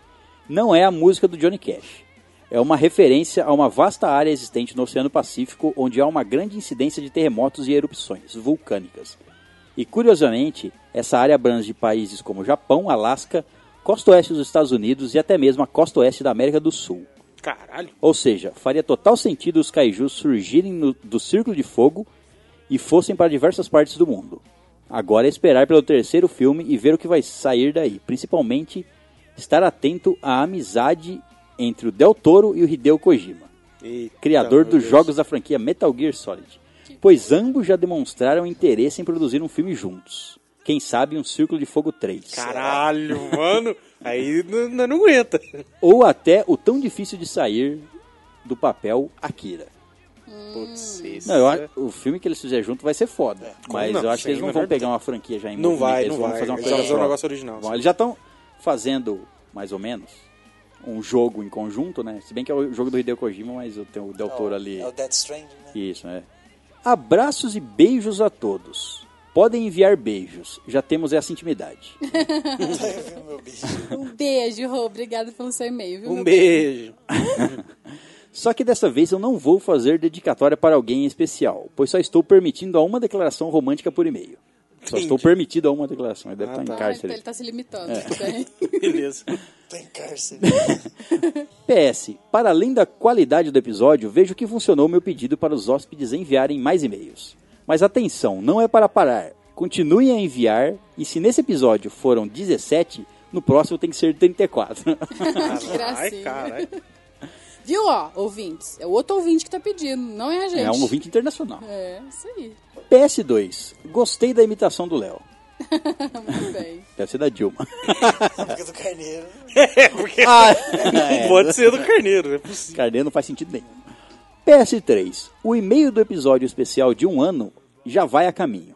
A: não é a música do Johnny Cash. É uma referência a uma vasta área existente no Oceano Pacífico, onde há uma grande incidência de terremotos e erupções vulcânicas. E curiosamente, essa área abrange países como Japão, Alasca, costa oeste dos Estados Unidos e até mesmo a costa oeste da América do Sul.
D: Caralho.
A: Ou seja, faria total sentido os kaijus surgirem no- do Círculo de Fogo e fossem para diversas partes do mundo. Agora é esperar pelo terceiro filme e ver o que vai sair daí. Principalmente estar atento à amizade entre o Del Toro e o Hideo Kojima,
D: Eita,
A: criador
D: meu
A: dos
D: Deus.
A: jogos da franquia Metal Gear Solid. Pois ambos já demonstraram interesse em produzir um filme juntos. Quem sabe um Círculo de Fogo 3.
D: Caralho, mano. Aí n- n- não aguenta.
A: Ou até o tão difícil de sair do papel Akira.
D: Putz, é isso.
A: Não, eu acho- o filme que eles fizerem junto vai ser foda. mas
D: não?
A: eu acho que
D: Sem
A: eles não vão
D: menor
A: pegar uma franquia já em
D: Não
A: movimento,
D: vai,
A: eles
D: não
A: vão
D: vai.
A: fazer uma
D: Eles
A: coisa
D: vão fazer um
A: própria.
D: negócio original,
A: Bom,
D: sim.
A: eles já estão fazendo, mais ou menos, um jogo em conjunto, né? Se bem que é o jogo do Hideo Kojima, mas eu tenho o Del Toro ali.
E: É o Dead Stranding, né?
A: Isso, né? Abraços e beijos a todos. Podem enviar beijos. Já temos essa intimidade.
E: Eu vi meu bicho.
F: Um beijo, Rô. Obrigada pelo seu e-mail, viu?
D: Um
F: meu-
D: beijo.
A: Só que dessa vez eu não vou fazer dedicatória para alguém em especial, pois só estou permitindo a uma declaração romântica por e-mail. Só estou
D: Entendi.
A: permitido a uma declaração. Ele deve
D: Ah,
A: estar
D: tá.
A: em
F: Ah, então
A: cárcere.
F: ele tá se limitando. tudo bem.
D: Beleza.
E: Tem cárcere. né?
A: PS, para além da qualidade do episódio, vejo que funcionou meu pedido para os hóspedes enviarem mais e-mails. Mas atenção, não é para parar. Continuem a enviar, e se nesse episódio foram 17, no próximo tem que ser 34.
F: que gracinha.
D: Ai, caralho.
F: Viu, ó, ouvintes? É o outro ouvinte que tá pedindo, não é a gente.
A: É um ouvinte internacional.
F: É, isso aí.
A: PS2. Gostei da imitação do Léo.
F: Muito bem.
A: Deve ser da Dilma.
E: Porque do carneiro.
D: É, porque
F: Ah,
A: é.
D: pode ser do carneiro, é possível.
A: Carneiro não faz sentido nenhum. PS3. O e-mail do episódio especial de um ano já vai a caminho.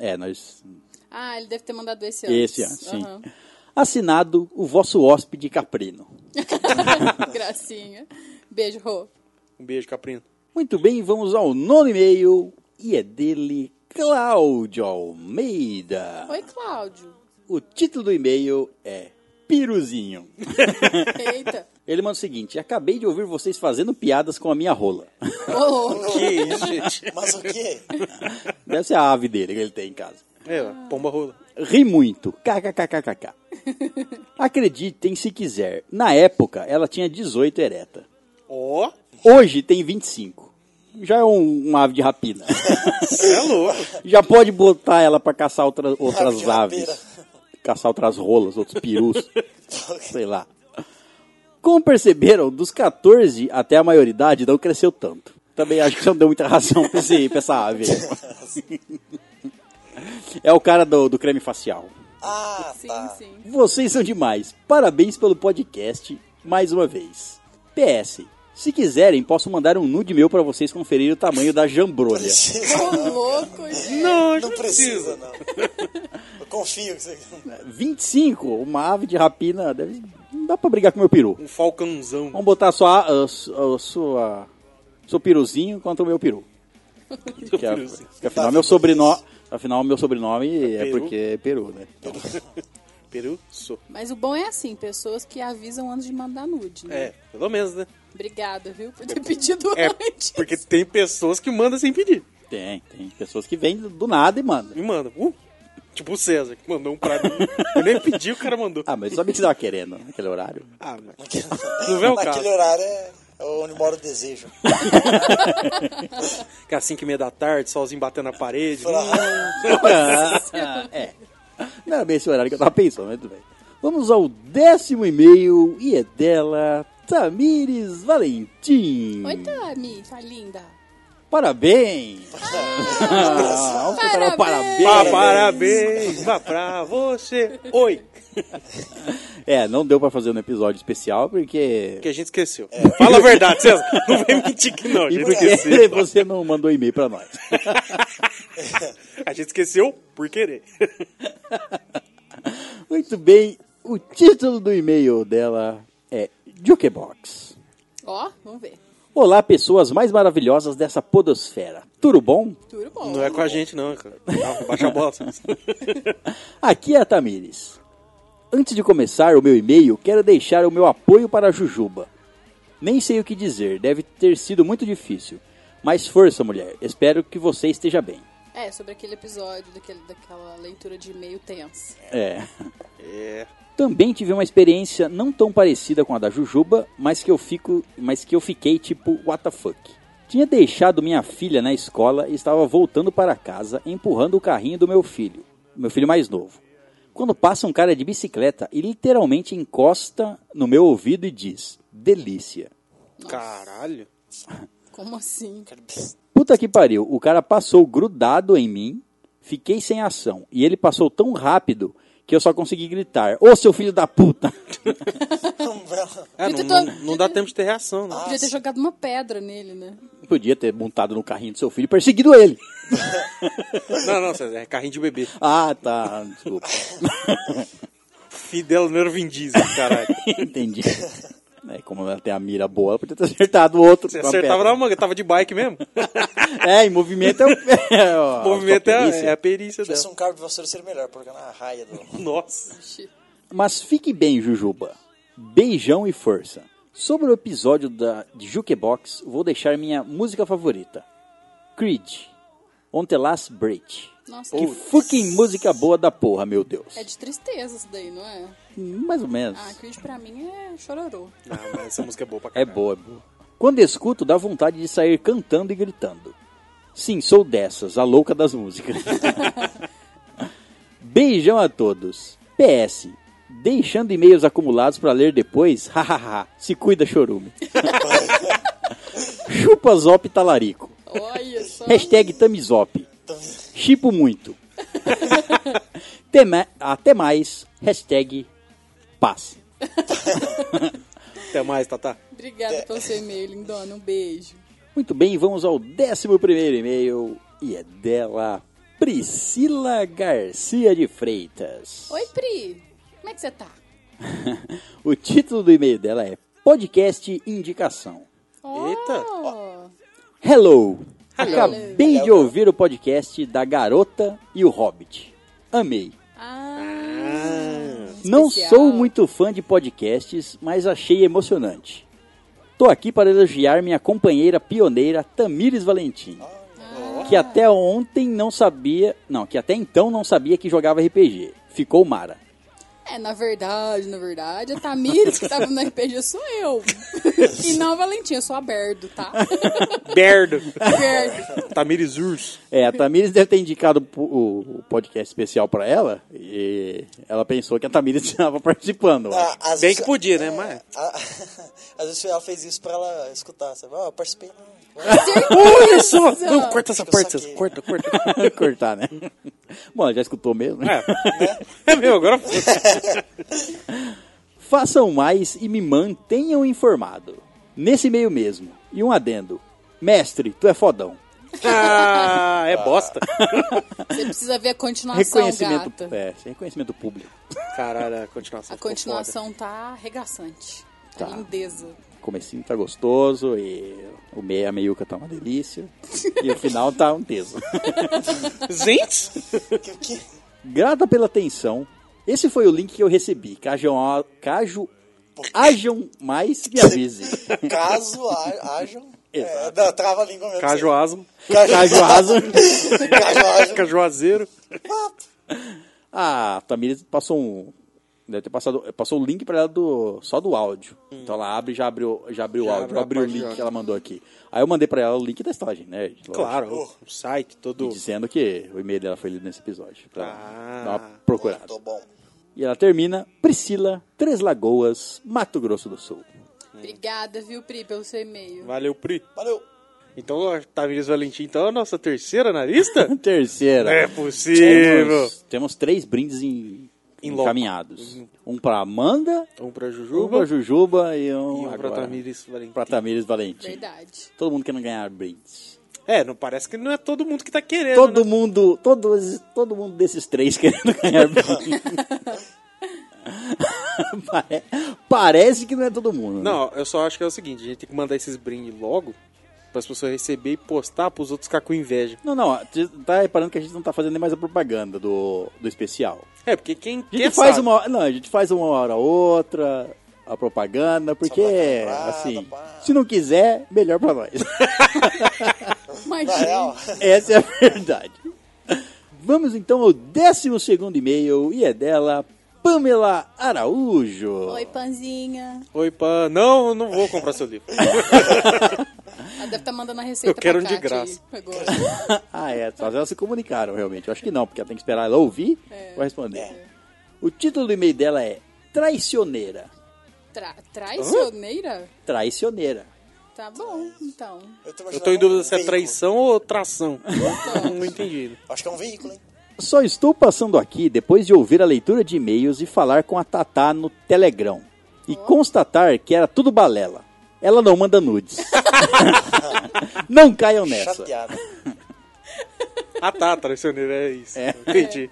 A: É, nós.
F: Ah, ele deve ter mandado esse antes.
A: Esse ano, sim.
F: Aham.
A: Assinado o vosso hóspede caprino.
F: Gracinha. Beijo, Rô.
D: Um beijo, Caprino.
A: Muito bem, vamos ao nono e-mail. E é dele, Cláudio Almeida.
F: Oi, Cláudio.
A: O título do e-mail é Piruzinho.
F: Eita.
A: Ele manda o seguinte: acabei de ouvir vocês fazendo piadas com a minha rola.
F: Ô,
D: Que isso, gente?
E: Mas o quê?
A: Deve ser a ave dele que ele tem em casa.
D: É, pomba rola.
A: Ri muito. KKKKK. Acreditem se quiser. Na época, ela tinha 18 ereta.
D: Ó,
A: Hoje tem 25. Já é um, uma ave de rapina.
D: cê é louco.
A: Já pode botar ela pra caçar outra- outras
E: Ave de rapina.
A: aves. Caçar outras rolas, outros perus. sei lá. Como perceberam, dos 14 até a maioridade não cresceu tanto. Também acho que isso não deu muita razão pra, esse, pra essa ave. É o cara do, do creme facial.
E: Ah,
F: sim,
E: tá.
F: sim.
A: Vocês são demais. Parabéns pelo podcast, mais uma vez. PS. Se quiserem, posso mandar um nude meu pra vocês conferirem o tamanho da jambrolha.
E: Precisa,
F: Ô, louco, gente.
D: Não, né? acho que
E: não precisa, não. Eu confio que você.
A: 25, uma ave de rapina. Deve... Não dá pra brigar com meu peru.
D: Um falcãozão.
A: Vamos botar sua, a sua, sua, seu piruzinho contra o meu peru.
D: Seu
A: Que é-
D: piruzinho.
A: que afinal, meu sobrenome, afinal, meu sobrenome é
D: peru?
A: porque é peru, né? Então,
D: Peru, sou.
F: Mas o bom é assim, pessoas que avisam antes de mandar nude, né?
D: É, pelo menos, né?
F: Obrigada, viu, por ter pedido
D: É,
F: antes.
D: porque tem pessoas que mandam sem pedir.
A: tem, tem pessoas que vêm do- do nada e mandam.
D: Me mandam. Uh, tipo o César, que mandou um pra mim. Eu nem pedi, o cara mandou.
A: Ah, mas sabe o que você tava querendo naquele horário?
D: Ah, mas... Não vê o
E: Naquele
D: caso.
E: horário é é onde mora o desejo.
D: Que é 5 e meia da tarde, solzinho batendo na parede.
A: é. Não era bem esse horário que eu tava pensando, mas tudo bem. Vamos ao décimo e-mail e é dela, Tamires Valentim.
F: Oi, Tami, tá linda.
A: Parabéns! Ah, vamos cantar um
F: parabéns!
D: Ah,
A: parabéns!
D: parabéns vá pra você. Oi.
A: É, não deu pra fazer um episódio especial porque.
D: Que a gente esqueceu. Fala a verdade, César. Não vem mentir que não. A
A: E
D: gente
A: porque
D: esqueceu.
A: você não mandou e-mail pra nós.
D: A gente esqueceu por querer.
A: Muito bem, o título do e-mail dela é Jukebox.
F: Ó, vamos ver.
A: Olá, pessoas mais maravilhosas dessa podosfera. Tudo bom?
F: Tudo bom.
D: Não é com a gente, não, cara. Não, baixa a bola. César.
A: Aqui é a Tamires. Antes de começar o meu e-mail, quero deixar o meu apoio para a Jujuba. Nem sei o que dizer, deve ter sido muito difícil. Mas força, mulher. Espero que você esteja bem.
F: É, sobre aquele episódio, daquele, daquela leitura de e-mail tensa.
A: É.
D: É.
A: Também tive uma experiência não tão parecida com a da Jujuba, mas que eu fico, mas que eu fiquei tipo what the fuck. Tinha deixado minha filha na escola e estava voltando para casa, empurrando o carrinho do meu filho, meu filho mais novo. Quando passa um cara de bicicleta e literalmente encosta no meu ouvido e diz: "Delícia".
D: Caralho.
F: Como assim?
A: Puta que pariu, o cara passou grudado em mim, fiquei sem ação e ele passou tão rápido que eu só consegui gritar: "Ô, seu filho da puta!"
D: É, não, não- não dá tempo de ter reação, né?
F: Podia ter jogado uma pedra nele, né?
A: Podia ter montado no carrinho do seu filho e perseguido ele.
D: Não, não, César. É carrinho de bebê.
A: Ah, tá. Desculpa.
D: Filho dela não era o Vin Diesel, caralho.
A: Entendi. É, como ela tem a mira boa, ela podia ter acertado o outro.
D: Você
A: com a
D: acertava
A: pedra.
D: na manga, tava de bike mesmo.
A: É, em movimento é o. é o-
D: O movimento
A: a sua
D: é,
A: perícia.
D: é a perícia
E: Se fosse
D: dela.
E: um carro de vassoura seria melhor, porque é na raia do.
D: Nossa.
F: Ixi.
A: Mas fique bem, Jujuba. Beijão e força. Sobre o episódio da, de Jukebox, vou deixar minha música favorita: Creed. On the Last Bridge.
F: Nossa,
A: Que
F: que-
A: fucking música boa da porra, meu Deus.
F: é de tristeza isso daí, não é?
A: Mais ou menos.
F: Ah, Creed pra mim é chororô.
D: Ah, mas essa música é boa pra
A: É
D: caralho.
A: boa, é boa. Quando escuto, dá vontade de sair cantando e gritando. Sim, sou dessas, a louca das músicas. Beijão a todos. PS. Deixando e-mails acumulados pra ler depois, hahaha, se cuida chorume. Chupa Zop Talarico.
F: Olha só.
A: Hashtag Tamizop.
E: Então,
A: Chipo muito. Teme- Até mais. Hashtag paz.
D: Até mais, Tata.
F: Obrigada pelo seu e-mail, lindona. Um beijo.
A: Muito bem, vamos ao 11 primeiro e-mail. E é dela, Priscila Garcia de Freitas.
F: Oi, Pri. Como é que você tá?
A: O título do e-mail dela é Podcast Indicação. Ah.
D: Eita.
F: Oh,
A: Hello! Acabei de ouvir o podcast da Garota e o Hobbit. Amei.
F: Ah.
A: Não
F: especial.
A: sou muito fã de podcasts, mas achei emocionante. Tô aqui para elogiar minha companheira pioneira Tamires Valentim, que até ontem não sabia, não, que até então não sabia que jogava RPG. Ficou mara.
F: É, na verdade, na verdade, a Tamires que tava no RPG sou eu. e não a Valentinha, eu sou a Berdo, tá?
D: Berdo.
F: Berdo.
D: Tamires Urs.
A: É, a Tamires deve ter indicado o- o o podcast especial pra ela e ela pensou que a Tamires estava participando. ó.
E: a- às
D: Bem
E: vezes-
D: que podia, né?
E: é,
D: Mas.
E: a- às vezes ela fez isso pra ela escutar, sabe? Ó, eu participei.
D: Olha só! Não, corta essa
E: Eu
D: parte.
E: saquei.
D: Corta, corta.
A: Cortar, né? Bom, ela já escutou mesmo. né?
D: É. É meu, agora.
A: Façam mais e me mantenham informado. Nesse meio mesmo. E um adendo. Mestre, tu é fodão.
D: Ah, é bosta.
F: Você precisa ver a continuação,
A: Reconhecimento,
F: gata.
A: é, esse reconhimento público.
D: Caralho, a continuação.
F: A
D: ficou
F: continuação tá arregaçante. A
A: Tá.
F: lindeza.
A: O comecinho tá gostoso e o meia meiuca tá uma delícia. e o final tá um teso.
D: foda. Gente!
E: Que, que,
A: Grata pela atenção. Esse foi o link que eu recebi. Cajam, caju, hajam mais e avise.
E: caso ha- hajam. É,
A: Exato.
E: não, trava a língua mesmo.
D: Cajuasmo.
A: Cajuazo.
D: um-
E: Cajuasmo.
D: Cajuazeiro.
A: Ah, a Tamires passou um. Deve ter passado. Passou o link pra ela do, só do áudio. Então ela abre já abriu, já abriu o
D: Hum. Já
A: áudio,
D: abriu a
A: abriu o
D: parte de
A: link que
D: áudio.
A: ela mandou aqui. Aí eu mandei pra ela o link da estalagem, né? lógico.
D: Claro, o site todo.
A: E Dizendo que o e-mail dela foi lido nesse episódio. Pra
D: Ah.
A: dar uma procurada.
E: Tô bom.
A: E ela termina, Priscila, Três Lagoas, Mato Grosso do Sul.
F: Obrigada, viu, Pri, pelo seu e-mail.
D: Valeu, Pri.
E: Valeu.
D: Então, a Tamires Valentim, então, é a nossa terceira na lista?
A: Um Terceira.
D: É possível.
A: Temos, temos três brindes em,
D: Em loco.
A: encaminhados. Um pra Amanda,
D: Um pra
A: um pra
D: Jujuba
A: Jujuba e um,
D: e um pra
A: agora,
D: Tamires Valentim.
A: pra Tamires Valentim.
F: Verdade.
A: Todo mundo querendo ganhar brindes.
D: É, não parece que não é todo mundo que tá querendo.
A: Todo
D: né?
A: mundo, todos, todo mundo desses três querendo ganhar brindes. Pare- Parece que não é todo mundo. né?
D: Não, eu só acho que é o seguinte, a gente tem que mandar esses brindes logo para as pessoas receber e postar pros outros ficar com inveja.
A: Não, não, você tá reparando que a gente não tá fazendo nem mais a propaganda do, do especial.
D: É, porque quem,
A: A
D: quem
A: gente faz
D: sabe?
A: uma hora, não, a gente faz uma hora ou outra a propaganda, porque
E: Só vai comprar,
A: assim,
E: pá.
A: se não quiser, melhor pra nós.
F: Mas,
E: Na real,
A: Essa é a verdade. Vamos então ao 12 segundo e-mail e é dela Pamela Araújo.
F: Oi, Panzinha.
D: Oi, pá. Não, eu não vou comprar seu livro.
F: Ela deve estar mandando a receita
D: Eu quero
F: pra
D: um de
F: Kátia aí,
D: graça.
F: Agora.
A: ah, é, só elas se comunicaram realmente. Eu acho que não, porque ela tem que esperar ela ouvir pra responder. O título do e-mail dela é Traicioneira.
F: Tra traicioneira?
A: Traicioneira.
F: Tá bom, então.
E: eu tô,
D: Eu
E: imaginando
D: tô em dúvida
E: um
D: se é
E: veículo.
D: traição ou tração. não entendi.
E: Acho que é um veículo, hein?
A: Só estou passando aqui depois de ouvir a leitura de e-mails e falar com a Tatá no Telegram. E constatar que era tudo balela. Ela não manda nudes. não caiam nessa.
E: Chateado.
D: Ah tá, traicioneiro, é isso. Entendi.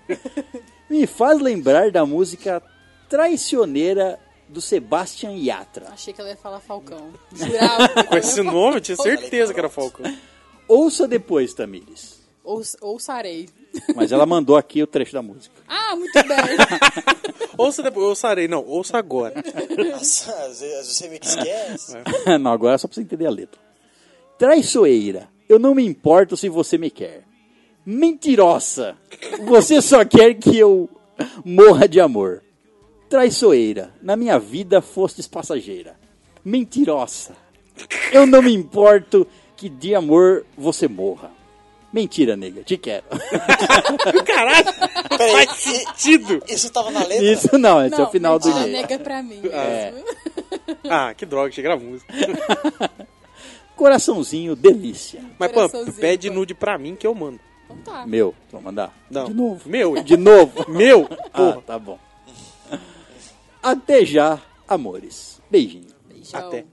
A: Me faz lembrar da música Traicioneira do Sebastian Yatra.
F: Achei que ela ia falar Falcão. Jurava.
D: Com esse nome, eu tinha certeza que era Falcão.
A: Ouça depois, Tamires.
F: Ou, sarei.
A: Mas ela mandou aqui o trecho da música.
F: Ah, muito bem.
D: Ouça depois, ouça Arei, não, ouça agora.
E: Nossa, às vezes às vezes você meio
D: Ah,
E: que esquece.
A: não, agora é só pra você entender a letra. Traiçoeira, eu não me importo se você me quer. Mentirosa, você só quer que eu morra de amor. Traiçoeira, na minha vida fostes passageira. Mentirosa, eu não me importo que de amor você morra. Mentira, nega, te quero.
D: Caralho,
E: Peraí,
D: faz sentido.
E: e- isso tava na letra?
A: Isso não, esse é
F: Não,
A: o final do
F: mentira,
A: dia.
F: nega pra mim mesmo.
D: Ah, que droga, chega a música.
A: Coraçãozinho, delícia.
D: Mas, pô,
F: Coraçãozinho,
D: pede
F: pô.
D: nude pra mim que eu mando.
F: Então tá.
A: Meu, vou mandar.
D: Não.
A: De novo.
D: Meu,
A: De novo.
D: meu,
A: ah,
D: porra.
A: tá bom. Até já, amores. Beijinho.
F: Beijão.
D: até.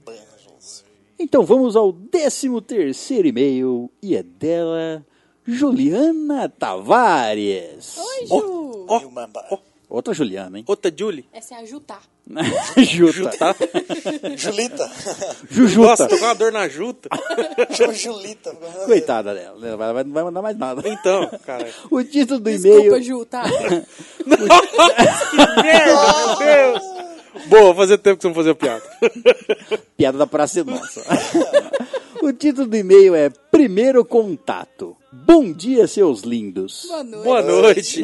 A: Então vamos ao 13 terceiro e-mail e é dela Juliana Tavares.
F: Oi, Ju.
D: Ó,
E: E o Mamba.
A: Outra Juliana, hein?
D: outra Julie.
F: Essa é a Jutar.
A: Juta.
D: Tá?
E: Julita.
A: Jujuta.
D: Nossa, tô com uma dor na juta.
E: Chama Julita. ficou meu Deus.
A: Coitada dela, ela vai- vai- não vai mandar mais nada.
D: Então, cara.
A: O título do
F: Desculpa,
A: e-mail.
F: Ju, tá?
D: Nossa, que merda, meu Deus. Boa, fazia tempo que você não fazia piada.
A: Piada da Praça é Nossa. o título do e-mail é Primeiro Contato. Bom dia, seus lindos.
F: Boa noite.
D: Boa noite.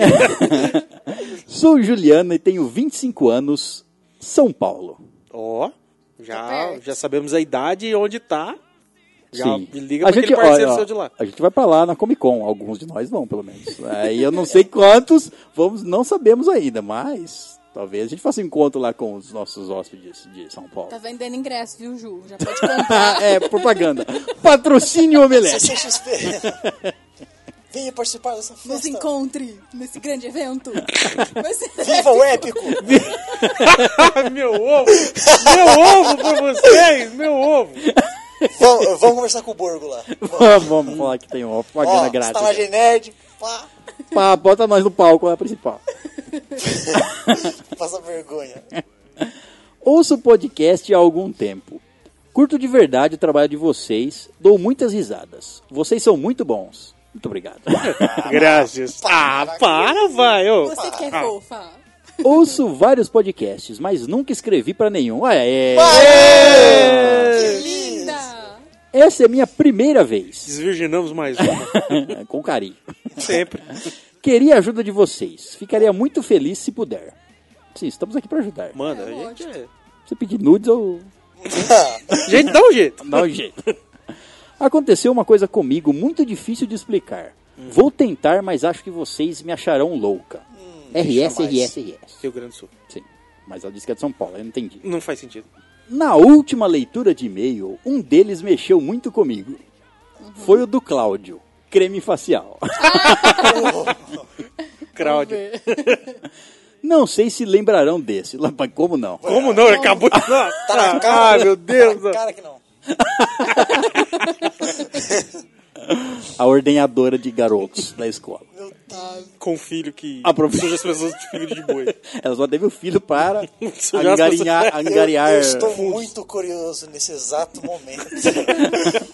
A: Sou Juliana e tenho 25 anos, São Paulo.
D: Ó,
F: Tá
D: já,
F: perto.
D: já sabemos a idade e onde tá. Já me liga
A: a
D: pra
A: gente,
D: aquele parceiro
A: olha,
D: seu de lá.
A: A gente vai pra lá na Comic Con, alguns de nós vão, pelo menos. Aí eu não sei quantos, vamos, não sabemos ainda, mas talvez a gente faça um encontro lá com os nossos hóspedes de São Paulo.
F: Tá vendendo ingresso, viu, Ju? Já pode comprar.
A: é, propaganda. Patrocínio Omelete.
E: CCXP. Venha participar dessa
F: Nos
E: festa.
F: encontre nesse grande evento. Vai ser
E: Viva o épico!
D: Ah, meu ovo! Meu ovo pra vocês! Meu ovo!
E: vamos, vamos conversar com o Borgo lá.
A: Vamos falar que tem uma propaganda
E: Ó, tá
A: grátis.
E: estalagem nerd, pá,
A: Pá, bota nós no palco, é a principal.
E: passa vergonha.
A: Ouço o podcast há algum tempo. Curto de verdade o trabalho de vocês, dou muitas risadas. Vocês são muito bons. Muito obrigado.
D: Graças. Ah, para, vai! Ô.
F: Você que é
A: Ah.
F: fofa.
A: Ouço vários podcasts, mas nunca escrevi pra nenhum. Ah, é.
E: é! Que lindo!
F: Linda.
A: Essa é a minha primeira vez.
D: Desvirginamos mais uma.
A: Com carinho.
D: Sempre.
A: Queria a ajuda de vocês. Ficaria muito feliz se puder. Sim, estamos aqui pra ajudar.
D: Manda,
F: É,
D: a gente,
A: Se pedir nudes, eu
D: a gente dá um jeito.
A: Dá um jeito. Aconteceu uma coisa comigo muito difícil de explicar. Vou tentar, mas acho que vocês me acharão louca. RS, RS,
E: jamais.
A: RS.
D: Rio Grande do Sul.
A: Sim. Mas ela disse que é de São Paulo, eu não entendi.
D: Não faz sentido.
A: Na última leitura de e-mail, um deles mexeu muito comigo. Foi o do Cláudio. Creme facial.
D: Cláudio.
A: Não sei se lembrarão desse. Lá, mas Como não?
D: Como não? Ele acabou de. Não.
E: Tá na cara.
D: Ah, meu Deus!
E: Tá na cara que não.
A: A ordenhadora de garotos da escola.
D: Com um filho que
A: A prof-
D: suja as pessoas de filho de boi.
A: Ela só teve o filho para
D: Sujar as
A: angarinhar,
D: pessoas.
E: Eu,
A: angariar.
E: eu estou muito curioso nesse exato momento.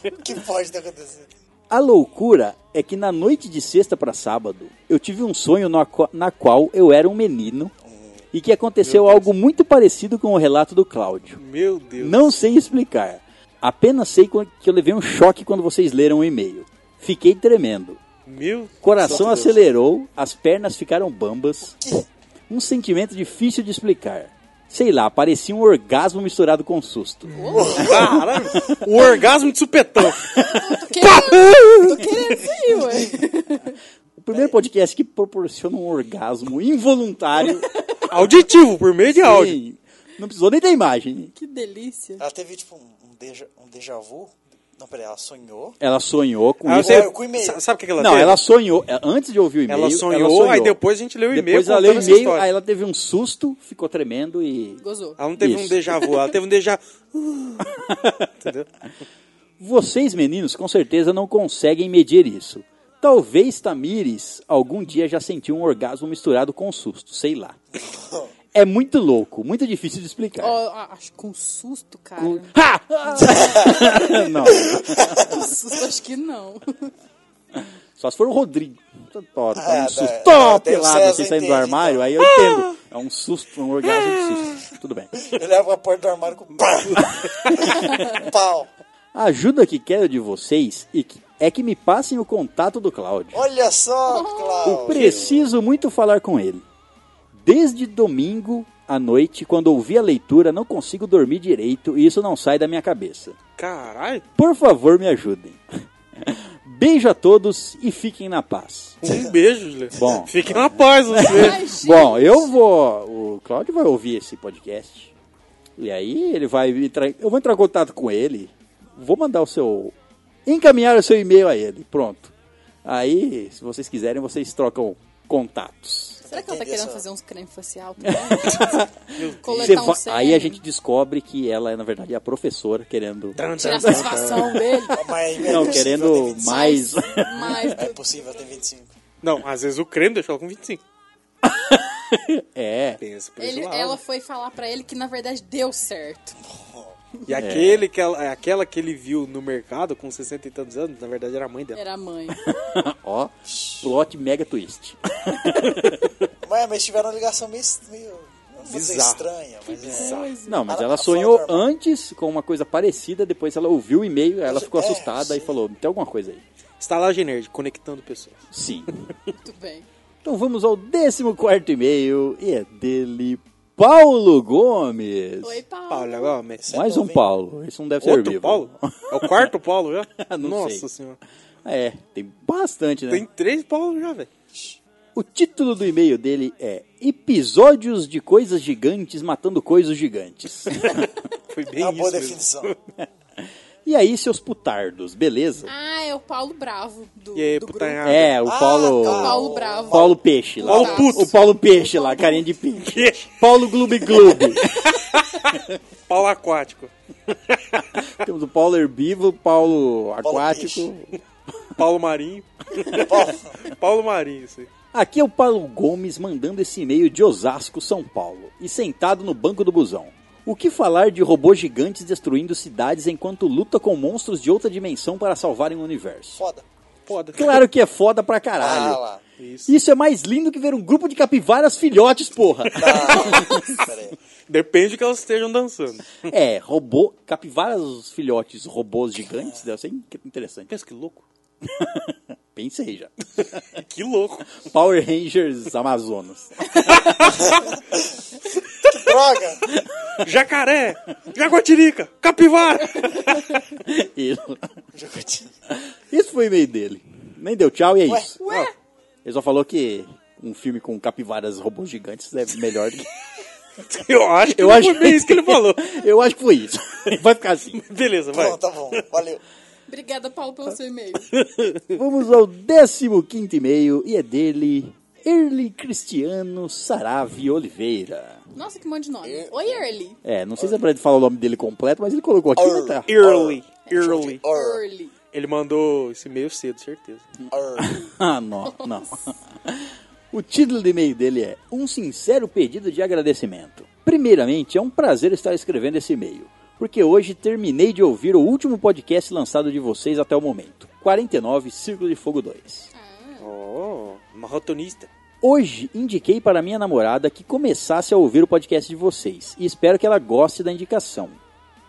E: O que pode ter acontecido?
A: A loucura é que na noite de sexta para sábado, eu tive um sonho na, qua- na qual eu era um menino e que aconteceu algo muito parecido com o relato do Cláudio.
D: Meu Deus.
A: Não sei explicar. Apenas sei co- que eu levei um choque quando vocês leram o e-mail. Fiquei tremendo.
D: Meu
A: Coração
D: Santo Deus.
A: acelerou, as pernas ficaram bambas. Um sentimento difícil de explicar. Sei lá, parecia um orgasmo misturado com susto. é-
D: Caralho. O orgasmo de supetão.
F: Tô querendo, tô querendo sim, é ué.
A: O primeiro podcast que proporciona um orgasmo involuntário
D: Auditivo, por meio de áudio.
A: Sim. Não precisou nem da imagem.
F: Que delícia.
E: Ela teve tipo um, um, déjà, um déjà vu. Não, peraí, ela sonhou.
A: Ela sonhou com
D: Ah, eu
A: isso.
D: sei,
E: Ou com e-mail.
D: sa- Sabe o que que ela
A: Não,
D: teve?
A: ela sonhou. é, Antes de ouvir o e-mail,
D: Ela sonhou, aí depois a gente leu o e-mail
A: Depois ela
D: contando
A: leu o
D: essa
A: e-mail,
D: história.
A: aí ela teve um susto, ficou tremendo e.
F: Gozou.
D: Ela não teve um
A: Isso.
D: déjà vu, ela teve um déjà... Entendeu?
A: Vocês, meninos, com certeza não conseguem medir isso. Talvez Tamires algum dia já sentiu um orgasmo misturado com um susto, sei lá. É muito louco, muito difícil de explicar.
F: Ó, a- acho que com susto, cara.
A: Ha! não,
F: Com susto, acho que não.
A: só se for o Rodrigo. Tora, tá
E: Ah,
A: um susto.
E: dá-
A: Tó,
E: dá- deu
A: pelado,
E: César, Ah!
A: assim, saindo do
E: entende,
A: armário, aí eu entendo. É um susto, um orgasmo de susto. Tudo bem.
E: Ele abre a porta do armário com pá! pau.
A: A ajuda que quero de vocês e que- é que me passem o contato do Cláudio.
E: Olha só,
A: Eu
E: Cláudio.
A: preciso muito falar com ele. Desde domingo à noite, quando ouvi a leitura, não consigo dormir direito e isso não sai da minha cabeça.
D: Caralho.
A: Por favor, me ajudem. beijo a todos e fiquem na paz.
D: Um beijo, Julia.
A: Bom.
D: Fique na paz, você.
F: Ai, gente.
A: Bom, eu vou. O Claudio vai ouvir esse podcast. E aí ele vai entrar. Eu vou entrar em contato com ele. Vou mandar o seu. Encaminhar o seu e-mail a ele. Pronto. Aí, se vocês quiserem, vocês trocam contatos.
F: Será que ela tá
E: Entendi
F: querendo
E: essa-
F: fazer uns creme facial? também?
A: Você
F: Coletar um
A: va- Aí a
F: cérebro,
A: gente descobre que ela é, na verdade, a professora
D: Tá.
A: querendo.
F: Tirar a
A: assim,
F: satisfação
A: né?
F: dele.
E: Mas é
A: Não,
E: possível ter
A: querendo
E: 25.
A: mais.
F: Mas
E: É possível ter 25.
D: Não, às vezes o creme deixou ela com 25.
A: É.
D: Pensa por esse
F: ele,
D: lado.
F: ela foi falar pra ele que na verdade deu certo.
D: E aquele que ela, é, aquela que ele viu no mercado com 60 e tantos anos, na verdade era a mãe dela.
F: Era a mãe.
A: Ó, plot mega twist.
E: Mas, mas tiveram uma ligação meio. est- meio não vou dizer
D: Bizarro.
E: estranha, mas é.
F: Pois é.
A: Não, mas
E: Ela-
A: ela
E: ela
A: sonhou
E: falou, irmão.
A: antes com uma coisa parecida, depois ela ouviu o e-mail, ela ficou
E: É,
A: assustada e
E: sim.
A: falou: tem alguma coisa aí.
D: Estalagem Nerd, conectando pessoas.
A: Sim.
F: Muito bem.
A: Então vamos ao 14 e-mail e é dele, Paulo Gomes.
F: Oi, Paulo.
D: Paulo Gomes.
A: Mais um
E: hein?
A: Paulo, isso não deve ser
D: Outro
A: vivo.
D: Paulo? É o quarto Paulo já?
A: Não
D: Nossa
A: sei.
D: senhora.
A: É, tem bastante, né?
D: Tem três Paulo já, velho.
A: O título do e-mail dele é Episódios de Coisas Gigantes Matando Coisas Gigantes.
D: Foi bem
E: É uma
D: isso.
E: boa
D: mesmo.
E: definição.
A: e aí, seus putardos, beleza?
F: Ah, é o Paulo Bravo do,
D: E aí,
F: do grupo.
D: putanhada.
A: É, o
E: Ah,
A: Paulo.
E: tá.
F: Paulo Bravo.
A: Paulo Peixe lá.
D: Paulo Puto.
A: O Paulo Peixe lá, carinha de peixe. Paulo Gloob Gloob.
D: Paulo Aquático.
A: Temos o Paulo Herbívoro, Paulo Aquático.
D: Paulo Marinho. Paulo Marinho, isso aí.
A: Aqui é o Paulo Gomes mandando esse e-mail de Osasco, São Paulo, e sentado no banco do busão. O que falar de robôs gigantes destruindo cidades enquanto luta com monstros de outra dimensão para salvarem o universo?
E: Foda.
D: Foda.
A: Claro que é foda pra
E: Ah,
A: caralho.
E: lá.
D: Isso.
A: Isso é mais lindo que ver um grupo de capivaras filhotes, porra.
E: Ah, peraí.
D: Depende que elas estejam dançando.
A: É, robô, capivaras filhotes, robôs gigantes, deve ser in- interessante.
D: Pensa que louco.
A: Pensei já.
D: Que louco.
A: Power Rangers Amazonas.
E: Droga!
D: Jacaré. Jaguatirica. Capivara.
A: Isso.
E: Jacuti.
A: Isso foi o e-mail dele. Nem deu tchau e é
E: Ué,
A: isso. Ele só falou que um filme com capivaras robôs gigantes é melhor do que.
D: Eu acho que
A: Eu
D: não
A: acho
D: foi bem isso que ele falou.
A: Eu acho que foi isso. Vai ficar assim.
D: Beleza, vai.
E: Bom, tá bom. Valeu.
F: Obrigada, Paulo, pelo seu e-mail.
A: Vamos ao 15 e-mail e é dele. Erly Cristiano Sarave Oliveira.
F: Nossa, que monte de nome. Oi, Early.
A: É, não sei se é pra ele falar o nome dele completo, mas ele colocou aqui.
E: Erly.
A: mas tá.
D: Early. Early.
E: Or,
F: Early.
D: Ele mandou esse e-mail cedo, certeza.
E: or.
A: Ah, não, não. O título do e-mail dele é Um Sincero Pedido de Agradecimento. Primeiramente, é um prazer estar escrevendo esse e-mail, porque hoje terminei de ouvir o último podcast lançado de vocês até o momento, 49 Círculo de Fogo 2.
F: Hum.
D: Oh, maratonista.
A: Hoje indiquei para minha namorada que começasse a ouvir o podcast de vocês e espero que ela goste da indicação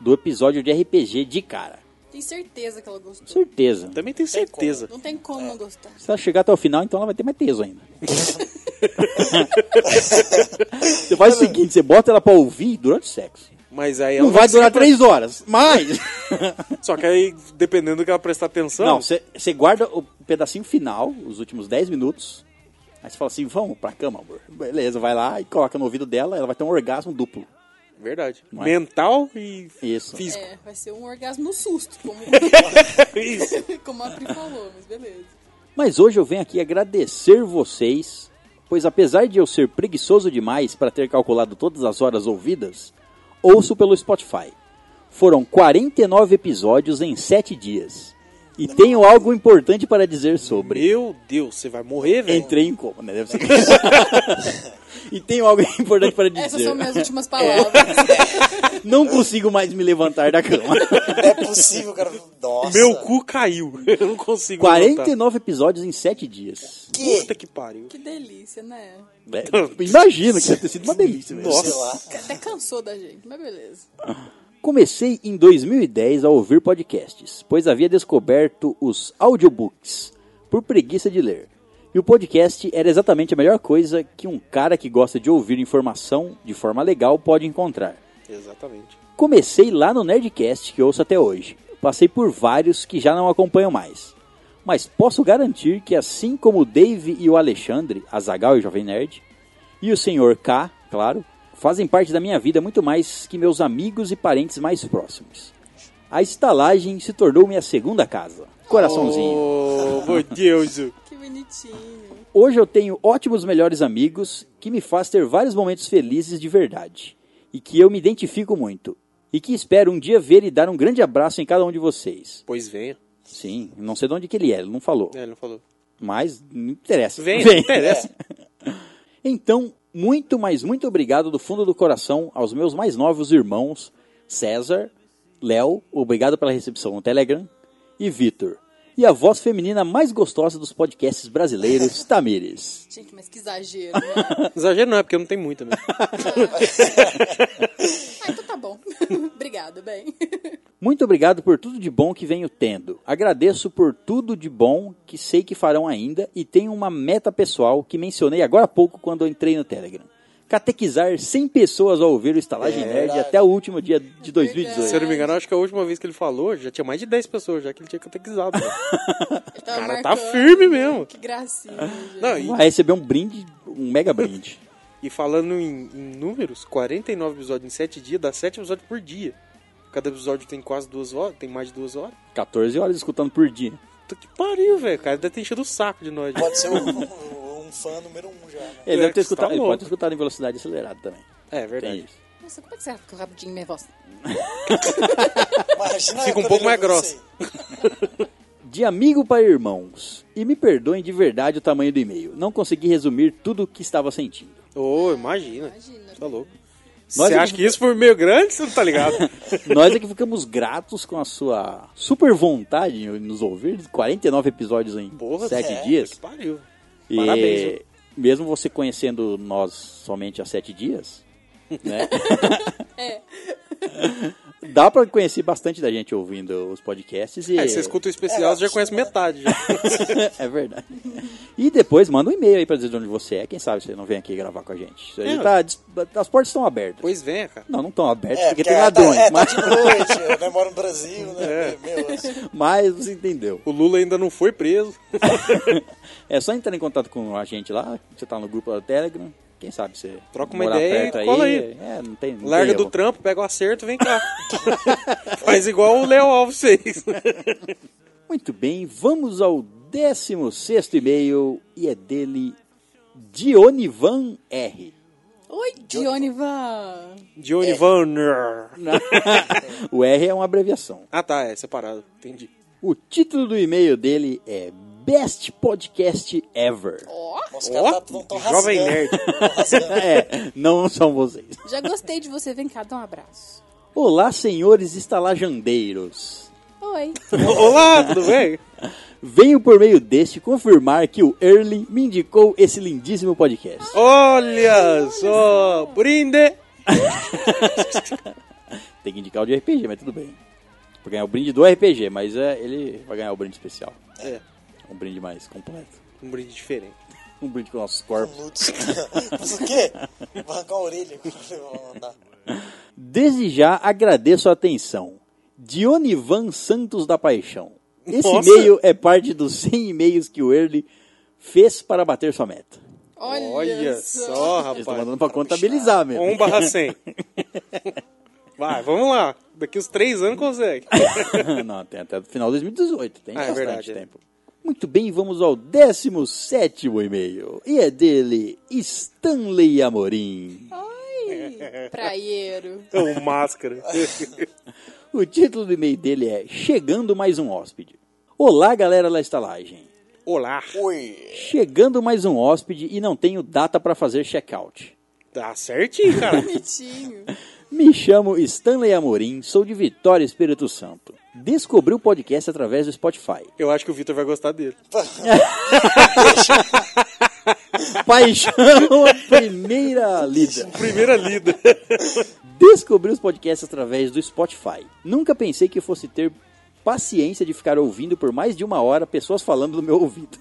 A: do episódio de RPG de cara.
F: Tem certeza que ela gostou.
A: Certeza.
D: Também tenho certeza.
F: Não tem
D: É.
F: como não gostar.
A: Se ela chegar até o final, então ela vai ter mais teso ainda. você faz o seguinte, você bota ela pra ouvir durante o sexo.
D: Mas aí ela
A: Não vai
D: conseguir
A: durar
D: pre-
A: três horas, mas...
D: Só que aí, dependendo do que ela prestar atenção.
A: Não, você você guarda o pedacinho final, os últimos 10 minutos, aí você fala assim, vamos pra cama, amor. Beleza, vai lá e coloca no ouvido dela, ela vai ter um orgasmo duplo.
D: Verdade.
A: Não é?
D: Mental e
A: Isso.
D: físico.
F: É, vai ser um orgasmo no susto, como, É.
D: Isso.
F: como a Pri falou, mas beleza.
A: Mas hoje eu venho aqui agradecer vocês, pois apesar de eu ser preguiçoso demais para ter calculado todas as horas ouvidas, ouço pelo Spotify. Foram 49 episódios em 7 dias. E tenho algo importante para dizer sobre.
D: Meu Deus, você vai morrer, velho.
A: Entrei em coma, né? Deve ser. e tenho algo importante para
F: Essas são
A: dizer.
F: minhas
D: É.
F: últimas palavras.
A: Não consigo mais me levantar da cama.
F: tá.
E: Não é possível, cara. Nossa.
D: Meu cu caiu. Eu não consigo. levantar.
A: 49 episódios em 7 dias.
E: Que?
D: Puta que pariu.
F: Que delícia, né?
A: É, Imagino que deve ter sido uma delícia. velho.
E: Sei lá.
F: Até cansou da gente, mas beleza.
A: Comecei em 2010 a ouvir podcasts, pois havia descoberto os audiobooks, por preguiça de ler. E o podcast era exatamente a melhor coisa que um cara que gosta de ouvir informação de forma legal pode encontrar.
D: Exatamente.
A: Comecei lá no Nerdcast, que ouço até hoje. Passei por vários que já não acompanho mais. Mas posso garantir que assim como o Dave e o Alexandre, Azagal e o Jovem Nerd, e o Sr. K, claro, fazem parte da minha vida muito mais que meus amigos e parentes mais próximos. A estalagem se tornou minha segunda casa. Coraçãozinho.
D: Oh, meu Deus.
F: Que bonitinho.
A: Hoje eu tenho ótimos melhores amigos que me faz ter vários momentos felizes de verdade e que eu me identifico muito e que espero um dia ver e dar um grande abraço em cada um de vocês.
D: Pois venha.
A: Sim, não sei de onde que ele é, ele não falou,
D: É, ele não falou.
A: mas não interessa.
D: Venha,
A: Vem.
D: não interessa.
A: Então, muito, mas muito obrigado do fundo do coração aos meus mais novos irmãos, César, Léo, obrigado pela recepção no Telegram, e Vitor. E a voz feminina mais gostosa dos podcasts brasileiros, Tamires.
F: Gente, mas que exagero, né?
D: Exagero não, é porque não tem muita mesmo.
F: Ah, então tá bom. Obrigada, bem.
A: Muito obrigado por tudo de bom que venho tendo. Agradeço por tudo de bom que sei que farão ainda e tenho uma meta pessoal que mencionei agora há pouco quando eu entrei no Telegram. Catequizar 100 pessoas ao ouvir o Estalagem Nerd
E: verdade.
A: até o último dia de 2018.
D: Se eu não me engano, acho que a última vez que ele falou, já tinha mais de 10 pessoas, já que ele tinha catequizado. né?
F: O
D: cara tá firme mesmo. Ah.
F: Que gracinha, gente.
D: Não, e,
A: Vai receber um brinde, um mega brinde.
D: e falando em, em números, 49 episódios em 7 dias, dá 7 episódios por dia. Cada episódio tem quase duas horas, tem mais de duas horas.
A: 14 horas escutando por dia.
D: Puta que pariu, velho. O cara deve ter enchido o saco de nós.
E: Pode ser um, um fã número um já, né?
A: Ele,
D: É,
A: deve ter
D: que você tá
A: escutado, ele
D: louco.
A: pode ter escutado em velocidade acelerada também.
D: É
A: Tem
D: verdade.
A: isso.
F: Nossa, como é que você fica rapidinho nervosa?
E: Imagina
D: Fica um
E: quando
D: pouco
E: ele
D: mais
E: ouve
D: grossa.
E: isso aí.
A: De amigo para irmãos. E me perdoem de verdade o tamanho do e-mail. Não consegui resumir tudo o que estava sentindo.
D: Ô, imagina.
F: Imagina.
D: Tá louco.
A: Nós
D: Você
A: é
D: acha
A: que-
D: que isso foi meio grande? Você não tá ligado?
A: Nós é que ficamos gratos com a sua super vontade de nos ouvir. 49 episódios em
D: Porra,
A: 7
D: é, Que
A: dias.
D: pariu.
A: E
D: Parabéns, viu?
A: mesmo você conhecendo nós somente há 7 dias, né? Dá pra conhecer bastante da gente ouvindo os podcasts e
D: É, você escuta o especial,
E: É,
D: você já conhece metade. Já.
A: É verdade. E depois manda um e-mail aí pra dizer de onde você é. Quem sabe você não vem aqui gravar com a gente. Isso aí
D: É.
A: tá dis- as portas estão abertas.
D: pois vem, cara.
A: Não, não estão abertas
E: É,
A: porque
E: porque
A: tem
E: tá,
A: ladrões.
E: é, tá
A: mas,
E: de noite, eu né, moro no Brasil, né?
D: É.
E: Meu, assim,
A: mas você entendeu.
D: O Lula ainda não foi preso.
A: É só entrar em contato com a gente lá. Você tá no grupo lá do Telegram. Quem sabe você
D: Troca uma
A: morar
D: ideia e
A: perto
D: cola aí.
A: É, não tem, não
D: Larga
A: tem
D: do
A: erro.
D: trampo, pega o acerto, vem cá. Faz igual o Léo Alves fez.
A: Muito bem, vamos ao 16 e-mail e é dele Dionivan R.
F: Oi, Dionivan.
D: Johnny
A: É.
D: Vanner.
A: o R é uma abreviação.
D: Ah tá, é separado. Entendi.
A: O título do e-mail dele é Best Podcast Ever.
D: Oh.
F: Ó,
E: os
D: Ó,
F: tá,
E: caras tão, tão rasgando.
F: assim,
D: jovem
F: né?
D: nerd.
E: Tão rasgando.
A: É, não são vocês.
F: já gostei de você. Vem cá, dá um abraço.
A: Olá, senhores estalajandeiros.
F: Oi.
D: Olá, tudo bem?
A: Venho por meio deste confirmar que o Early me indicou esse lindíssimo podcast.
D: Olha só, brinde.
A: Tem que indicar o de RPG, mas tudo bem. Pra ganhar o brinde do RPG, mas é, ele vai ganhar o brinde especial.
D: É,
A: Um brinde mais completo.
D: um brinde diferente.
A: Um brinde com nossos corpos.
E: Lutz. Mas o quê? Vou arrancar a orelha. Vou mandar.
A: Desde já agradeço a atenção. Dionivan Santos da Paixão. Esse
D: Nossa.
A: e-mail é parte dos 100 e-mails que o Early fez para bater sua meta.
F: Olha,
D: Olha
F: só.
D: só,
A: Eles um estão
D: rapaz. tá
A: mandando para contabilizar mesmo.
D: 1 barra 100. Vai, vamos lá. Daqui uns três anos consegue.
A: Não, tem até o final de 2018. Tem
D: Ah, é
A: bastante
D: verdade, é.
A: tempo. Muito bem, vamos ao 17 e-mail. E é dele, Stanley Amorim.
F: Oi, praieiro.
D: É um máscara.
A: O título do e-mail dele é Chegando Mais Um Hóspede. Olá, galera da estalagem.
D: Olá.
E: Oi.
A: Chegando mais um hóspede e não tenho data para fazer check-out.
D: Tá certinho, cara.
F: Bonitinho.
A: Me chamo Stanley Amorim, sou de Vitória, Espírito Santo. Descobri o podcast através do Spotify.
D: Eu acho que o Vitor vai gostar dele.
A: Paixão a primeira lida.
D: Primeira lida.
A: Descobri os podcasts através do Spotify. Nunca pensei que fosse ter paciência de ficar ouvindo por mais de uma hora pessoas falando do meu ouvido.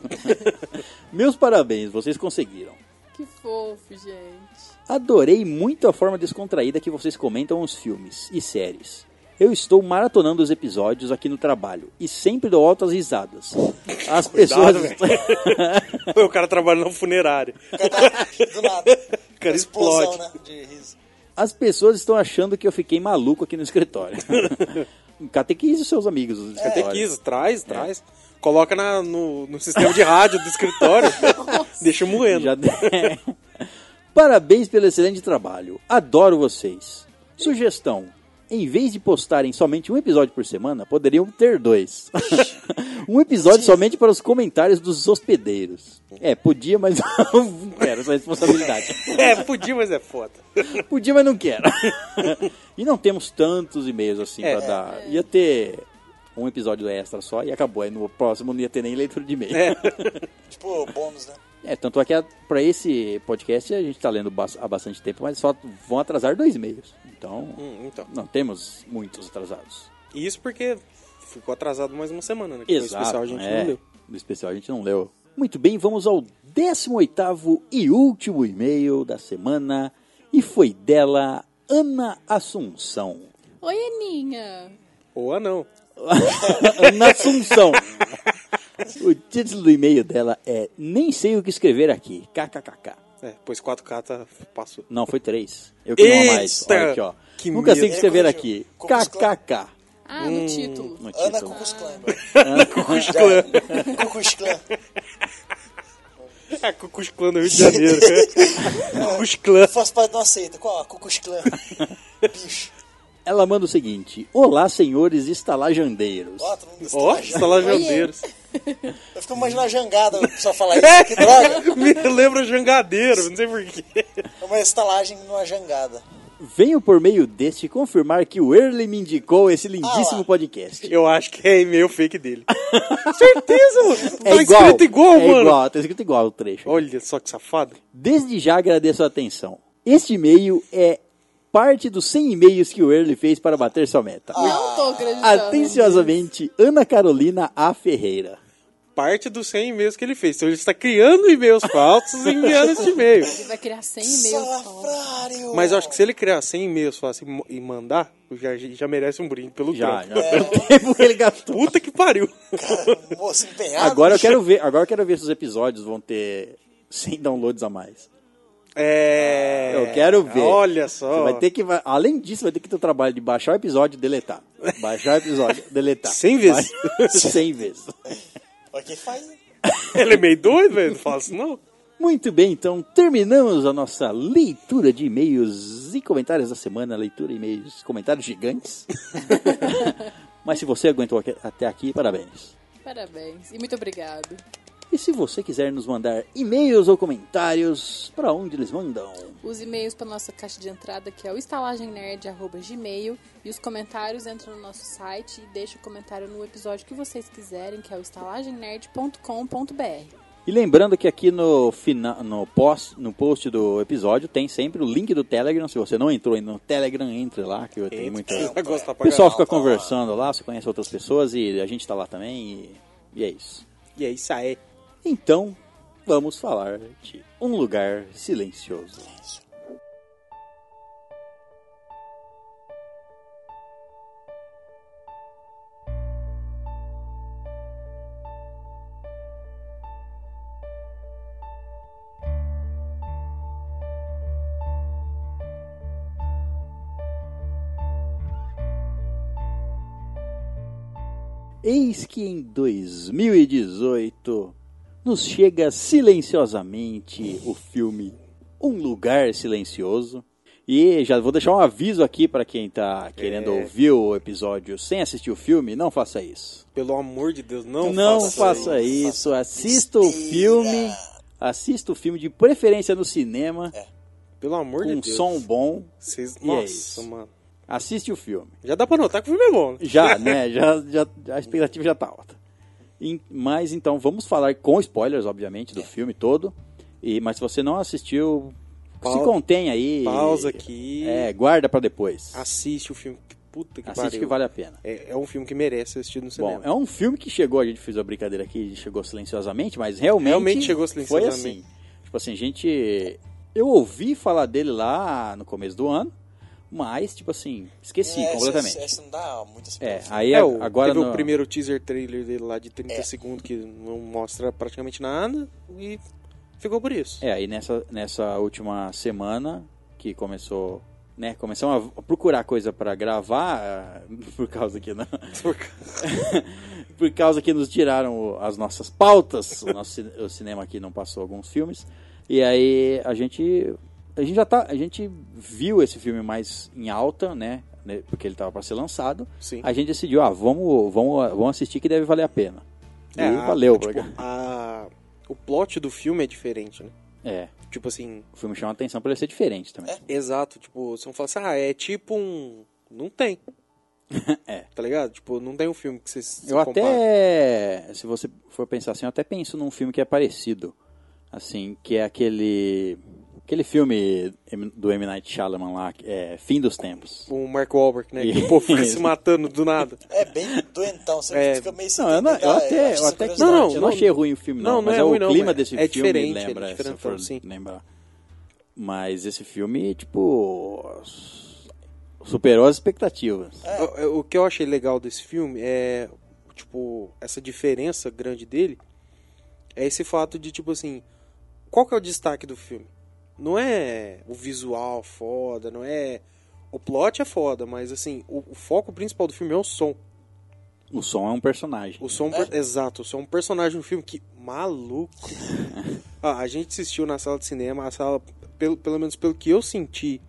A: Meus parabéns, vocês conseguiram.
F: Que fofo, gente.
A: Adorei muito a forma descontraída que vocês comentam os filmes e séries. Eu estou maratonando os episódios aqui no trabalho e sempre dou altas risadas. As pessoas.
D: o cara trabalha na funerária.
E: O cara tá- do nada.
D: O cara
E: Explosão,
D: explode.
E: né? De riso.
A: As pessoas estão achando que eu fiquei maluco aqui no escritório. Catequize os seus amigos. Os
D: Catequiza, traz,
A: É.
D: traz. Coloca na- no, no sistema de rádio do escritório. Deixa moendo.
A: Já... Parabéns pelo excelente trabalho. Adoro vocês. Sugestão. Em vez de postarem somente um episódio por semana, poderiam ter dois. um episódio somente para os comentários dos hospedeiros. É, podia, mas não quero essa responsabilidade.
D: É, podia, mas é foda.
A: Podia, mas não quero. e não temos tantos e-mails assim
D: É.
A: pra dar. Ia ter um episódio extra só e acabou. Aí no próximo não ia ter nem leitura de e-mail. É.
E: Tipo, bônus, né?
A: tanto é que a- pra esse podcast a gente tá lendo bas- há bastante tempo, mas só vão atrasar dois e-mails. Então,
D: Hum, então.
A: não temos muitos atrasados.
D: Isso porque ficou atrasado mais uma semana, né? Que foi
A: Exato.
D: especial a gente
A: é.
D: não deu.
A: No especial a gente não leu. Muito bem, vamos ao 18º e último e-mail da semana. E foi dela Ana Assunção.
F: Oi, Aninha.
D: Ou ah, não.
A: Ana Assunção. O título do e-mail dela é Nem sei o que escrever aqui. KKKK.
D: É, pois 4K tá, passou.
A: Não, foi três. Eu que não
D: Eita!
A: mais. Olha aqui, ó.
D: Que
A: Nunca sei o
D: medo.
A: que escrever
E: Ele
A: aqui.
E: corrigiu.
A: KKK.
F: Ah, no título.
A: No
E: Ana
A: título.
E: Cucus Clan. é.
D: Cucus Clã.
E: Cucus Clan.
D: É, Cucus Clã do Rio de Janeiro. né? Cucus Clã.
E: Eu faço parte de uma seita. Qual? A Cucus Clan. Bicho.
A: Ela manda o seguinte. Olá, senhores estalajandeiros.
E: Ó, todo mundo
D: Ó, tá
E: está lá.
D: estalajandeiros.
E: Eu fico imaginando a jangada o pessoal falar isso. Que droga.
D: Me lembra jangadeiro, não sei porquê.
E: É uma estalagem numa jangada.
A: Venho por meio deste confirmar que o Early me indicou esse lindíssimo
E: Ah lá.
A: podcast.
D: Eu acho que é e-mail fake dele. Certeza, mano.
A: É
D: tá
A: igual.
D: escrito igual,
A: é
D: mano.
A: Igual, tá escrito igual o trecho.
D: Olha só que safado.
A: Desde já agradeço a atenção. Este e-mail é parte dos 100 e-mails que o Early fez para bater sua meta.
E: Ah.
F: Não tô acreditando.
A: Atenciosamente, Ana Carolina A. Ferreira.
D: Parte dos 100 e-mails que ele fez. Então ele está criando e-mails falsos e enviando esse e-mail.
F: Ele vai criar 100 e-mails. só.
E: Salafrário.
D: Mas eu acho que se ele criar 100 e-mails falsos e mo- e mandar, já, já merece um brinde pelo
A: Já,
D: trampo.
A: já
E: É.
A: pelo tempo que ele gastou.
D: Puta que pariu.
E: Moço empenhado.
A: Agora eu quero ver, agora eu quero ver se os episódios vão ter 100 downloads a mais.
D: É.
A: Eu quero ver.
D: Olha só.
A: Você vai ter que, vai- além disso, vai ter que ter o trabalho de baixar o episódio e deletar. Baixar o episódio, deletar.
D: 100 vezes.
A: Vai- 100 vezes.
E: Olha quem faz. né? hein?
D: Ele é meio doido, velho. Não fala assim, não.
A: Muito bem, então terminamos a nossa leitura de e-mails e comentários da semana, leitura de e-mails, comentários gigantes. Mas se você aguentou aqui- até aqui, parabéns.
F: Parabéns. E muito obrigado.
A: E se você quiser nos mandar e-mails ou comentários, para onde eles mandam?
F: Os e-mails para nossa caixa de entrada, que é o estalagemnerd.gmail. E os comentários entram no nosso site e deixa o comentário no episódio que vocês quiserem, que é o estalagemnerd.com.br.
A: E lembrando que aqui no, fina, no, post, no post do episódio tem sempre o link do Telegram. Se você não entrou ainda no Telegram, entre lá, que eu tenho muita.
D: Vai gostar
A: O
D: pra
A: pessoal
D: caralho.
A: fica conversando lá, você conhece outras pessoas e a gente tá lá também. E, e é isso.
D: E é isso aí.
A: Então, vamos falar de um lugar silencioso. Eis que em 2018 nos chega silenciosamente o filme Um Lugar Silencioso. E já vou deixar um aviso aqui para quem tá querendo ouvir o episódio sem assistir o filme, não faça isso.
D: Pelo amor de Deus, não,
A: Não, faça,
D: faça isso.
A: isso,
E: faça
A: assista o
E: besteira.
A: filme, assista o filme de preferência no cinema,
D: Pelo amor
A: com
D: de
A: um
D: Deus.
A: som bom,
D: Vocês...
A: E é
D: Nossa,
A: isso.
D: mano.
A: assiste o filme.
D: Já dá pra notar que o filme é bom. né?
A: Já, né? Já, já, a expectativa já tá alta. Em- mas então, vamos falar com spoilers, obviamente, do
D: É.
A: filme todo. E, mas se você não assistiu, se
D: Pau-
A: contém aí.
D: Pausa aqui.
A: É, guarda pra depois.
D: Assiste o filme. que Puta que
A: Assiste
D: pariu.
A: que vale a pena.
D: É, é um filme que merece ser assistido no cinema.
A: Bom, é um filme que chegou, a gente fez a brincadeira aqui, chegou silenciosamente, mas realmente.
D: Realmente chegou
A: Foi
D: silenciosamente.
A: assim. Tipo assim, gente. Eu ouvi falar dele lá no começo do ano, Mas, tipo assim, esqueci
E: É,
A: completamente.
E: Essa, essa não dá muitas
A: É,
E: coisas.
A: aí
D: É,
A: a-
D: o,
A: agora
D: teve
A: no-
D: o primeiro teaser trailer dele lá de 30
E: É.
D: segundos que não mostra praticamente nada e ficou por isso.
A: É, aí nessa, nessa última semana que começou, né, começamos a procurar coisa pra gravar, ah, por causa que não,
D: Por
A: por causa que nos tiraram o- as nossas pautas, o nosso ci- o cinema aqui não passou alguns filmes, e aí a gente a gente já tá, a gente viu esse filme mais em alta, né, né, porque ele tava pra ser lançado.
D: Sim.
A: A gente decidiu, ah, vamos, vamos, vamos assistir que deve valer a pena.
D: É,
A: e
D: a-
A: valeu,
D: tipo,
A: porque-
D: a- o plot do filme é diferente, né?
A: É,
D: Tipo assim,
A: o filme chama atenção por ele ser diferente também.
D: É, exato, tipo, você não fala assim, ah, é tipo um... Não tem.
A: É.
D: Tá ligado? Tipo, não tem um filme que você se
A: Eu
D: compara.
A: até, se você for pensar assim, eu até penso num filme que é parecido, assim, que é aquele aquele filme M- do M Night Shyamalan lá, que é Fim dos Tempos.
D: O Mark Wahlberg, né? Que o povo fica se
A: Isso.
D: matando do nada.
E: É bem doentão, você
D: É,
E: fica meio sem
A: Não, eu, não- eu
E: entender, cara,
A: até,
E: acho
A: eu
E: essa
A: até que
E: curiosidade.
A: não, eu não achei ruim o filme não,
D: não, não
A: mas
D: é
A: é, o
D: ruim não,
A: clima
D: mas
A: desse
D: é
A: filme
D: diferente,
A: lembra,
D: ele é
A: se eu for
D: diferentão, sim.
A: lembrar. Mas esse filme, tipo, s- superou as expectativas.
D: O, o que eu achei legal desse filme é, tipo, essa diferença grande dele é esse fato de, tipo assim, qual que é o destaque do filme? Não é o visual foda, não é... O plot é foda, mas assim, o, o foco principal do filme é o som.
A: O som é um personagem.
D: O som, per- exato, o som é um personagem no filme que maluco. Ah, a gente assistiu na sala de cinema, a sala, pelo, pelo menos pelo que eu senti,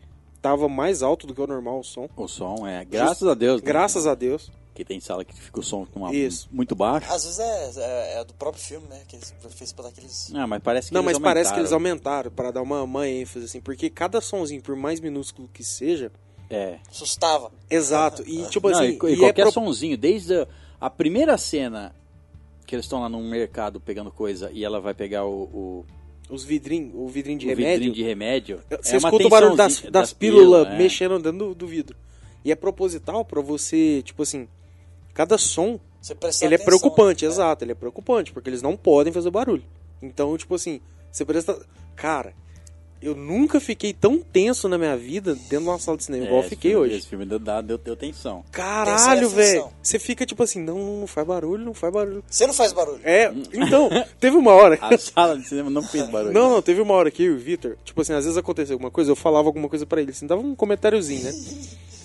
D: tava mais alto do que o normal o som.
A: O som é, graças a Deus, né?
D: Graças a Deus.
A: que tem sala que fica o som numa-
D: Isso.
A: muito baixo.
E: Às vezes é, é, é do próprio filme, né? Que eles fez pra dar aqueles.
A: Não, Ah, mas parece que
D: Não,
A: eles
D: mas parece que eles
A: aumentaram.
D: aumentaram para dar uma, uma ênfase assim, porque cada sonzinho, por mais minúsculo que seja,
A: É.
E: Assustava.
D: exato. E tipo
A: Ah, Não,
D: assim,
A: e, co- e
D: e é
A: qualquer
D: pro-
A: sonzinho, desde a, a primeira cena que eles estão lá num mercado pegando coisa e ela vai pegar o, o,
D: os vidrinhos, o vidrinho de
A: o
D: remédio.
A: vidrinho de remédio.
D: Você
A: é uma
D: escuta o barulho das,
A: tensãozinha-
D: das pílulas
A: é.
D: mexendo dentro do, do vidro. E é proposital pra você, tipo assim, cada som
E: Você presta
D: ele é
E: atenção,
D: preocupante,
E: né?
D: exato, ele é preocupante, porque eles não podem fazer barulho. Então, tipo assim, você presta. Cara, eu nunca fiquei tão tenso na minha vida dentro de uma sala de cinema
A: É,
D: igual eu
A: esse
D: fiquei
A: filme-
D: hoje.
A: Esse filme deu, dá- deu, deu tensão.
D: Caralho,
E: Essa é a
D: velho.
E: sensação.
D: Você fica tipo assim, não, não faz barulho, não faz barulho.
E: Você não faz barulho.
D: É, então, teve uma hora.
E: Ah,
A: A sala de cinema não fez barulho.
D: Não, não, teve uma hora que eu e o Vitor, tipo assim, às vezes acontecia alguma coisa, eu falava alguma coisa pra ele, assim, dava um comentáriozinho, né?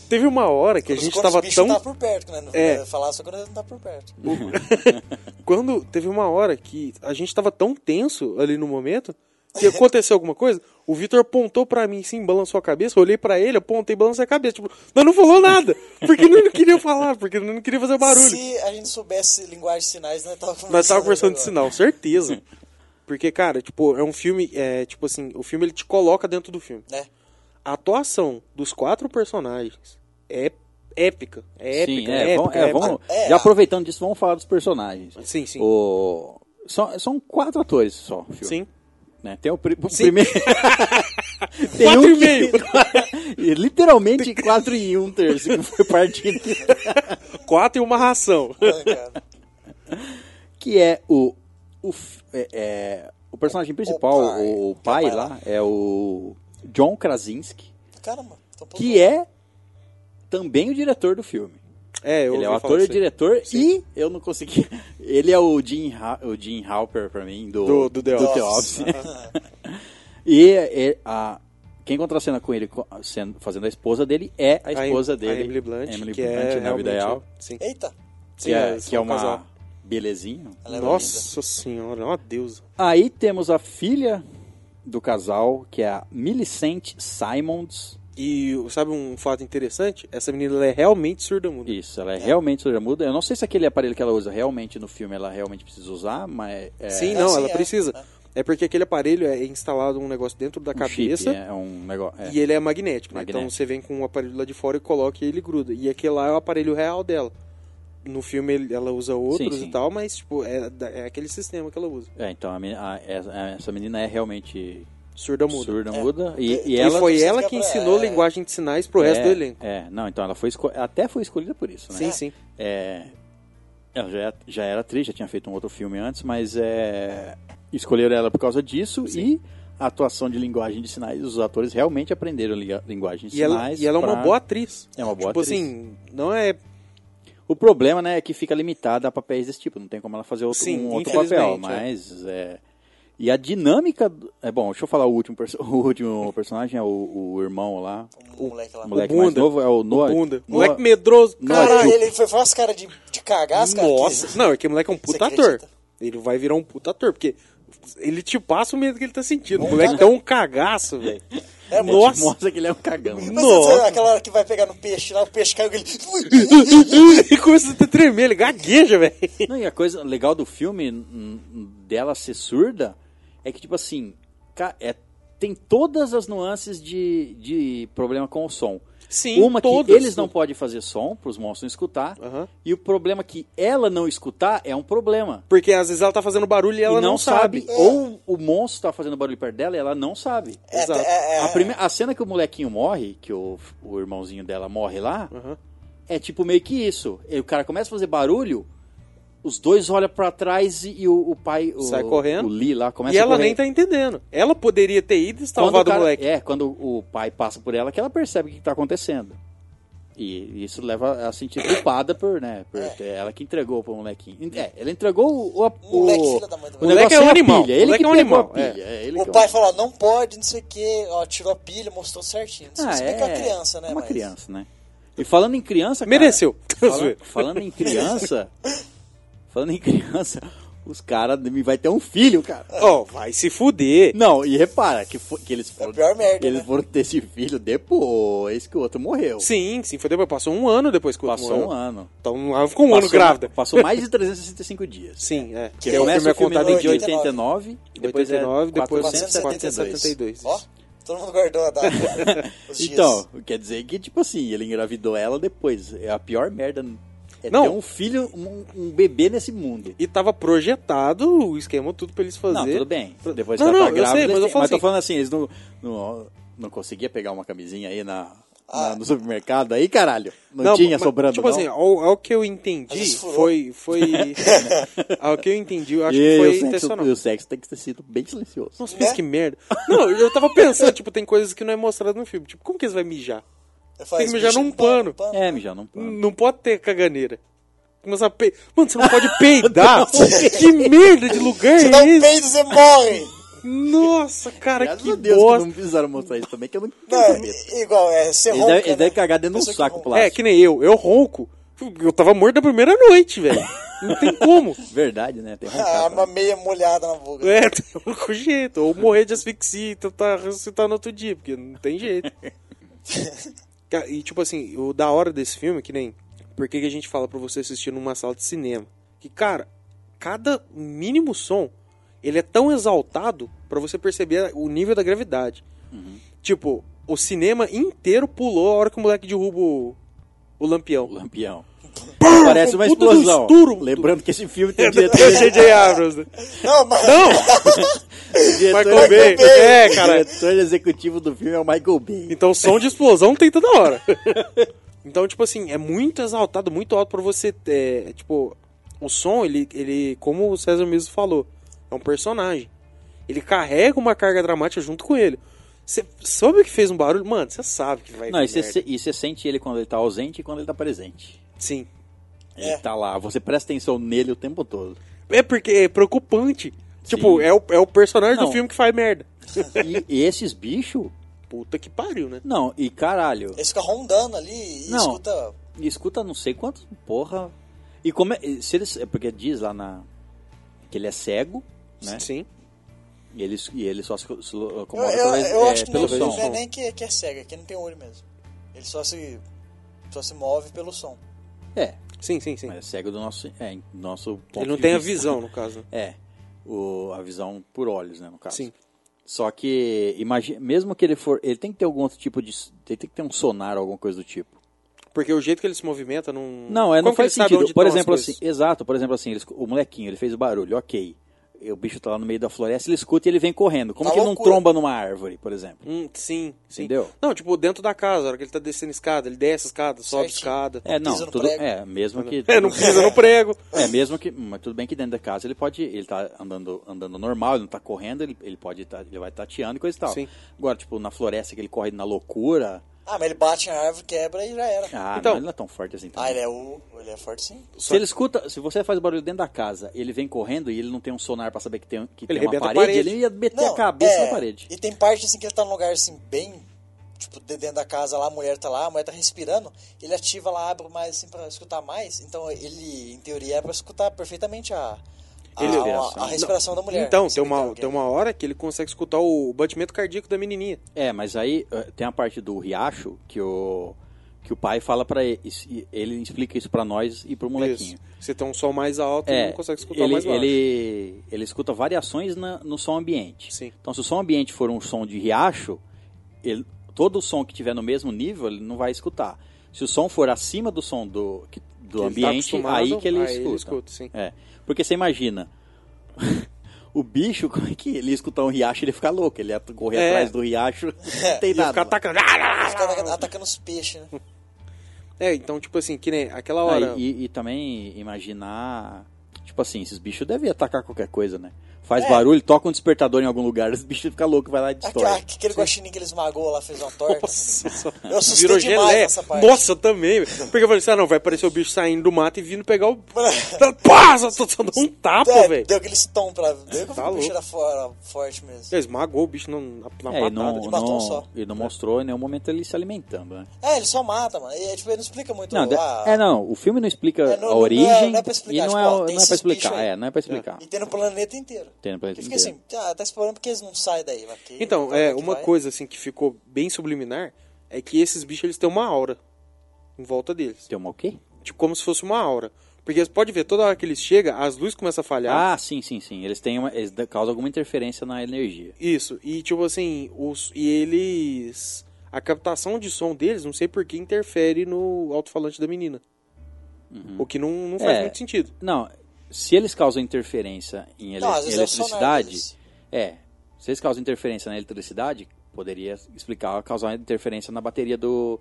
D: Teve uma hora que a
E: Os-
D: gente
E: quando
D: tava
E: os bichos
D: tão.
E: tá por perto, né? Não
D: É.
E: vai falar só quando ele não tá por perto.
D: Quando teve uma hora que a gente tava tão tenso ali no momento que aconteceu alguma coisa, o Vitor apontou pra mim assim, balançou a cabeça, eu olhei pra ele, apontei, balancei a cabeça, tipo, mas não falou nada, porque ele não queria falar, porque ele não queria fazer É barulho.
E: Se a gente soubesse linguagem de sinais, nós tava conversando.
D: Nós tava conversando de
E: agora.
D: sinal, certeza. Porque, cara, tipo, é um filme, é, tipo assim, o filme ele te coloca dentro do filme.
E: Né?
D: A atuação dos quatro personagens é épica. É épica,
A: Sim,
D: é,
A: é, vamos,
D: épica,
A: é,
D: épica.
A: vamos-
E: É,
A: já
E: a-
A: aproveitando disso, vamos falar dos personagens.
D: Sim, sim.
A: O- são, são quatro atores só. Filme.
D: Sim.
A: né? Tem o, pri- o
D: Sim.
A: primeiro. Tem um
D: Quatro e
A: que-
D: meio.
A: E Literalmente 4 e 1 um terço que foi partido.
D: Quatro e uma ração.
E: É, cara.
A: Que é o. O, f- é- é- o personagem principal,
E: pai.
A: o, o pai lá, é o John Krasinski,
E: Caramba. tô um pouco-
A: que é também o diretor do filme.
D: É, eu
A: ele é o
D: ouvi falar
A: ator e o
D: disso aí.
A: diretor e eu não consegui. Ele é o Jim, Ha- o Jim Halper pra mim do,
D: Do- do The
A: Office. e é- a, quem contracena com ele co- sendo, fazendo a esposa dele é a
D: A Em-
A: esposa
D: a
A: dele.
D: Emily Blunt,
A: Emily
D: que
A: Blunt
D: é
A: na vida
D: realmente-
A: real.
D: Sim.
E: Eita.
A: Que é,
D: eles
A: que é
D: são um
A: uma
D: casal.
A: belezinha.
E: Ela é linda.
D: Nossa senhora, é uma deusa.
A: Aí temos a filha do casal, que é a Millicent Simons.
D: E sabe um fato interessante? Essa menina ela é realmente surda muda.
A: Isso, ela é realmente surda muda. Eu não sei se aquele aparelho que ela usa realmente no filme ela realmente precisa usar, mas é
D: Sim,
E: É,
D: não,
E: sim,
D: ela
E: é.
D: precisa. É porque aquele aparelho é instalado um negócio dentro da
A: um
D: cabeça.
A: chip, é um negócio. é.
D: E ele é magnético, né?
A: Magnético.
D: Então você vem com um aparelho lá de fora e coloca e ele gruda. E aquele lá é o aparelho real dela. No filme ele- ela usa outros
A: sim.
D: e tal, mas tipo, é, da- é aquele sistema que ela usa.
A: É, então a meni- a- essa- essa menina é realmente
D: Surda muda.
A: surda,
E: É.
A: muda.
E: E-
A: E, e
D: E
A: ela
D: foi
E: Você
D: ela
E: fica
D: que
E: pra-
D: ensinou
E: é.
D: linguagem de sinais pro resto
A: é,
D: do elenco.
A: É, não, então ela foi esco- até foi escolhida por isso, né?
D: Sim, sim.
A: É, ela já, é- já era atriz, já tinha feito um outro filme antes, mas é, escolheram ela por causa disso e a atuação de linguagem de sinais, os atores realmente aprenderam liga- linguagem de
D: E ela,
A: sinais.
D: e ela é uma
A: pra-
D: boa atriz.
A: É uma boa
D: tipo
A: atriz.
D: assim, não é.
A: O problema, né, é que fica limitada a papéis desse tipo. Não tem como ela fazer outro,
D: Sim,
A: um outro
D: infelizmente,
A: papel,
D: é.
A: mas é. E a dinâmica. do- É bom, deixa eu falar o último, perso- o último personagem, é o, o irmão lá.
E: O moleque lá.
A: O moleque mais
D: bunda.
A: novo é o Noah.
D: Bunda.
A: Noah-
D: Moleque medroso.
A: Noah
E: Cara,
A: Chuck.
E: ele ele foi foi umas caras de, de cagaço, cara.
D: é Nossa,
E: que-
D: não, é que o moleque é um puta
E: acredita?
D: ator. Ele vai virar um puta ator, porque ele te passa o medo que ele tá sentindo. O moleque tá um cagaço, velho.
E: É, mano.
D: Nossa.
A: Mostra que ele é um cagão.
E: Mas você-
D: Nossa.
E: Aquela hora que vai pegar no peixe lá, o peixe caiu ele.
D: E começa a ter tremer, ele gagueja, velho.
A: Não, e a coisa legal do filme hum, hum, dela ser surda é que, tipo assim, ca- é, tem todas as nuances de, de problema com o som.
D: Sim,
A: Uma que
D: todas.
A: eles não podem fazer som para os monstros não escutar.
D: Aham.
A: E o problema que ela não escutar é um problema.
D: Porque às vezes ela tá fazendo barulho e ela
A: e não, sabe.
E: É.
A: Ou o monstro tá fazendo barulho perto dela e ela não sabe.
E: É,
D: Exato.
E: é, é,
A: A, prime- a cena que o molequinho morre, que o, o irmãozinho dela morre lá,
D: Aham.
A: é tipo meio que isso. E o cara começa a fazer barulho, os dois olham pra trás e, e o, o pai. O,
D: Sai correndo.
A: O Lee lá começa
D: E
A: a
D: ela
A: correr.
D: nem tá entendendo. Ela poderia ter ido
A: Quando
D: e salvado o,
A: cara-
D: moleque.
A: É, quando o pai passa por ela, que ela percebe o que tá acontecendo. E isso leva a sentir culpada por, né? Por é. ela que entregou pro molequinho. É, ela entregou o. o, o
E: Moleque, filha da mãe do
A: o
E: moleque.
A: negócio
D: é um
A: é uma
D: animal.
A: pilha. Ele que
D: Moleque é um
A: pegou a
D: animal, é.
A: pilha. é ele que-
E: O pai falou, não pode, não sei o quê. Ó, tirou a pilha, mostrou certinho. Não sei
A: Ah,
E: se bem que é uma criança, né?
A: Uma
E: mas-
A: criança, né? E falando em criança, cara,
D: Mereceu.
A: fala- falando em criança, falando em criança, os caras me vai ter um filho, cara.
D: Ó, vai se fuder.
A: Não, e repara que, fo- que eles foram,
E: pior merda,
A: eles
E: né?
A: foram ter esse filho depois que o outro morreu.
D: Sim, sim, foi depois. Passou um ano depois que o outro
A: Passou
D: morreu.
A: um ano.
D: Então ela ficou um ano
A: Passou-
D: grávida.
A: Passou mais de 365 dias.
D: Sim, é.
A: Porque
E: Que
D: o
A: começa o
D: filme é
A: filme
D: contado
A: em
D: em
E: de
A: de
D: 80.
A: 89,
D: 89, depois é
A: 472.
D: 472.
E: Ó, todo mundo guardou a data. os dias.
A: Então, quer dizer que, tipo assim, ele engravidou ela depois. É a pior merda. É
D: Não.
A: ter um filho, um, um bebê nesse mundo.
D: E tava projetado o esquema tudo pra eles fazer.
A: Não, tudo bem. Depois
D: Não,
A: que ela
D: não,
A: tá
D: eu
A: grávida,
D: sei, mas
A: eles
D: eu
A: têm-
D: falo
A: tô
D: assim-
A: falando assim, eles não, não, não conseguia pegar uma camisinha aí na, na-
E: Ah.
A: no supermercado aí, caralho. Não,
D: Não,
A: tinha
D: mas,
A: sobrando,
D: Tipo
A: não.
D: assim, ao, ao que eu entendi,
E: Mas furou.
D: foi. foi ao que eu entendi, eu acho
A: E
D: que
A: o É?
D: foi
A: sexo-
D: intencional.
A: e o sexo tem que ter sido bem silencioso.
D: Nossa, pensa que merda. Não, eu tava pensando, tipo, tem coisas que não é mostrado no filme. Tipo, como que eles vão mijar?
A: Ah.
E: Eu falei,
D: Tem que mijar
E: esse bicho
D: num
E: não para,
D: pano.
E: não para.
A: É, mijar não pano.
D: Não pode ter caganeira. Começar a pe... Mano, você não pode peidar? que merda de lugar
E: Você
D: é
E: dá um
D: esse?
E: peido, você morre.
D: Nossa, cara,
A: Graças
D: que
A: a Deus
D: bosta.
A: que não precisaram mostrar isso também, que eu não quero
E: Não,
A: saber.
E: é, igual, é, você
A: Eles
E: ronca,
A: devem- eles
E: né?
A: devem cagar dentro de um
E: Pessoa que
A: saco
E: ronca.
A: plástico.
D: É, que nem eu. Eu ronco. Eu tava morto da primeira noite, velho. Não tem como.
A: Verdade, né? Tem
E: Ah,
A: roncado,
E: uma
A: né?
E: meia molhada na boca.
D: É, tem um único jeito. Ou morrer de asfixia e tentar ressuscitar no outro dia, porque não tem jeito. Cara, E, tipo assim, o da hora desse filme, é que nem... Por que, que a gente fala pra você assistir numa sala de cinema? Que, cara, cada mínimo som, ele é tão exaltado pra você perceber o nível da gravidade. Tipo, o cinema inteiro pulou a hora que o moleque derruba o, o lampião.
A: O Lampião. Parece uma
D: um puta do
A: explosão.
D: estouro.
A: Lembrando que esse filme tem
D: É,
A: o
D: do-
A: diretor.
D: do J.J. Abrams, né?
E: Não, mas
D: Não!
A: o diretor-
D: Michael Bay. É,
A: o
D: cara.
A: diretor executivo do filme é o Michael Bay.
D: Então, som de explosão tem toda hora. Então, tipo assim, é muito exaltado, muito alto pra você ter. é, tipo, o som, ele, ele, como o César mesmo falou, é um personagem. Ele carrega uma carga dramática junto com ele. Você sabe que fez um barulho? Mano, você sabe que vai.
A: Não, é e
D: dar merda.
A: você e você sente ele quando ele tá ausente e quando ele tá presente.
D: Sim.
A: Ele
E: É.
A: tá lá, você presta atenção nele o tempo todo.
D: É porque é preocupante. Tipo,
A: Sim.
D: é o, é o personagem
A: Não.
D: do filme que faz merda.
A: E, e esses bichos.
D: Puta que pariu, né?
A: Não, e caralho.
E: eles ficam rondando ali e
A: Não.
E: escuta.
A: E escuta não sei quantos. Porra. E como é. e Se eles, é porque diz lá na. Que ele é cego, né?
D: Sim.
A: E ele, e ele só se, se
E: Eu,
A: acomoda
E: eu,
A: pela-
E: eu
A: é,
E: acho que não,
A: pelo
D: talvez
A: som.
E: não é nem que, que é cego, é que não tem olho mesmo. Ele só se, só se move pelo som.
A: É,
D: Sim, sim, sim.
A: mas é cego do nosso, é, do nosso ponto
D: Ele não
A: de
D: tem a
A: vista.
D: visão, no caso. né?
A: É, o, a visão por olhos, né, no caso.
D: Sim.
A: Só que, imagina, mesmo que ele for, ele tem que ter algum outro tipo de, ele tem que ter um sonar ou alguma coisa do tipo.
D: Porque o jeito que ele se movimenta não.
A: Não, é,
D: Como
A: não
D: que
A: faz
D: ele sabe
A: sentido.
D: onde
A: Por
D: estão as
A: exemplo,
D: coisas?
A: assim, exato, por exemplo assim, eles- o molequinho, ele fez o barulho, ok. e o bicho tá lá no meio da floresta, ele escuta e ele vem correndo. Como
E: Uma
A: que ele
E: loucura.
A: não tromba numa árvore, por exemplo?
D: Tá Hum, sim, sim.
A: Entendeu?
D: Não, tipo, dentro da casa, a hora que ele tá descendo escada, ele desce a escada, sobe a
E: Certinho.
D: escada.
A: É, não,
E: pisa no
A: tudo,
E: prego.
A: é, mesmo que...
D: É, não pisa no prego.
A: É, mesmo que. Mas tudo bem que dentro da casa ele pode. Ele tá andando, andando normal, ele não tá correndo, ele, ele pode tá, ele vai tateando e coisa e tal.
D: Sim.
A: Agora, tipo, na floresta que ele corre na loucura.
E: Ah, mas ele bate na árvore, quebra e já era.
A: Ah,
D: Então-
A: não, ele não é tão forte assim. também.
E: Ah, ele é o. Ele é forte sim.
A: Se ele escuta, se você faz barulho dentro da casa, ele vem correndo e ele não tem um sonar pra saber que tem, que
D: Ele
A: tem uma
D: arrebenta a
A: parede,
D: parede.
A: ele ia meter
E: Não,
A: a cabeça
E: é,
A: na parede.
E: E tem parte assim que ele tá num lugar assim, bem. Tipo, de- dentro da casa lá, a mulher tá lá, a mulher tá respirando. Ele ativa lá, abre mais assim pra escutar mais. Então ele, em teoria, é pra escutar perfeitamente a. A,
A: Ele-
E: a- a respiração da mulher.
D: Então, tem
E: Respeitar
D: uma,
E: o que-
D: tem uma hora que ele consegue escutar o batimento cardíaco da menininha.
A: É, mas aí eh, tem a parte do riacho que o que o pai fala para ele, ele explica isso pra nós e pro molequinho.
D: Isso. Você tem um som mais alto, ele
A: É,
D: não consegue escutar
A: ele,
D: mais baixo.
A: ele, ele escuta variações na- no som ambiente.
D: Sim.
A: Então, se o som ambiente for um som de riacho, ele- todo o som que tiver no mesmo nível, ele não vai escutar. Se o som for acima do som do, que- do
D: Que ele tá
A: ambiente,
D: acostumado,
A: aí que ele
D: aí
A: escuta.
D: ele escuta, sim.
A: É. Porque você imagina, o bicho, como é que ele ia escutar um riacho, ele ia ficar louco. Ele ia correr
D: É.
A: atrás do riacho, não tem
D: Ia
A: nada.
D: ficar atacando.
E: Os caras atacando os peixes, né?
D: É, então, tipo assim, que nem aquela
A: Ah,
D: hora.
A: e, e também imaginar. Tipo assim, esses bichos devem atacar qualquer coisa, né? Faz
E: É.
A: barulho, toca um despertador em algum lugar, os bichos ficam loucos, vai lá e
E: Aquele,
A: destrói.
E: aquele guaxinim que ele esmagou lá, fez uma torta.
D: Nossa, só-
E: Eu assustei
D: virou
E: demais
D: geleia.
E: essa parte.
D: Nossa, eu também. velho. Porque eu falei assim, ah, não, vai aparecer o bicho saindo do mato e vindo pegar o... Pá, só, só só dá um tapa,
E: É,
D: velho.
E: deu aquele tom pra. Deu que
D: Tá
E: o bicho
D: louco. É.
E: era fora, forte mesmo.
D: Ele Esmagou o bicho na, na, na
A: É,
D: patada.
A: e não,
E: de
D: tipo,
E: batom
A: não-
E: só. né?
A: e não mostrou em nenhum momento ele se alimentando, né?
E: É, ele só mata, mano. E, é, tipo, ele não explica muito
A: Não, de-
E: lá.
A: é, não, o filme não explica
E: É, não- não
A: a
E: é-
A: origem
E: não é pra explicar,
A: e não
E: tipo,
A: é,
E: ó,
A: não
E: tem
A: é
E: esses
A: pra explicar.
E: bichos aí.
A: É, não é pra explicar.
E: E tem no planeta inteiro.
A: Tem no planeta
E: Eu fiquei
A: inteiro.
E: assim, ah, tá explorando porque eles não saem daí. Mas que-
D: Então,
E: pra
D: é,
E: onde que
D: uma
E: vai?
D: coisa assim que ficou bem subliminar é que esses bichos eles têm uma aura em volta deles.
A: Tem uma o quê?
D: Tipo, como se fosse uma aura. Porque você pode ver, toda hora que eles chegam, as luzes começam a
E: É.
D: falhar.
A: Ah, sim, sim, sim. Eles têm uma, eles da- causam alguma interferência na energia.
D: Isso. E tipo assim, os, e eles. A captação de som deles, não sei por que, interfere no alto-falante da menina. O que não, não faz
A: É.
D: muito sentido.
A: Não, se eles causam interferência em ele-
E: Não, às vezes é o sonar
A: eletricidade,
E: deles.
A: é, se eles causam interferência na eletricidade, poderia explicar causar interferência na bateria do,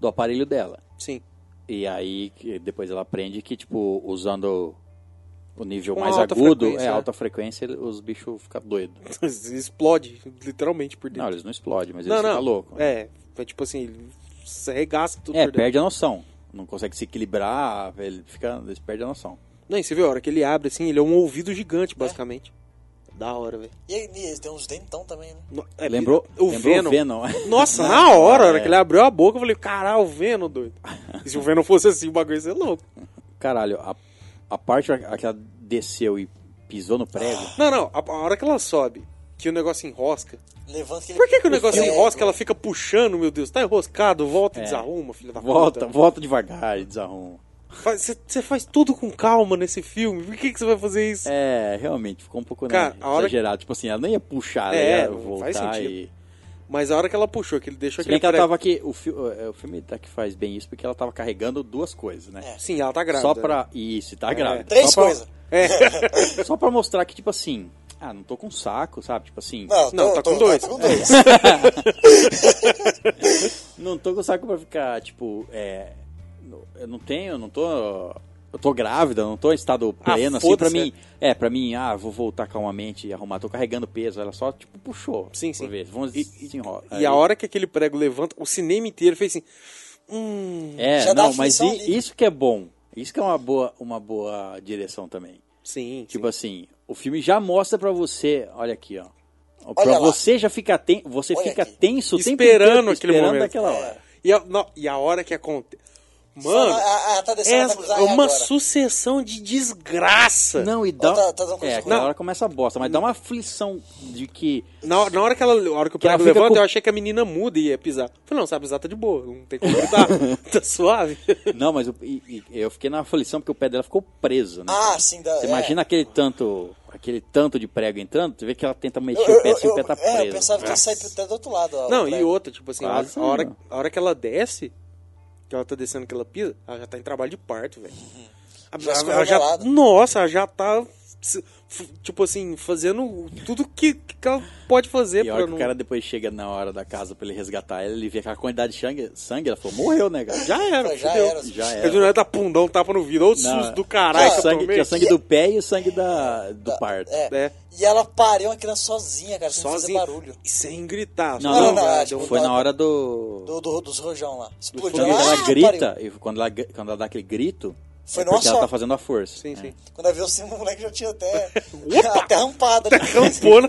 A: do aparelho dela.
D: Sim.
A: E aí que depois ela aprende que tipo usando o nível
D: Uma
A: mais
D: alta
A: agudo,
D: frequência,
A: é
D: né?
A: alta frequência, ele- os bichos ficam doidos.
D: Explode, literalmente, por
A: Não,
D: dentro.
A: eles não explodem, mas
D: não,
A: eles ficam loucos.
D: É, é tipo assim, ele se regaça tudo
A: né? É,
D: por dentro.
A: perde a noção. Não consegue se equilibrar, ele fica, eles perdem a noção.
D: Não, e você vê a hora que ele abre assim, ele é um ouvido gigante, basicamente. Da hora, velho.
E: E aí, ele tem uns dentão também, né?
D: No- é,
A: lembrou
D: O
A: lembrou o
D: Venom.
A: Venom. É.
D: Nossa, na hora, a hora que ele abriu a boca, eu falei, caralho, o Venom, doido. E se o Venom fosse assim, o bagulho ia ser louco.
A: Caralho, a, a parte a- que ela desceu e pisou no prego.
D: Não, não, a, a hora que ela sobe, que o negócio enrosca.
E: Levanta aquele.
D: Por que, que o negócio
E: É,
D: enrosca? Ela fica puxando, meu Deus, tá enroscado, volta e
A: É.
D: desarruma, filha da
A: Volta,
D: Ah, puta.
A: volta devagar e desarruma.
D: Você faz tudo com calma nesse filme, por que você vai fazer isso?
A: É, realmente, ficou um pouco né,
D: Cara, a hora que-
A: exagerado. Tipo assim, ela nem ia puxar, ela
D: É,
A: ia
D: não
A: voltar
D: faz sentido.
A: e.
D: Mas a hora que ela puxou, que ele deixou
A: Se bem
D: aquele.
A: que ela tava
D: prego-
A: aqui. O, fi- é, o filme tá que faz bem isso porque ela tava carregando duas coisas, né?
E: É.
D: Sim, ela tá grávida. É,
A: Só pra. Isso, tá grávida.
E: Três
A: só pra,
E: coisas.
A: Só pra mostrar que, tipo assim. Ah, não tô com saco, sabe? Tipo assim.
E: Não,
D: Não,
E: tô-
D: tá
E: tô-
D: com dois.
E: Tá com dois.
A: Não tô com saco pra ficar, tipo, é. Eu não tenho, não tô. Eu tô grávida, não tô em estado
D: Ah,
A: pleno, assim, pra
D: foda-se, né?
A: mim. É, pra mim, ah, vou voltar calmamente e arrumar. Tô carregando peso, ela só, tipo, puxou.
D: Sim,
A: Pra
D: sim.
A: Ver. Vamos assim, desenrolar.
D: E a hora que aquele prego levanta, o cinema inteiro fez assim. Hum.
A: É,
E: Já dá
A: não,
E: uma
A: mas
E: aflição
A: i-
D: né?
E: ali.
A: isso que é bom. Isso que é uma boa, uma boa direção também.
D: Sim.
A: Tipo assim, o filme já mostra pra você, olha aqui, ó. Pra
E: lá.
A: você já fica ten, você
E: Olha
A: fica
E: aqui.
A: tenso o tempo
D: Esperando
A: inteiro,
D: aquele
A: esperando
D: momento.
A: aquela hora.
D: E a, não, e a hora que acontece.
E: Só-
D: Mano,
E: ah, ah, tá
D: é,
E: descendo, tá cruzando, e
D: uma
E: agora?
D: sucessão de desgraça.
A: Não, e dá.
E: Ó, tá- tá dando
A: é,
E: coisa
A: aquela
E: ruim.
A: hora começa a bosta, mas dá uma aflição de que.
D: Na, hora- na hora que ela, a hora que o
A: Que ela
D: prego
A: fica
D: levanta,
A: com-
D: eu achei que a menina muda e ia pisar. Eu Falei, não, sabe, pisar tá de boa, não tem como gritar, tá suave.
A: Não, mas eu, e- e- eu fiquei na aflição porque o pé dela ficou preso, né?
E: Ah, sim, dá.
A: Você
E: é.
A: imagina aquele tanto. Aquele tanto de prego entrando, você vê que ela tenta mexer
E: Eu-
A: o pé,
E: eu-
A: assim, o pé
E: eu-
A: tá preso.
E: É, eu pensava que ia sair até do outro lado. ó,
D: Não,
E: o
D: e
E: prego.
D: outra, tipo assim, a-
A: tá Quase,
D: a, hora,
A: não.
D: a hora que ela desce, que ela tá descendo,
A: Uhum.
D: que ela pisa, ela já tá em trabalho de parto, velho. A-
E: Já
D: a-
E: ficou
D: ela já-
E: revelado.
D: Nossa, ela já tá se- f- tipo assim, fazendo tudo que, que ela pode fazer
A: E a
D: pra
A: hora que
D: não.
A: o cara depois chega na hora da casa pra ele resgatar ela, ele vê aquela quantidade de sangue, sangue ela falou, morreu, né, cara?
D: Já era,
E: Já
D: fudeu.
E: era.
A: Já
D: Aí do
A: era.
D: nada tá pundão, tapa no vidro. Ô,
A: Não,
D: o susto do caralho
A: Tinha
D: que eu
A: sangue,
D: tomei.
A: tinha sangue do pé e o sangue da, do parto.
D: É.
E: E ela pariu uma criança sozinha, cara, sem
D: Sozinho.
E: fazer barulho.
D: E sem
A: Não,
D: gritar. só
A: não,
D: deu um-
E: não,
D: deu
E: tipo,
D: um-
A: Foi
E: tá-
A: na hora do...
E: Do, do- dos rojão lá. Explodiu.
A: Quando
E: Ah,
A: ela
E: pariu.
A: grita, e quando ela, quando ela dá aquele grito,
E: Foi
A: é porque
E: nossa.
A: ela tá fazendo a força.
D: um- Sim, sim.
E: Quando ela viu assim, o moleque já tinha até. até rampada.
D: Tá
E: né?
D: Rampou na,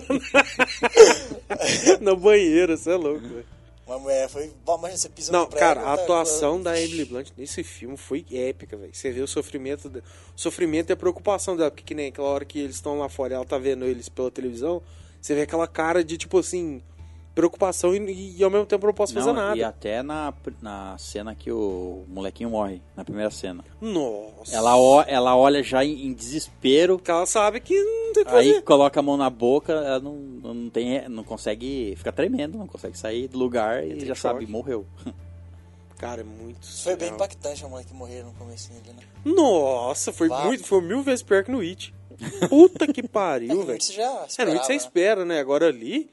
D: na banheira, você é louco, velho.
E: Uma mulher foi. "Bom, Imagina você pisando
D: Não,
E: no prego,
D: cara, a
E: tá-
D: atuação da Emily Blunt nesse filme foi épica, velho. Você vê o sofrimento, de... o sofrimento e a preocupação dela, porque que nem aquela hora que eles estão lá fora e ela tá vendo eles pela televisão, você vê aquela cara de tipo assim, preocupação e, e ao mesmo tempo eu não posso fazer
A: Não,
D: nada.
A: E até na, na cena que o molequinho morre, na primeira cena.
D: Nossa.
A: Ela, o- ela olha já em, em desespero,
D: Porque ela sabe que não tem o que
A: aí
D: fazer.
A: coloca a mão na boca, ela não, não, tem, não consegue, fica tremendo, não consegue sair do lugar e
D: Entra em
A: já sabe,
D: choque.
A: morreu.
D: Cara, é muito.
E: Isso foi bem
D: surreal.
E: impactante a mulher que morreu no começo dele, né?
D: Nossa, foi
E: Vá.
D: muito, foi mil vezes pior que no It. Puta que
E: É,
D: pariu,
E: no
D: velho.
E: It você já
D: É, no
E: esperava,
D: It você
E: né?
D: espera, né? Agora ali.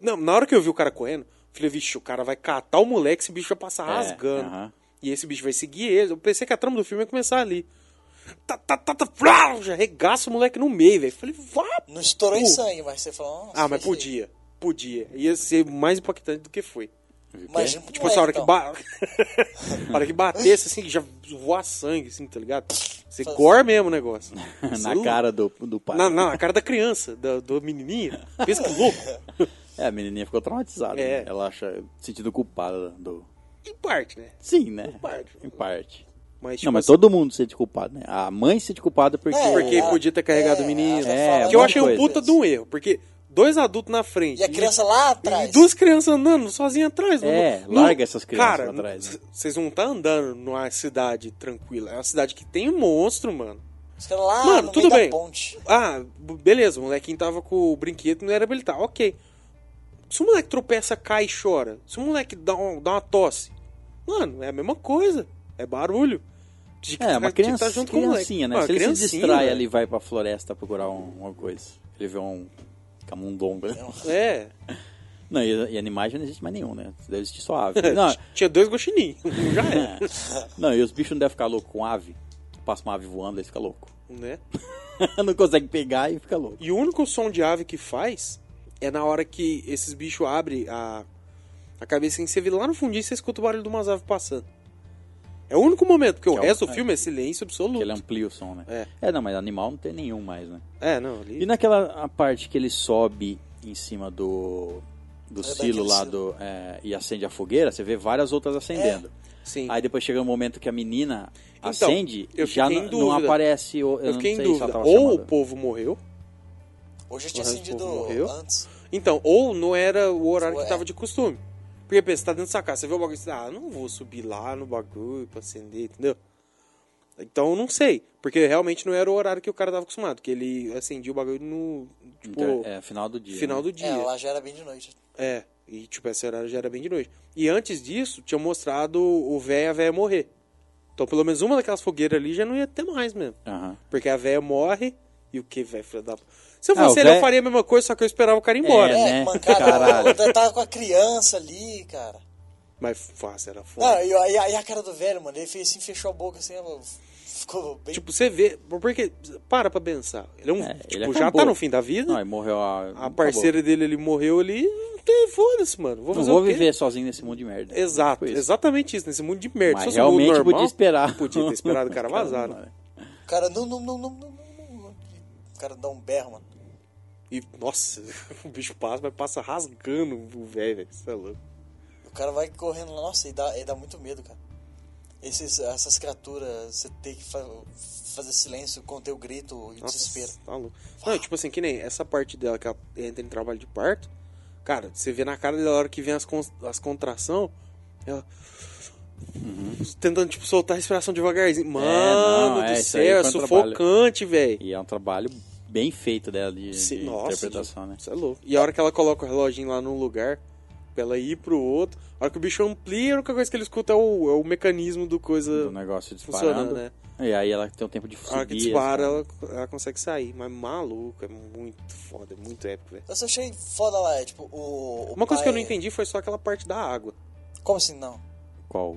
D: Não, na hora que eu vi o cara correndo, eu falei, vixe, o cara vai catar o moleque, esse bicho vai passar
A: É,
D: rasgando.
A: aham.
D: E esse bicho vai seguir ele. Eu pensei que a trama do filme ia começar ali. Tá, tá, tá, tá, frau, já arregaça o moleque no meio, velho. Falei, vá!
E: Não estourou em
D: Pô.
E: sangue, mas você falou. "Nossa,
D: Ah, mas
E: foi
D: podia. Podia. Ia ser mais impactante do que foi.
E: feio." Imagina pro
D: Tipo assim, a hora,
E: moleque,
A: então.
E: então.
D: que ba... a hora que batesse, assim, já voar sangue, assim, tá ligado? Você gore mesmo o negócio.
A: na cara do, do pai.
D: Na, na, na cara da criança, da, do menininha. Pensa que louco.
A: É, a menininha ficou traumatizada.
D: É.
A: né? Ela acha sentido culpada do...
D: Em parte, né?
A: Sim, né? Em
D: parte.
A: Em parte.
D: Mas,
A: não, mas
D: assim,
A: todo mundo se sente culpado, né? A mãe se sente culpada porque...
E: É,
D: Porque
E: ela-
D: podia ter carregado
E: é,
D: o menino.
E: ela
A: É,
E: fala,
D: que eu
E: "Não,
D: achei um
A: coisa.
D: puta de um erro. Porque dois adultos na frente.
E: E a criança lá atrás.
D: E duas crianças andando sozinha atrás.
A: É,
D: não- não-
A: larga essas crianças
D: cara,
A: lá atrás,
D: c-
A: né?
D: Vocês não tá andando numa cidade tranquila. É uma cidade que tem um monstro, mano.
E: Os caras lá
D: Mano,
E: no
D: tudo
E: meio
D: bem.
E: da ponte.
D: Ah, b- beleza, o molequinho tava com o brinquedo e não era habilitar. Ok. Se o moleque tropeça, cai e chora. Se o moleque dá, um- dá uma tosse. Mano, é a mesma coisa. É barulho. Tinha que
A: É,
D: ficar-
A: uma
D: tinha que
A: criança,
D: tá junto com o moleque.
A: criancinha, né?
D: Ah,
A: se ele se
D: criancinha,
A: distrai
D: velho.
A: ali e vai pra floresta procurar um- uma coisa, ele vê um camundongo. né?
D: É.
A: Não, e, e animais já não existe mais nenhum, né? Deve existir só ave. Não, é.
D: Tinha dois guaxinim. um Já era.
A: não, e os bichos não devem ficar loucos com ave. Passa uma ave voando, eles ficam loucos.
D: né?
A: não consegue pegar e fica louco.
D: E o único som de ave que faz é na hora que esses bichos abrem a, a cabecinha. Você vê lá no fundinho, você escuta o barulho de umas aves passando. É o único momento, porque o
A: Que é o-
D: resto do
A: é.
D: filme é silêncio absoluto.
A: Porque ele amplia o som, né?
D: É.
A: não, mas animal não tem nenhum mais, né?
D: É, não, ali...
A: E naquela a parte que ele sobe em cima do, do silo
E: daquele
A: lá
E: silo.
A: do, é, e acende a fogueira, você vê várias outras acendendo.
D: Sim.
A: Aí depois chega um momento que a menina
D: É, Então,
A: acende
D: eu
A: e já
D: fiquei
A: n-
D: em
A: não
D: dúvida.
A: aparece. o- Eu,
D: Eu
A: não
D: fiquei
A: sei se
D: em
A: ela
D: dúvida.
A: tava
D: Ou
A: chamada.
D: o povo morreu.
E: Hoje eu tinha
D: O resto do
E: acendido
D: povo morreu?
E: antes.
D: Então, ou não era o horário
E: Ué.
D: que tava de costume. Porque pensa, você tá dentro dessa casa, você vê o bagulho e você ah, não vou subir lá no bagulho pra acender, entendeu? Então, eu não sei. Porque realmente não era o horário que o cara tava acostumado. Que ele acendia o bagulho no... Tipo,
A: Então, é, final do dia.
D: final
A: né?
D: do
E: É,
D: dia.
E: ela já era bem de noite.
D: É, e tipo, esse horário já era bem de noite. E antes disso, tinha mostrado o véia e a véia morrer. Então, pelo menos uma daquelas fogueiras ali já não ia ter mais mesmo.
A: Aham.
D: Porque a véia morre e o que, velho, filha da. Se eu
A: Ah,
D: fosse
A: o
D: ele, eu
A: véia-
D: faria a mesma coisa, só que eu esperava o cara ir embora.
A: É,
E: É,
A: né?
E: mancada.
A: Caralho.
E: Eu tava com a criança ali, cara.
D: Mas fácil, era foda.
A: Ah,
E: Não, e aí aí a cara do velho, mano, ele fez assim, fechou a boca assim, ela ficou bem.
D: Tipo, você vê. Porque. Para pra pensar. Ele é um.
A: É,
D: tipo,
A: ele
D: já
A: acabou.
D: tá no fim da vida.
A: Não, aí morreu a.
D: a
A: acabou.
D: parceira dele ele morreu ali. não tem- Foda-se, mano. Vou
A: Não
D: fazer
A: vou
D: o quê?
A: viver sozinho nesse mundo de merda.
D: Exato,
A: Tipo isso.
D: exatamente isso, nesse mundo de merda.
A: Mas
D: Se fosse um mundo
A: realmente
D: normal,
A: podia esperar.
D: Podia ter esperado o cara vazar, né?
E: O cara, não, não, não, não, não, não, não. O cara dá um berro, mano.
D: E, nossa, o bicho passa, mas passa rasgando o velho, velho. Você é louco.
E: O cara vai correndo, lá, nossa, e dá, e dá muito medo, cara. Esses, essas criaturas, você tem que fa- fazer silêncio, conter o grito e o
D: Nossa,
E: desespero.
D: Tá louco. Não, tipo assim, que nem essa parte dela que ela entra em trabalho de parto. Cara, você vê na cara dela a hora que vem as, con- as contração, ela. Tentando, tipo, soltar a respiração devagarzinho. Mano
A: Uhum. não, é,
D: do
A: isso aí
D: céu, é
A: foi um trabalho.
D: sufocante, velho.
A: E é um trabalho bem feito dela de,
D: Se-
A: de
D: nossa,
A: interpretação, né?
D: Isso é louco. E a hora que ela coloca o reloginho lá num lugar, pra ela ir pro outro, a hora que o bicho amplia, a única coisa que ele escuta é o, é o mecanismo do coisa
A: Do negócio
D: funcionando,
A: disparando.
D: né?
A: E aí ela tem um tempo de subir.
D: A hora que
A: assim.
D: dispara, ela, ela consegue sair. Mas maluco, é muito foda, é muito épico, velho.
E: Eu só achei foda lá, é tipo, o. o
D: Uma coisa que eu não
A: é.
E: pai-
D: entendi foi só aquela parte da água.
E: Como assim não?
A: Qual?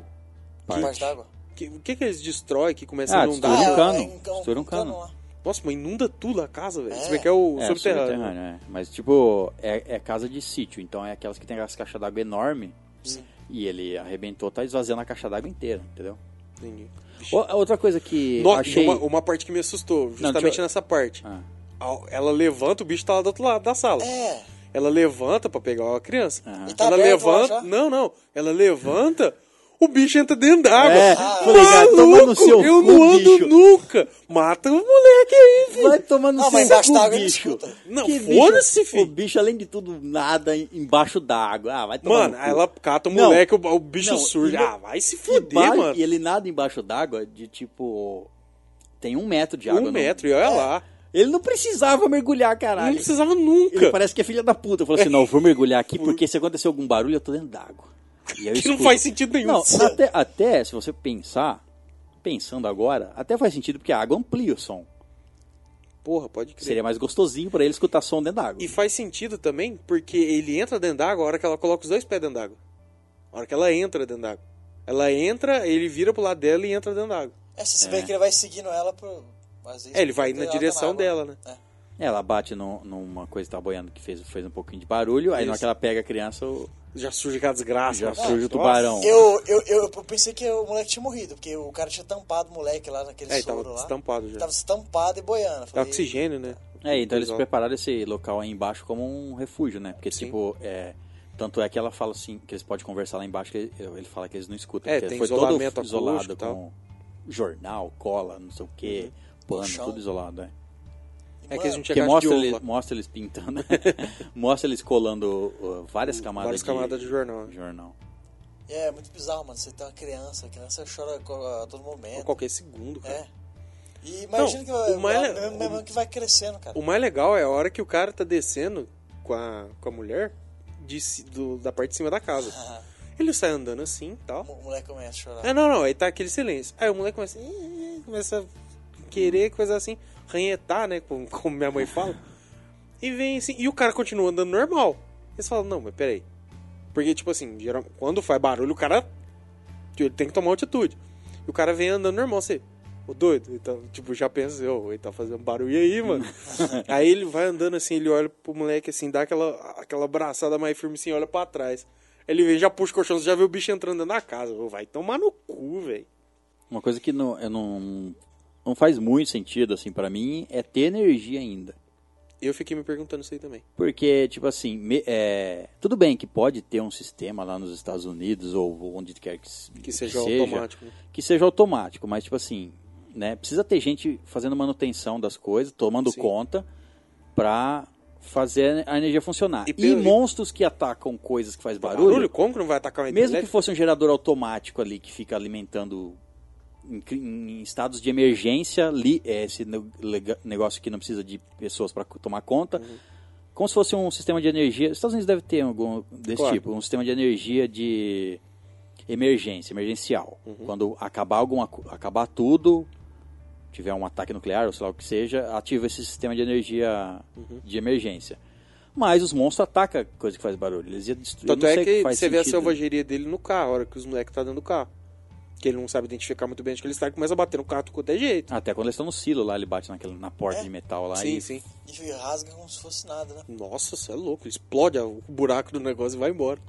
E: A parte d'água?
D: Que- O que que eles destrói que começa
A: Ah,
D: a inundar?
A: Estoura um
E: é,
A: cano,
E: é um cano-
A: estoura um
E: um cano
A: cano.
E: lá.
D: Nossa, mas inunda tudo a casa, velho.
E: É.
D: Você vê que é o
A: É,
D: subterrâneo.
A: subterrâneo, é. Mas, tipo, é, é casa de sítio. Então é aquelas que tem as caixas d'água enorme.
E: Sim.
A: E ele arrebentou, tá esvaziando a caixa d'água inteira, entendeu?
D: Entendi.
A: O- outra coisa que eu
D: Nossa,
A: achei...
D: uma, uma parte que me assustou, justamente
A: deixa eu-
D: nessa parte.
A: Ah.
D: A- Ela levanta, o bicho tá lá do outro lado da sala.
E: É.
D: Ela levanta pra pegar a criança.
A: Aham.
E: E tá
D: ela
E: aberto lá
D: levanta.
E: já?
D: Não, não. Ela levanta, o bicho entra dentro d'água.
A: É,
E: Ah,
A: falei, cara, toma no
D: Maluco,
A: seu
D: eu
A: cu,
D: não ando
A: bicho.
D: nunca. Mata o moleque aí, velho.
A: Vai tomando
E: Não, mas embaixo d'água ele escuta.
D: Não, foda-se, filho.
A: O bicho, além de tudo, nada em- embaixo d'água. Ah, vai tomar
D: Mano,
A: no cu.
D: aí ela cata o
A: Não.
D: moleque, o, o bicho
A: Não,
D: surge.
A: e não-
D: Ah, vai se
A: E
D: fuder,
A: ba-
D: mano.
A: E ele nada embaixo d'água de, tipo... Tem um metro de água.
D: Um
A: no-
D: metro, e olha lá.
A: Ele não precisava mergulhar,
D: Não
A: caralho.
D: precisava nunca.
A: Ele parece que é filha da puta. Falou assim: não, eu vou mergulhar aqui porque se acontecer algum barulho, eu tô dentro d'água. E aí eu
D: Que não
A: escuto.
D: faz sentido nenhum.
A: Não, até, até se você pensar, pensando agora, até faz sentido porque a água amplia o som.
D: Porra, pode crer.
A: Seria mais gostosinho pra ele escutar som dentro d'água.
D: E faz sentido também, porque ele entra dentro d'água a hora que ela coloca os dois pés dentro d'água. A hora que ela entra dentro d'água. Ela entra, ele vira pro lado dela e entra dentro d'água.
E: É, você vê que ele vai seguindo ela por. às vezes,
D: É, ele vai
E: ela
D: na
E: tá
D: direção
E: água.
D: dela, né?
E: É.
A: Ela bate num- numa coisa que tá boiando que fez, fez um pouquinho de barulho, aí na hora
D: Isso.
A: que ela pega a criança, o-
D: Já surge aquela desgraça.
A: já
D: mano.
A: surge o
D: Nossa.
A: tubarão.
E: Eu, eu, eu, eu pensei que o moleque tinha morrido, porque o cara tinha tampado o moleque lá naquele
D: É, ele
E: soro
D: tava
E: lá.
D: estampado já.
E: Tava estampado e boiando. Eu
D: Tá
E: Falei,
D: oxigênio, né?
A: É, então eles
D: Exato.
A: prepararam esse local aí embaixo como um refúgio, né? Porque,
D: Sim.
A: tipo, é, tanto é que ela fala assim, que eles podem conversar lá embaixo, que ele fala que eles não escutam.
D: É,
A: porque
D: tem
A: foi
D: isolamento
A: todo
D: acústico
A: isolado
D: e tal.
A: com jornal, cola, não sei o quê, pano,
E: Chão.
A: tudo isolado, é.
D: É que eles não
A: Porque
D: tinham caixa
A: mostra,
D: de ovo
A: ele-
D: lá.
A: mostra eles pintando, né? mostra eles colando uh, várias camadas
D: Hum, Várias
A: de...
D: camadas de jornal. né?
A: jornal.
E: É, é muito bizarro, mano. Você tem uma criança, a criança chora co- a todo
D: A
E: momento.
D: qualquer segundo, cara.
E: É. E imagina
D: Não,
E: que vai, é
D: o mais le-
E: a- mesmo que vai crescendo, cara.
D: O mais legal é a hora que o cara tá descendo com a, com a mulher de ci- do- da parte de cima da casa. Ele sai andando assim e tal.
E: O mo- moleque começa a chorar.
D: Ah, não, não, aí tá aquele silêncio. Aí o moleque começa, "Ih", começa a querer coisa assim, ranhetar, né? Como, como minha mãe fala. e vem assim, e o cara continua andando normal. Eles falam, não, mas peraí. Porque, tipo assim, geral, quando faz barulho, o cara ele tem que tomar altitude. E o cara vem andando normal, você, ô doido, ele tá, tipo, já pensa, assim, ô, ele tá fazendo barulho aí, mano. aí ele vai andando assim, ele olha pro moleque assim, dá aquela, aquela abraçada mais firme assim, olha pra trás. Ele vem, já puxa o colchão, você já vê o bicho entrando dentro da casa. Ô, vai tomar no cu, velho.
A: Uma coisa que não, eu não, não faz muito sentido, assim, pra mim, é ter energia ainda.
D: Eu fiquei me perguntando isso aí também.
A: Porque, tipo assim, me- é, tudo bem que pode ter um sistema lá nos Estados Unidos ou onde quer que, s-
D: Que seja automático, né?
A: Que seja automático, mas, tipo assim, né, precisa ter gente fazendo manutenção das coisas, tomando
D: Sim.
A: conta, pra fazer a energia funcionar.
D: E
A: E,
D: pelo-
A: monstros que atacam coisas que faz barulho,
D: Como que não vai atacar uma
A: mesmo que
D: internet?
A: fosse um gerador automático ali que fica alimentando em, cri- em estados de emergência, li, é, esse ne- lega- negócio que não precisa de pessoas para tomar conta,
D: Uhum.
A: como se fosse um sistema de energia. Os Estados Unidos deve ter algum desse
D: Claro.
A: tipo, um sistema de energia de emergência, emergencial.
D: Uhum.
A: Quando acabar alguma, co- acabar tudo, tiver um ataque nuclear ou sei lá o que seja, ativa esse sistema de energia
D: Uhum.
A: de emergência. Mas os monstros atacam coisa que faz barulho. Eles iam destruir.
D: Tanto
A: não
D: é
A: sei
D: que você
A: faz
D: vê a
A: sentido. né?
D: selvageria dele no carro, a hora que os moleques tá dentro do carro. Que ele não sabe identificar muito bem onde que ele está e começa a bater no carro de qualquer jeito.
A: Até quando eles estão no silo lá, ele bate naquela, na porta
E: É?
A: de metal lá
D: sim,
A: e
D: sim.
E: E rasga como se fosse nada, né?
D: Nossa, você é louco. Ele explode o buraco do negócio e vai embora.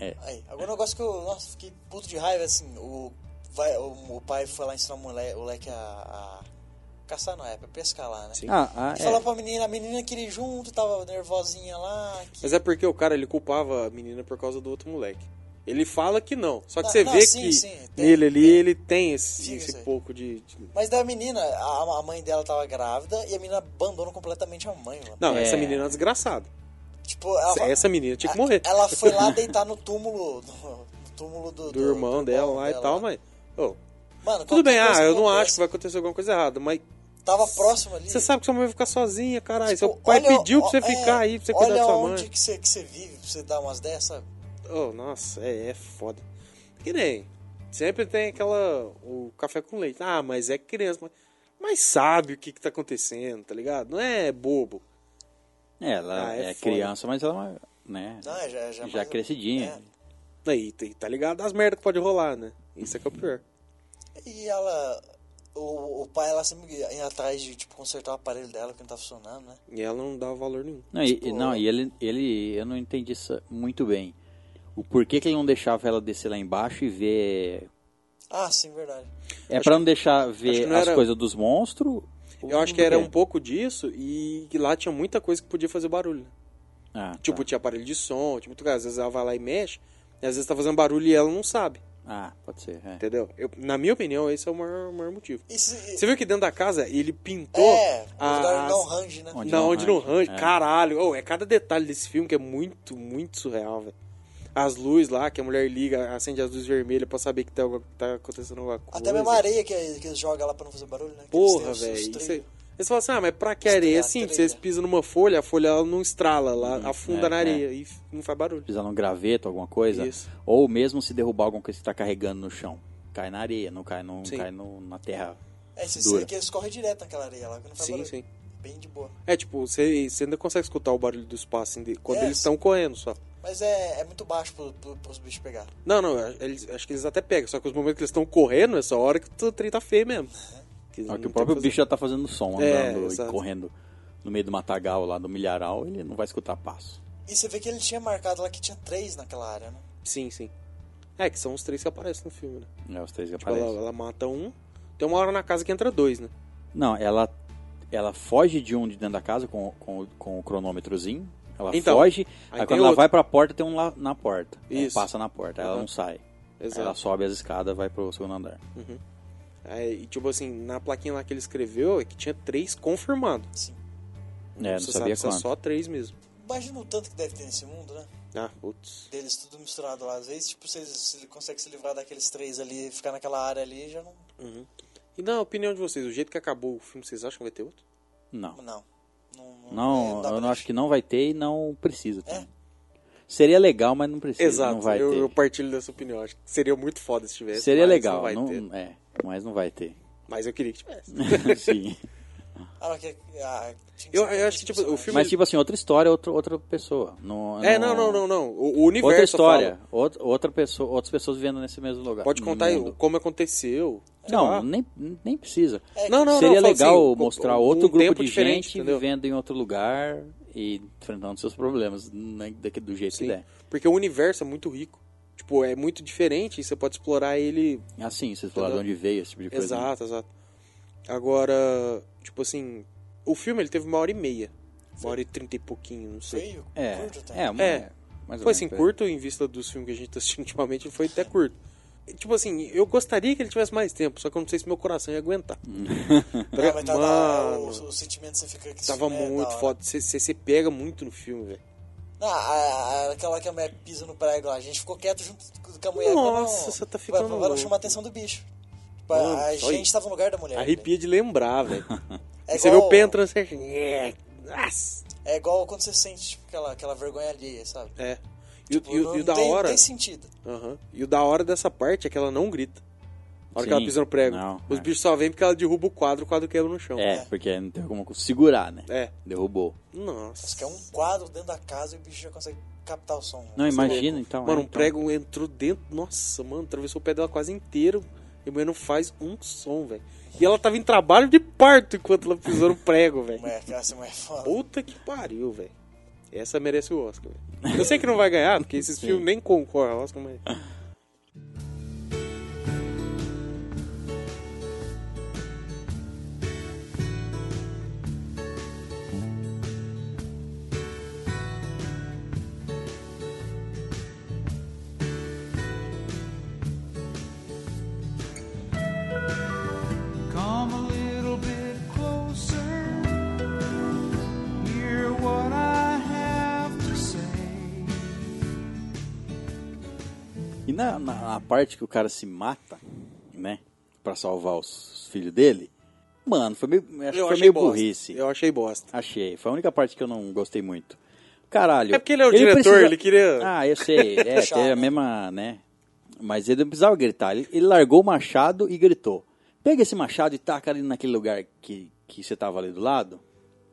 E: Aí, agora um negócio que eu, nossa, fiquei puto de raiva, assim, o, vai, o, o pai foi lá ensinar o moleque, o moleque a, a caçar, não, é pra pescar lá, né?
D: Sim.
A: Ah, ah,
E: E
A: é.
E: falar pra menina, a menina queria ir junto, tava nervosinha lá. Que...
D: Mas é porque o cara, ele culpava a menina por causa do outro moleque. Ele fala que não. Só que
E: Não,
D: você
E: não,
D: vê
E: sim,
D: que
E: sim, tem-
D: nele ali, ele tem esse,
E: Sim,
D: esse
E: isso aí.
D: pouco de... de-
E: Mas da menina, a, a mãe dela tava grávida e a menina abandonou completamente a mãe, mano.
D: Não,
A: É.
D: essa menina é desgraçada.
E: Tipo, ela, fa-
D: Essa menina tinha que morrer.
E: ela foi lá deitar no túmulo, no, no túmulo do,
D: do irmão dela lá e tal, mas... Ô,
E: Mano,
D: tudo bem,
E: qualquer
D: ah,
E: coisa
D: eu não
E: acontece,
D: acho que vai acontecer alguma coisa errada, mas
E: Tava próximo ali.
D: Você sabe que sua mãe vai ficar sozinha, caralho.
E: Tipo,
D: seu pai
E: olha-
D: pediu pra você
E: ó, é,
D: ficar aí, pra você cuidar
E: olha
D: da sua
E: onde
D: mãe.
E: que você, que você vive, pra você dar umas dessas.
D: Oh, nossa, é, é foda. Que nem. Sempre tem aquela. O café com leite. Ah, mas é criança. Mas, mas sabe o que, que tá acontecendo, tá ligado? Não é bobo.
A: É, ela
D: Ah, é
A: é,
D: foda. é
A: criança, mas ela né,
E: Não, é, já,
A: já,
E: já, mais-
A: crescidinha.
E: é.
D: Aí, tem- tá ligado as merdas que pode rolar, né? Isso é que é o pior.
E: E ela. O, o pai, ela sempre ia atrás de tipo, consertar o aparelho dela que não tá funcionando, né?
D: E ela não dá valor nenhum.
A: Não, e, e- não, e ele, ele, eu não entendi isso muito bem. O porquê que ele não deixava ela descer lá embaixo e ver.
E: Ah, sim, verdade.
A: É
D: Acho
A: pra não deixar
D: acho que
A: ver
D: não
A: as
D: era-
A: coisas dos monstros?
D: Eu acho que
A: Do
D: era
A: quê?
D: um pouco disso e que lá tinha muita coisa que podia fazer barulho. né?
A: Ah, tá.
D: Tipo, tinha aparelho de som, tinha muito cara. Às vezes ela vai lá e mexe, e às vezes tá fazendo barulho e ela não sabe,
A: Ah, pode ser. é.
D: entendeu? Eu- na minha opinião, esse é o maior, o maior motivo.
E: E se-
D: Você viu que dentro da casa ele pintou
E: é, o lugar
D: as...
E: não range, né?
A: Onde
D: na
A: não
D: onde não
A: range,
D: range.
A: é.
D: Caralho, oh, é cada detalhe desse filme que é muito, muito surreal, velho. As luzes lá, que a mulher liga, acende as luzes vermelhas pra saber que tá, algu- tá acontecendo alguma coisa.
E: Até mesmo a areia que, que eles jogam lá pra não fazer barulho, né? Que eles têm
D: Porra,
E: os- os
D: velho.
E: trilhos.
D: isso é- Eles falam assim, ah, mas pra que areia?
E: Estrear
D: Assim,
E: trilha.
D: vocês pisam numa folha, a folha ela não estrala, ela
A: Uhum,
D: afunda
A: é,
D: na areia e f- não faz barulho.
A: Pisar num um graveto, alguma coisa.
D: Isso.
A: Ou mesmo se derrubar alguma coisa que tá carregando no chão. Cai na areia, não cai, não
D: Sim.
A: cai no- na terra.
E: É, se
A: Dura.
E: você que eles correm direto naquela areia lá, que não faz
D: Sim,
E: barulho.
D: sim.
E: Bem de boa.
D: É, tipo, você, você ainda consegue escutar o barulho dos passos ainda- quando
E: É,
D: eles
E: sim.
D: estão correndo só.
E: Mas é, é muito baixo pro, pro, pros bichos pegar.
D: Não, não, é, eles- acho que eles até pegam, só que os momentos que eles estão correndo, essa hora que o trem tá feio mesmo. Que
A: Não,
D: não
A: que É o
D: tem
A: próprio
D: coisa-
A: bicho já tá fazendo som,
D: É,
A: andando e
D: exato.
A: correndo no meio do matagal lá, do milharal, ele não vai escutar passo.
E: E você vê que ele tinha marcado lá que tinha três naquela área, né?
D: Sim, sim. É, que são os três que aparecem no filme, né?
A: É, os três que
D: Tipo, ela,
A: aparecem.
D: ela mata um, tem uma hora na casa que entra dois, né?
A: Não, ela, ela foge de um de dentro da casa com, com, com o cronômetrozinho. Ela
D: Então,
A: foge,
D: aí
A: aí,
D: tem
A: quando ela
D: outro.
A: vai pra porta, tem um lá na porta. Ela
D: Isso.
A: passa na porta, ela
D: Uhum.
A: não sai. Aí Ela sobe as escadas, vai pro segundo andar.
D: Aí, e tipo assim, na plaquinha lá que ele escreveu, é que tinha três confirmados.
E: Sim.
A: É, não
D: Você
A: sabia
D: sabe se é
A: quanto.
D: só três mesmo.
E: Imagina o tanto que deve ter nesse mundo, né?
D: Ah, putz.
E: Deles tudo misturado lá. Às vezes, tipo, você se consegue se livrar daqueles três ali, ficar naquela área ali, já não.
D: E na opinião de vocês, o jeito que acabou o filme, vocês acham que vai ter outro?
A: Não.
D: um
E: Não. Não, não, é,
A: Não,
E: dá pra
A: eu não acho
E: deixar.
A: que não vai ter e não precisa. também.
E: É.
A: Seria legal, mas não precisa. Não vai
D: eu,
A: ter.
D: eu partilho dessa opinião. Acho que seria muito foda se tivesse.
A: Seria
D: mas
A: legal,
D: Não vai
A: não-
D: ter.
A: é, mas não vai ter.
D: Mas eu queria que tivesse.
A: Sim.
E: Ah, não, que, ah, tinha que
D: Eu-
E: ser
D: eu acho que, tipo, o filme-
A: Mas tipo assim, outra história, outro, outra pessoa. Não,
D: É, não, não, não, não. O, o universo.
A: Outra
D: eu
A: história,
D: falo.
A: out- outra pessoa, outras pessoas vivendo nesse mesmo lugar.
D: Pode contar aí
A: mundo.
D: como aconteceu. sei lá. É,
A: Não, nem, nem precisa.
D: Não, não,
A: Seria
D: não, eu falo
A: legal
D: assim,
A: mostrar
D: com- com
A: outro
D: um
A: grupo
D: tempo
A: de
D: diferente,
A: gente
D: entendeu?
A: vivendo em outro lugar e enfrentando seus problemas, né, daqui- do jeito
D: Sim.
A: que der.
D: Porque o universo é muito rico. Tipo, é muito diferente e você pode explorar ele
A: Assim, vocês falaram de onde veio, esse tipo de coisa. né?
D: Exato, exato. Agora, tipo assim, o filme ele teve uma hora e meia. Uma hora e trinta e pouquinho, não sei.
E: Feio, tá? Ah,
A: É,
E: curto até.
A: é, uma-
D: É.
A: mais ou
D: Foi
A: menos,
D: assim,
A: é.
D: curto em vista dos filmes que a gente tá assistindo ultimamente, foi até curto. E, Tipo assim, eu gostaria que ele tivesse mais tempo, só que eu não sei se meu coração ia aguentar.
E: Ah, mas tá é, da hora, o,
D: Mano,
E: o sentimento que você fica que
D: tava muito foda. Você se pega muito no filme, velho.
E: Não, a- a- aquela que a mulher pisa no prego lá, a gente ficou quieto junto com a mulher.
D: Nossa,
E: pra não-
D: você tá
E: pra-
D: ficando
E: Pra, não
D: louco.
E: chamar a atenção do bicho. Tipo,
D: Mano,
E: a
D: só
E: gente
D: isso.
E: tava no lugar da mulher.
D: Arrepia de lembrar, velho.
E: né? É
D: E você vê
E: igual-
D: o Pen entrando certo. É, nossa.
E: É igual quando você sente tipo, aquela, aquela vergonha alheia, sabe?
D: É. E, o-
E: Tipo,
D: e o-
E: não
D: e o da
E: tem,
D: hora.
E: Tem sentido.
D: Aham. E o da hora dessa parte é que ela não grita. Na hora que
A: Sim.
D: ela pisa no prego.
A: Não,
D: Os
A: é.
D: bichos só vêm porque ela derruba o quadro, o quadro quebra no chão.
A: É, porque não tem como segurar, né?
D: então. É.
A: Derrubou.
E: Isso
D: Nossa.
E: que é um quadro dentro da casa e o bicho já consegue captar o som.
A: Não,
E: Você é
A: imagina
E: louco.
A: então.
D: Mano,
A: é,
D: um
A: então.
D: prego entrou dentro. Nossa, mano, atravessou o pé dela quase inteiro. E a mulher não faz um som, velho. E ela tava em trabalho de parto enquanto ela pisou no prego, velho.
E: Mulher, cara, essa mulher é foda.
D: Puta que pariu, velho. Essa merece o Oscar, velho. Eu sei que não vai ganhar, porque esses filmes nem concorrem ao Oscar, mas.
H: Come a little bit closer. Hear what I have to say.
A: E na, na, na parte que o cara se mata, né? Pra salvar os, filhos dele, mano, foi meio, acho que foi meio
D: bosta.
A: burrice.
D: Eu achei bosta.
A: Achei. Foi a única parte que eu não gostei muito. Caralho.
D: É porque ele é o diretor, ele queria-
A: Ah, eu sei. É,
E: Puxar,
A: teve a
E: né?
A: mesma, né? Mas ele não precisava gritar. Ele, ele largou o machado e gritou. Pega esse machado e taca ali naquele lugar que, que você tava ali do lado.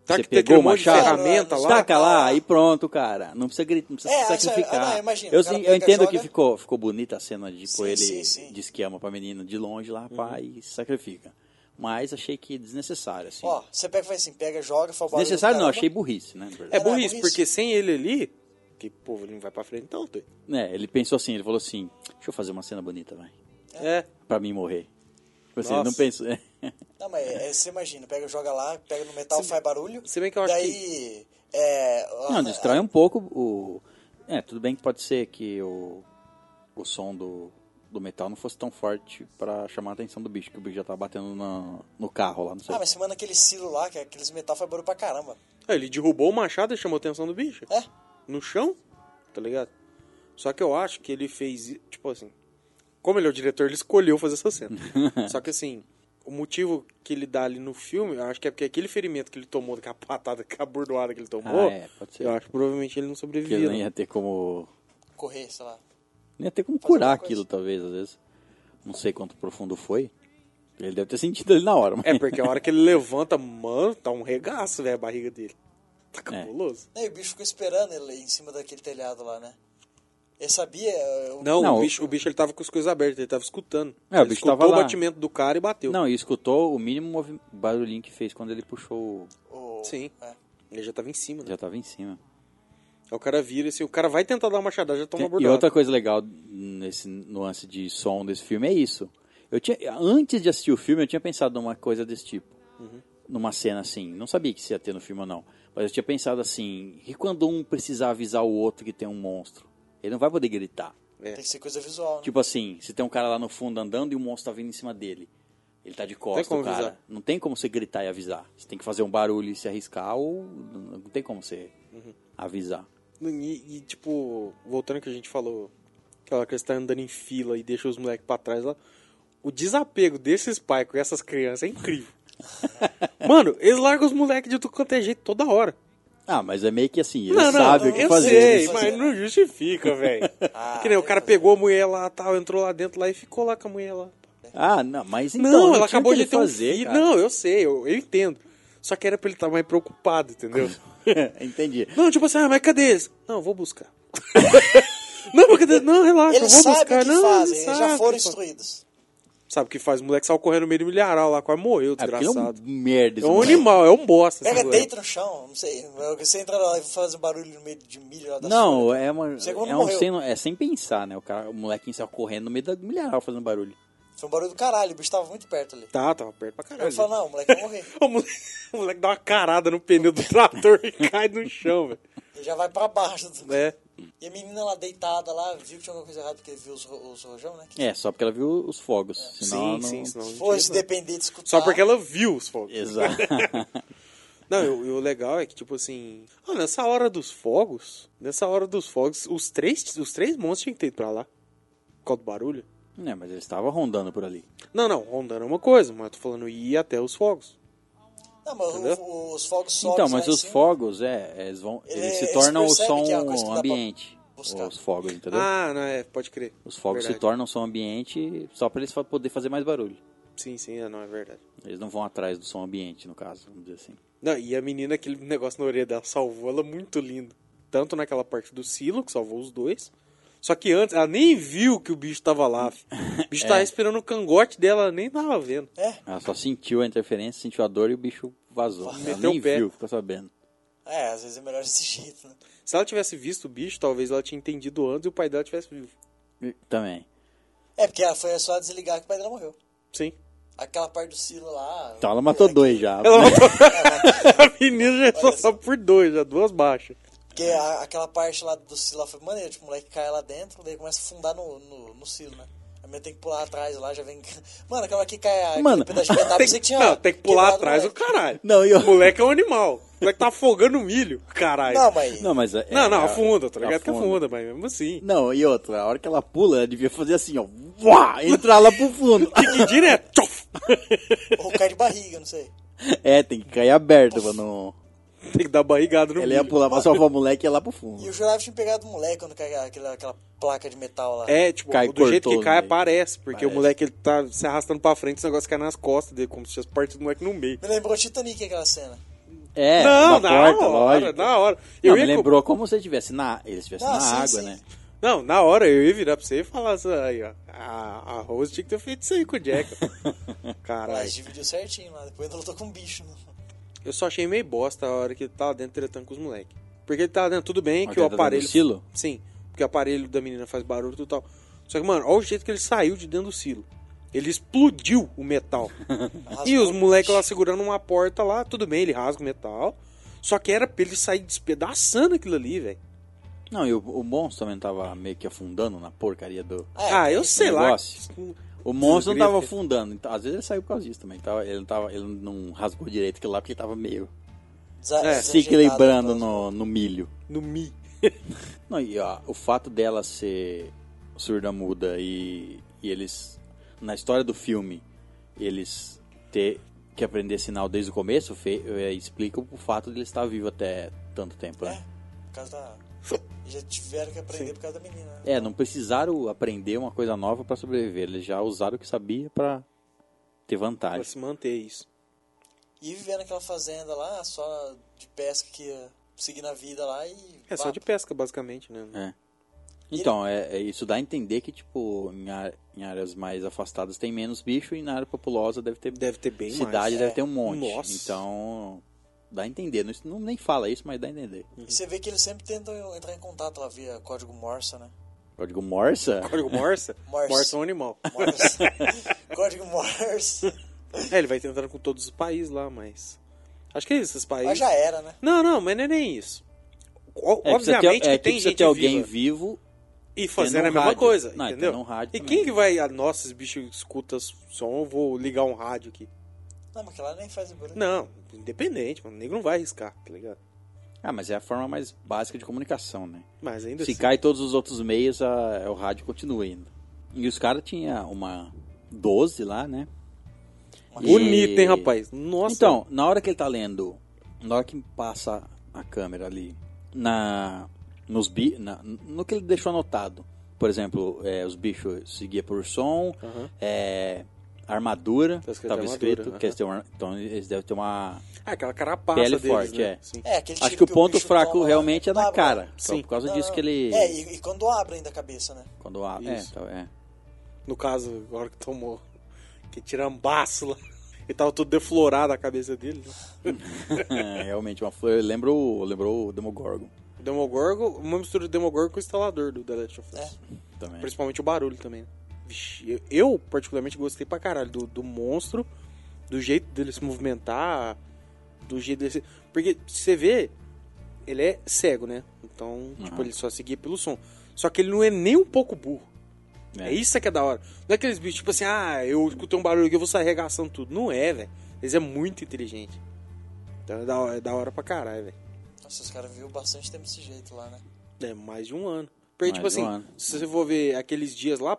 D: Tá
A: você
D: que tem aquele
A: pegou o
D: monte de
A: machado,
E: Tá
D: ferramenta lá.
A: taca lá e pronto, cara. Não precisa gritar, não precisa se
E: É, isso aí, ah,
A: sacrificar.
E: não, imagina,
A: eu
E: o cara
A: sim- eu
E: pega,
A: entendo
E: joga.
A: que ficou, ficou bonita a cena de tipo,
E: Sim,
A: ele
E: sim, sim. Uhum.
A: de esquema pra menina de longe lá, pá, e se sacrifica. Mas achei que desnecessário, assim.
E: Ó, você pega e faz assim, pega, joga, faz o barulho do
A: Necessário não,
E: caramba.
A: achei burrice, né? na verdade.
D: É
E: Era
D: burrice,
E: burrice.
D: porque sem ele ali, que povo, ele não vai pra frente então, não, doido.
A: É, ele pensou assim, ele falou assim, deixa eu fazer uma cena bonita, vai.
D: É.
A: Pra mim morrer. Tipo assim,
D: Nossa.
A: não penso.
E: Não, mas é, você imagina, pega, joga lá, pega no metal, faz barulho.
D: se bem que eu acho
E: daí, é, ó,
A: Não, distrai um pouco o. É, tudo bem que pode ser que o, o som do, do metal não fosse tão forte pra chamar a atenção do bicho, que o bicho já tava batendo na- no carro lá, não sei.
E: Ah, mas você manda aquele silo lá, que é aqueles metal faz barulho pra caramba.
D: Ah, Ele derrubou o machado e chamou a atenção do bicho.
E: É.
D: No chão, tá ligado? Só que eu acho que ele fez, i- tipo assim, como ele é o diretor, ele escolheu fazer essa cena. Só que assim, o motivo que ele dá ali no filme, eu acho que é porque aquele ferimento que ele tomou, daquela patada, aquela bordoada que ele tomou,
A: Ah, é, pode ser.
D: eu acho que provavelmente ele não
A: Porque ele
D: sobreviveu.
A: não ia ter como.
E: Correr, sei lá.
A: Não ia ter como
E: Fazer
A: curar
E: alguma coisa.
A: aquilo, talvez, às vezes. Não sei quanto profundo foi. Ele deve ter sentido ali na hora, mas.
D: É, porque a hora que ele levanta, mano, tá um regaço, velho, a barriga dele. Tá cabuloso.
E: Não, E o bicho ficou esperando ele em cima daquele telhado lá, né? Ele sabia. eu-
D: Não,
A: Não,
D: o,
A: o-
D: bicho, o bicho ele tava com as coisas abertas, ele tava escutando.
A: É, o
D: Ele
A: bicho
D: escutou
A: tava
D: o
A: lá.
D: batimento do cara e bateu.
A: Não, e escutou o mínimo movi- barulhinho que fez quando ele puxou. o-
E: o-
D: Sim.
E: é.
D: Ele já tava em cima, né?
A: Já tava em cima.
D: Aí o cara vira assim, o cara vai tentar dar uma machadada, já toma
A: Tem-
D: É uma
A: e
D: bordada.
A: outra coisa legal nesse nuance de som desse filme é isso. Eu tinha, antes de assistir o filme, eu tinha pensado numa coisa desse tipo.
D: Uhum.
A: Numa cena assim. Não sabia que isso ia ter no filme ou não. Mas eu tinha pensado assim: e quando um precisar avisar o outro que tem um monstro? Ele não vai poder gritar.
D: É.
E: Tem que ser coisa visual, né?
A: Tipo assim, se tem um cara lá no fundo andando e um monstro tá vindo em cima dele. Ele tá de costas,
D: como
A: o cara.
D: avisar.
A: Não tem como você gritar e avisar. Você tem que fazer um barulho e se arriscar ou não tem como você
D: Uhum.
A: avisar.
D: E, e, tipo, voltando ao que a gente falou, aquela questão andando em fila e deixa os moleques pra trás lá. O desapego desses pais com essas crianças é incrível. Mano, eles largam os moleques de tudo quanto é jeito toda hora.
A: Ah, mas é meio que assim, ele
D: não,
A: sabe
D: não,
A: o que
D: eu
A: fazer.
D: sei,
E: né?
D: mas não justifica, velho.
E: Ah,
D: que nem o
E: tem
D: cara
E: que fazer.
D: pegou a mulher lá, tal, entrou lá dentro lá e ficou lá com a mulher lá.
A: Ah, não, mas então.
D: não,
A: tinha
D: ela
A: o que
D: acabou de
A: ele
D: ter
A: fazer,
D: um filho.
A: cara.
D: Não, eu sei, eu, eu entendo. Só que era pra ele estar mais preocupado, entendeu?
A: Entendi.
D: Não, tipo assim, ah, mas cadê eles? Não, eu vou buscar. não, mas cadê? Não, relaxa, "Ah, eu
E: Eles
D: vou
E: sabem
D: buscar.
E: o que
D: não,
E: fazem,
D: eles
E: eles já foram
D: sabem.
E: instruídos.
D: Sabe o que faz? O moleque saiu correndo no meio do milharal lá, quase morreu,
A: É porque ele é um
D: desgraçado.
A: merda.
D: É
A: esse
D: um
A: moleque.
D: animal, é um bosta. esse
E: Pega,
D: moleque.
E: deita no chão, não sei. Você entra lá e faz um barulho no meio de milho lá da
A: Não,
E: sua.
A: é uma.
E: Segundo
A: É, um
E: morreu.
A: sem, é sem pensar, né? O, cara, o molequinho saiu correndo no meio da milharal fazendo barulho.
E: Foi um barulho do caralho, o bicho tava muito perto ali.
D: Tá, tava perto pra caralho.
E: Eu falo, não, o moleque vai morrer.
D: O moleque, o moleque dá uma carada no pneu do trator e cai no chão, velho.
E: Ele já vai pra baixo. do-
D: É.
E: E a menina lá deitada lá, viu que tinha alguma coisa errada porque viu os, ro- os rojão, né? Que...
A: É, só porque ela viu os fogos. senão ela
D: É. Sim, sim,
A: não...
D: senão. a gente
E: Foi se
D: não-
E: depender de escutar.
D: Só porque ela viu os fogos.
A: Exato.
D: Não, e o- e o legal é que, tipo assim. ah, nessa hora dos fogos. Nessa hora dos fogos, os três, os três monstros tinham que ter ido pra lá. Por causa do barulho.
A: é, mas ele estava rondando por ali.
D: Não, não, rondando é uma coisa, mas eu tô falando ir até os fogos.
E: Não, mas
D: Entendeu?
E: o- os fogos sobem. assim.
A: então,
E: lá
A: mas
E: em
A: os
E: cima.
A: fogos, é, eles vão.
E: Ele-
A: Eles se
E: eles
A: tornam o
E: percebem
A: som
E: que é uma coisa que dá pra
A: ambiente.
E: buscar.
A: Os fogos, entendeu?
D: Ah, não, é, pode crer.
A: os fogos se
D: Verdade.
A: tornam som ambiente só pra eles fa- poder fazer mais barulho.
D: Sim, sim, é, não, é verdade.
A: Eles não vão atrás do som ambiente, no caso, vamos dizer assim.
D: Não, e a menina, aquele negócio na orelha dela, salvou ela muito lindo. Tanto naquela parte do silo, que salvou os dois. Só que antes, ela nem viu que o bicho tava lá. fi. O bicho tava esperando o cangote dela, ela nem tava vendo.
E: É,
A: Ela só sentiu a interferência, sentiu a dor e o bicho vazou. Ela
D: Meteu
A: nem
D: o pé.
A: viu, ficou sabendo.
E: é, às vezes é melhor desse jeito, né?
D: Se ela tivesse visto o bicho, talvez ela tinha entendido antes e o pai dela tivesse vivo.
A: E- Também.
E: É, porque ela foi só desligar que o pai dela morreu.
D: Sim.
E: Aquela parte do silo lá.
A: Então ela
D: É
A: matou dois já.
D: a menina já é só por dois, já duas baixas.
E: Porque a- aquela parte lá do silo lá foi maneiro, tipo, o moleque cai lá dentro, daí começa a afundar no, no, no silo, né? A minha tem que pular atrás lá, já vem. Mano, aquela hora que cai a- aquele
A: Mano,
E: pedaço de metal, Tá,
D: Tem,
E: pensei que assim, tinha.
D: não, tem que pular
E: quebrado
D: atrás o
E: moleque.
D: caralho.
A: Não, e eu-
D: O moleque é um animal. O moleque tá afogando o milho. Caralho.
E: Não, mas.
A: Não, mas. é-
D: Não, não,
A: é-
D: afunda, tá ligado? Que afunda, mas mesmo assim.
A: Não, e outra, a hora que ela pula, ela devia fazer assim, ó. Uá, entrar lá pro fundo.
D: Que direto.
E: Ou cai de barriga, não sei.
A: é, tem que cair aberto pra não.
D: Tem que dar barrigada no
A: Ele ia
D: milho.
A: pular pra salvar o moleque e ia lá pro fundo.
E: E eu jurava que tinha pegado o moleque quando caiu aquela, aquela placa de metal lá.
D: É, tipo,
A: Cai,
D: do jeito que
A: cortou,
D: cai,
A: né?
D: aparece. Porque
A: Parece.
D: o moleque ele tá se arrastando pra frente, esse negócio cai nas costas dele, como se tivesse partido o moleque no meio.
E: Me lembrou Titanic aquela cena.
A: É,
D: não,
A: na
D: na
A: porta,
D: hora,
A: lógico.
D: na hora.
A: Não,
D: Eu
A: me
D: ia co-
A: lembrou como se ele estivesse na, ele estivesse
E: Ah,
A: na
E: sim,
A: água,
E: sim.
A: né?
D: Não, na hora eu ia virar pra você e falar assim, aí, ó. A, a Rose tinha que ter feito isso aí com o Jack. ó. Caralho.
E: Mas dividiu certinho lá. Depois ainda lutou com um bicho. né?
D: Eu só achei meio bosta a hora que ele tava dentro tretando com os moleques. Porque ele tava dentro, tudo bem
A: Mas
D: que o
A: ele tá dentro do
D: aparelho.
A: silo?
D: Sim, porque o aparelho da menina faz barulho e tudo tal. Só que, mano, olha o jeito que ele saiu de dentro do silo. Ele explodiu o metal. e
E: Rasgou
D: os
E: o
D: moleques
E: bicho.
D: lá segurando uma porta lá, tudo bem, ele rasga o metal. Só que era pra ele sair despedaçando aquilo ali, velho.
A: Não, e o, o monstro também tava meio que afundando na porcaria do.
E: é,
D: Ah, eu sei lá.
A: negócio. O monstro não
D: Desgrito.
A: tava afundando. Então, às vezes ele saiu por causa disso também. Tava, ele, não tava, ele não rasgou direito aquilo lá porque ele tava meio
E: desa-
D: É.
A: se
E: desajeitado,
A: equilibrando
E: né?
A: no, no milho.
D: No Mi.
A: Não, e ó, o fato dela ser surda muda e, e eles. Na história do filme, eles ter que aprender sinal desde o começo fe, é, explica o fato de ele estar vivo até tanto tempo, né?
E: É, por causa da... e Já tiveram que aprender por causa da menina. né?
A: É, não precisaram aprender uma coisa nova pra sobreviver. Eles já usaram o que sabia pra ter
D: Pra
A: vantagem.
D: se manter isso.
E: E viver naquela fazenda lá, só de pesca que ia seguir na vida lá e.
D: É só de pesca, basicamente, né?
A: É. Então, é, é isso dá a entender que, tipo, em, á- em áreas mais afastadas tem menos bicho e na área populosa deve ter
D: Deve ter bem
A: cidade
D: mais. É.
A: deve ter um monte.
D: Nossa.
A: Então, dá a entender. Não, isso não- nem fala isso, mas dá a entender.
D: Hum.
E: E você vê que eles sempre tentam entrar em contato lá via código Morse, né?
A: Código Morsa?
D: Código Morsa?
E: Morsa.
D: Morsa é um animal.
E: Morse. código Morse.
D: É, ele vai tentando com todos os países lá, mas. Acho que é isso, esses países.
E: Mas já era, né?
D: Não, não, mas não é nem isso. O-
A: É, precisa ter-
D: Obviamente
A: é,
D: que tem
A: precisa
D: gente
A: ter alguém
D: viva
A: vivo.
D: e fazendo
A: tendo
D: a
A: um
D: mesma
A: rádio.
D: coisa,
A: Não, e
D: entendeu?
A: tendo um rádio
D: e
A: também.
D: quem que vai, ah, nossa, esse bicho escuta som, eu vou ligar um rádio aqui.
E: Não, mas que lá nem faz um barulho.
D: Não, independente, mano, o negro não vai arriscar, tá ligado?
A: Ah, mas é a forma mais básica de comunicação, né?
D: Mas ainda
A: Se
D: assim,
A: cai todos os outros meios, a- é, o rádio continua indo. E os caras tinham uma 12 lá, né?
D: bonito,
A: E-
D: hein, rapaz? Nossa.
A: Então, na hora que ele tá lendo, na hora que passa a câmera ali, na, nos bi, na- no que ele deixou anotado, por exemplo, é, os bichos seguia por som,
D: Aham.
A: é, armadura,
D: Tá escrito
A: tava
D: armadura,
A: escrito,
D: aham.
A: que eles têm uma- então eles devem ter uma...
D: Ah, aquela carapaça
A: Pele
D: deles,
A: forte,
D: né?
A: é.
D: Sim.
E: É, aquele
A: Acho
E: tiro
A: que o ponto
E: bicho
A: fraco
E: toma lá,
A: realmente é na
E: abre,
A: cara,
E: né?
A: então
D: Sim.
A: por causa
E: Não,
A: disso
E: não.
A: que ele...
E: É, e, e quando abre ainda a cabeça, né?
A: Quando a, é,
D: Isso.
A: então, é.
D: No caso, a hora que tomou. Que tirambaço lá. Ele tava todo deflorado a cabeça dele. né?
A: É, realmente, uma flor, lembrou, lembrou o Demogorgon
D: O Demogorgon, uma mistura do Demogorgon com o instalador do The Last of Us.
E: É.
A: também.
D: Principalmente o barulho também. né? Vixe, eu, eu particularmente gostei pra caralho do, do monstro, do jeito dele se movimentar, do jeito dele. se- Porque você vê, ele é cego, né? Então, tipo, ele só seguia pelo som. Só que ele não é nem um pouco burro. É.
A: É.
D: isso que é da hora. Não é aqueles bichos tipo assim, ah, eu escutei um barulho aqui, eu vou sair arregaçando tudo. Não é, velho. Eles é muito inteligente. Então é da, hora- é da hora pra caralho, velho.
E: Nossa, os caras viu bastante tempo desse jeito lá, né?
D: É mais de um ano. Porque,
A: Mais de
D: tipo assim,
A: um ano.
D: se você for ver aqueles dias lá,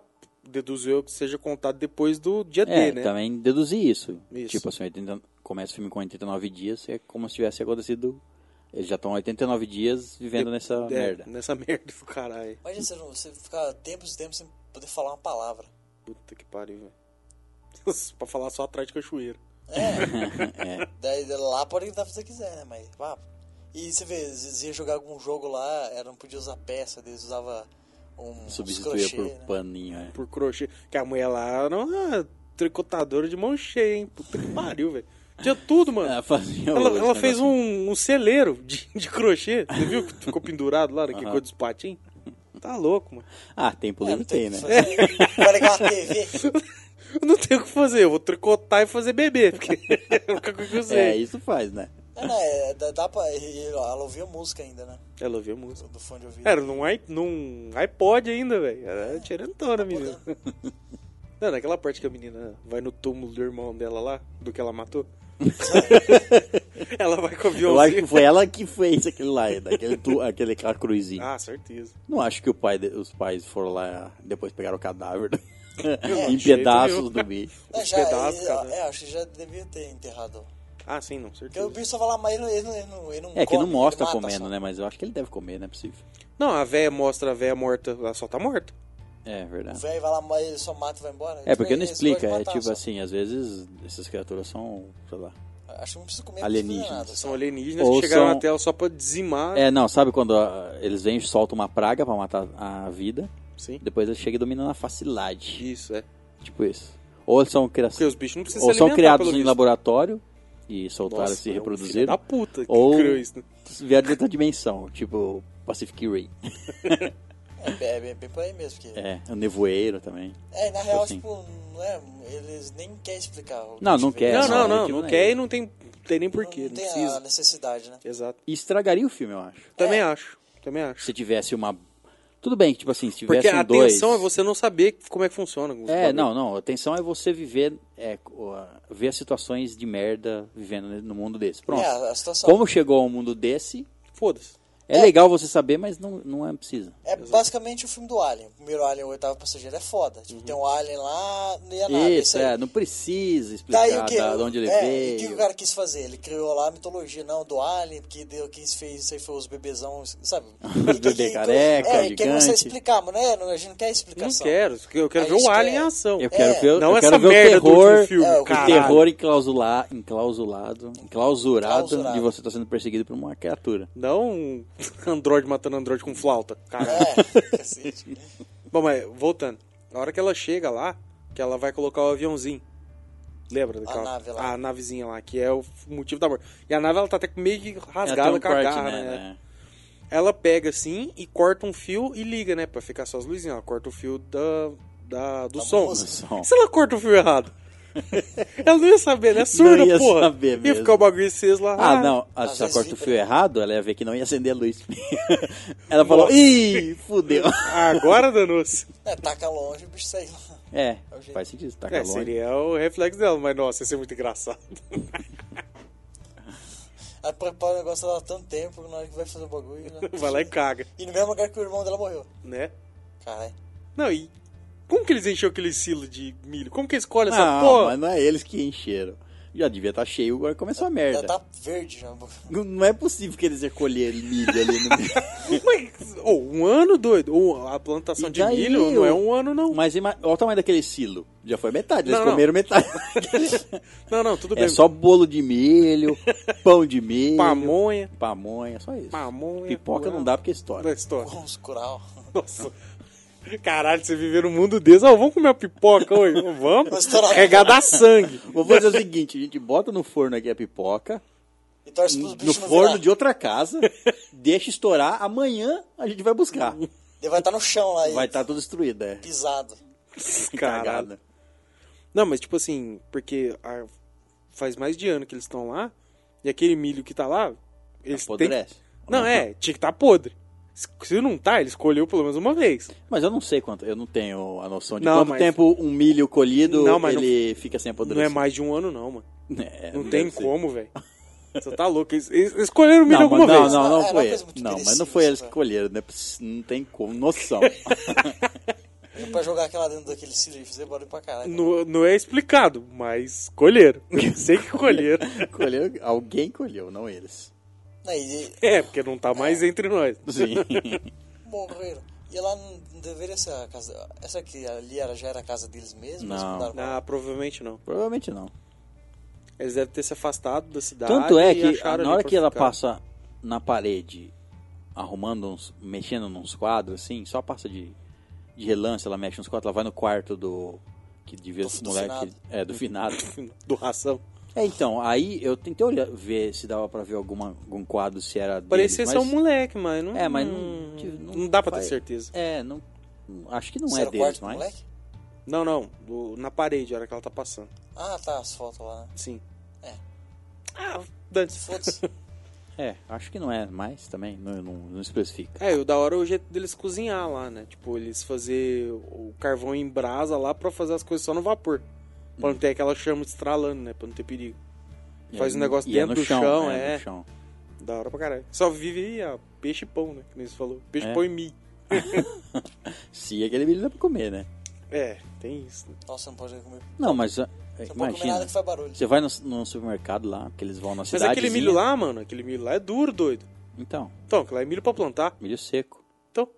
D: deduzo eu que seja contado depois do dia
A: É,
D: D, né?
A: também deduzi isso.
D: Isso.
A: Tipo assim, 80 começa o filme com 89 dias, é como se tivesse acontecido. Eles já estão 89 dias vivendo nessa
D: É,
A: merda.
D: Nessa merda do caralho.
E: Imagina você, não- você ficar tempos e tempos sem poder falar uma palavra.
D: Puta que pariu, velho. pra falar só atrás de cachoeira.
E: Daí lá pode gritar o que você quiser, né? Mas vá. E você vê, eles iam jogar algum jogo lá, era, não podia usar peça, eles usavam um uns
A: Substituir
E: crochê,
A: por
E: né?
A: paninho, é.
D: Por crochê. Que a mulher lá era uma tricotadora de mão cheia, hein? Puta que pariu, velho. Tinha tudo, mano.
A: Ela Ah, fazia né?
D: Ela,
A: o-
D: ela
A: É, esse
D: fez
A: negocinho.
D: um, um celeiro de, de crochê. Você viu que ficou pendurado lá naquele
A: Aham.
D: coisa dos patinhos? Tá louco, mano.
A: Ah, tempo
E: É,
A: livre
E: não
A: tem,
E: o
A: né?
E: que fazer. Vai ligar uma TV.
D: Eu não tenho o que fazer, eu vou tricotar e fazer bebê. Porque é a única coisa que eu
A: É,
D: sei.
A: isso faz, né?
E: É, não, é, dá, dá pra. e- e Ela ouvia música ainda, né?
D: Ela ouvia música. é,
E: Do, do fone de ouvido.
D: Era num, i- num iPod ainda, velho. Era
A: É
D: tirantona, menina.
A: né?
D: Não, naquela parte que a menina vai no túmulo do irmão dela lá, do que ela matou. ela vai com o
A: Eu acho que
D: violão.
A: foi ela que fez aquele lá, aquele, tu, aquele aquela cruzinha.
D: Ah, certeza.
A: Não acho que o pai de- os pais foram lá depois pegaram o cadáver
D: de
A: em
D: jeito
A: pedaços
D: nenhum.
A: do bicho.
E: É,
D: Os
E: já,
D: pedaços,
E: e-
D: cara.
E: é, acho que já devia ter enterrado
D: Ah, sim, não,
E: Porque o
D: certeza.
E: bicho só vai lá, mas ele, não- ele, não- ele não, ele não
A: É, que
E: come,
A: não mostra
E: ele mata
A: comendo,
E: só.
A: né? Mas eu acho que ele deve comer, não é possível.
D: Não, a véia mostra a véia morta, ela só tá morta.
A: É,
E: O
A: verdade.
E: velho vai lá, mas ele só mata e vai embora.
A: É, porque não
E: Eles gostam de
A: explica. É
E: matar
A: tipo
E: só.
A: assim, às vezes essas criaturas são, sei lá.
E: Acho que não precisa comer
A: Alienígenas.
E: Nada,
D: São
E: só.
D: alienígenas
A: Ou
D: que chegaram
A: são-
D: na tela só pra dizimar.
A: É, não, sabe quando ah, eles vêm e soltam uma praga pra matar a vida,
D: Sim.
A: depois eles chegam e dominam na facilidade.
D: Isso, é.
A: Tipo isso. Ou eles são, cria...
D: Porque os bichos não precisam
A: ou
D: se
A: são
D: alimentar,
A: criados
D: pelo
A: em
D: visto.
A: laboratório e soltaram
D: Nossa,
A: se
D: é um
A: reproduzir.
D: filho Da puta, que
A: Ou-
D: criou isso, né?
A: Vieram de outra dimensão, tipo Pacific Rim.
E: É, é bem, bem por aí mesmo. Porque... É.
A: É, o nevoeiro também.
E: na real,
A: assim.
E: tipo, não é, eles nem querem explicar. o que
A: Não,
E: a gente
A: não
E: vê.
A: quer,
E: Não,
D: não,
A: só
D: não,
A: é
D: não.
A: que
D: Não
A: não é.
D: quer e não tem, tem nem porquê. Não,
E: não tem a
D: precisa.
E: necessidade, né?
D: Exato.
A: E estragaria o filme, eu acho.
E: É.
D: Também acho. Também acho.
A: Se tivesse uma. Tudo bem, tipo assim, se tivesse
D: Porque
A: um
D: a
A: dois...
D: atenção é você não saber como é que funciona. os
A: É,
D: bagulho.
A: não, não. A Atenção é você viver, é, co- a- ver as situações de merda vivendo ne- no mundo desse. Pronto.
E: É, a- a situação.
A: Como chegou ao mundo desse,
D: Foda-se.
A: é, legal você saber, mas não, não é precisa.
E: É basicamente o filme do Alien. O primeiro Alien, o oitavo passageiro, é foda. Tipo, tem um Alien lá, não ia nada.
A: Uhum. Isso,
E: aí.
A: é, não precisa explicar
E: Daí o que?
A: da- de onde ele
E: é, e O que que
A: veio.
E: o cara quis fazer? Ele criou lá a mitologia, não, do Alien, porque deu, quem fez isso aí foi os bebezão, sabe?
A: Os bebê careca,
E: É, e quem não sabe
A: gigante.
E: explicar, mas não é, não, a gente não quer
D: Não
E: explicação.
D: quero. Eu quero
E: A
D: ver
E: gente
D: o Alien
E: quer-
D: em ação.
A: Eu quero ver,
D: Não
A: eu
D: essa
A: quero ver
D: merda
A: o
D: do último
A: terror,
D: filme,
E: É, o
A: o
D: caralho.
A: terror enclausular, enclausulado, enclausurado,
E: Enclausurado.
A: de você estar sendo perseguido por uma criatura.
D: Não um androide matando androide com flauta. Caralho.
E: É, cacete.
D: Bom, mas voltando. Na hora que ela chega lá, que ela vai colocar o aviãozinho. Lembra daquela?
E: nave lá.
D: A navezinha lá, que é o motivo da morte. E a nave, ela tá até meio que rasgada
A: Ela
D: com
A: tem
D: a
A: um corte,
D: garra, né? Ela pega assim e corta um fio e liga, né? Pra ficar só as luzinhas. Ela corta o fio da, da, do
E: Da
D: som.
E: música.
A: Som.
D: Se ela corta o fio errado? ela não ia saber, né? Surda,
A: Não ia
D: porra.
A: saber
D: Ia
A: mesmo.
D: ficar o bagulho aceso lá.
A: Ah, não. Ah,
E: Às
A: Se ela
E: vezes
A: corta o
E: vibra.
A: fio errado, ela ia ver que não ia acender a luz. ela falou,
D: Nossa.
A: ih, fudeu.
D: Ah, Agora danou-se.
E: É, taca longe, o bicho sai lá.
A: É,
E: É o jeito.
A: faz sentido, tá
D: É,
A: calor.
D: seria o reflexo dela, mas nossa, ia ser muito engraçado.
E: Aí prepara o negócio lá há tanto tempo, na hora que vai fazer o bagulho. né?
D: Vai lá e caga,
E: E no mesmo lugar que o irmão dela morreu.
D: né?
E: Caralho.
D: Não, e como que eles encheu aquele silo de milho? Como que escolhe essa
A: Não,
D: porra?
A: mas não é eles que encheram. Já devia estar cheio, agora começou a merda.
E: Já tá verde já.
A: Não- Não é possível que eles recolheram milho ali no meio.
D: Mas, ô, um ano doido. Ô, a plantação
A: E
D: de
A: daí,
D: milho
A: ô?
D: não é um ano, não.
A: Mas ima- olha o tamanho daquele silo. Já foi metade, eles
D: Não, não.
A: comeram metade.
D: Não, não, tudo
A: é
D: bem.
A: só um bolo de milho, pão de milho,
D: pamonha.
A: pamonha, só isso.
D: Pamonha,
A: Pipoca
D: curau.
A: não dá porque
D: Da
A: estoura.
D: história.
E: Com os cural.
D: Nossa. Caralho, você viver no mundo desse. Ó, vamos comer uma pipoca hoje? Vamos?
E: Estourado.
D: Regada a sangue.
A: Vou fazer o seguinte, a gente bota no forno aqui a pipoca,
E: E torce pros
A: no
E: bichos não
A: forno
E: virar.
A: de outra casa, deixa estourar, amanhã a gente vai buscar.
E: Ele vai estar no chão lá, aí,
A: Vai estar tudo destruído, é.
E: pisado.
D: Caralho.
A: Cagada.
D: Não, mas tipo assim, porque a- faz mais de ano que eles estão lá, e aquele milho que tá lá, eles têm...
A: Apodrece.
D: Não,
A: Uhum.
D: é, tinha que tá podre. Se- Se não tá, ele escolheu pelo menos uma vez.
A: Mas eu não sei quanto, eu não tenho a noção de
D: Não,
A: quanto
D: mas-
A: tempo um milho colhido
D: Não, mas
A: ele fica sem apodrecer.
D: Não é mais de um ano não, mano.
A: É,
D: Não
A: deve
D: tem
A: ser.
D: como, velho. Você tá louco. Eles, eles escolheram o um milho
A: Não,
D: alguma
A: mas não,
D: vez.
A: não, não
E: É, é uma
A: foi
E: coisa
A: eles.
E: muito
A: Não, mas não
E: perecível,
A: foi eles que
E: sabe?
A: colheram, né? Pss, Não tem como, noção.
E: E pra jogar aquela dentro daquele silo e fazer barulho pra caralho.
D: Não, não é explicado, mas colheram. Eu sei que colheram.
A: colheram, alguém colheu, não eles.
E: Não, e
D: É, porque não tá mais entre nós.
A: Sim.
E: morreram. E lá não não deveria ser a casa. Essa aqui ali era, já era a casa deles mesmo?
A: Não.
E: eles mudaram pra lá?
D: Ah, provavelmente não.
A: Provavelmente não.
D: Eles devem ter se afastado da cidade.
A: Tanto é
D: e
A: que
D: acharam
A: na
D: ali
A: hora
D: pra
A: que ela
D: ficar.
A: passa na parede, arrumando uns. mexendo nos quadros, assim, só passa de, de relance, ela mexe nos quadros, ela vai no quarto do. Que devia
E: Do-
A: ser
E: do
A: moleque.
E: finado.
A: É, do finado.
D: Do ração.
A: É, então, aí eu tentei olhar, ver se dava pra ver alguma, algum quadro, se era
D: Parecia
A: deles,
D: ser um
A: mas...
D: moleque, mas não.
A: É, mas não-
D: Não,
A: não
D: dá pra ter
A: faz-
D: certeza.
A: É, não, não- acho que não
E: Esse
A: é
E: era o
A: deles,
E: quarto do
A: mas...
E: moleque?
D: Não, não. do- na parede, a hora que ela tá passando.
E: Ah, tá, as fotos lá. né?
D: Sim.
E: É.
D: Ah, dane-se.
E: Foda-se.
A: É, acho que não é mais também, não, não, não especifica.
D: É, e o da hora é o jeito deles cozinhar lá, né? Tipo, eles fazer o carvão em brasa lá pra fazer as coisas só no vapor. Pra não ter aquela chama estralando, né? Pra não ter perigo. Faz
A: E
D: um
A: é no-
D: negócio
A: e
D: dentro
A: é no
D: do chão, é.
A: no chão.
D: Da hora pra caralho. Só vive a peixe e pão, né? Que nem você falou. Peixe,
A: É.
D: pão e mim.
A: Se aquele milho dá pra comer, né?
D: É, tem isso. Né?
E: Nossa, não pode comer.
A: Não, mas ah,
E: Você não pode comer nada
A: Imagina.
E: que faz barulho.
A: Você vai no, no supermercado lá, que eles vão na
D: Mas é
A: cidade.
D: aquele milho lá, mano, aquele milho lá é duro, doido.
A: Então,
D: Então, aquilo lá é milho pra plantar.
A: milho seco.
D: Então,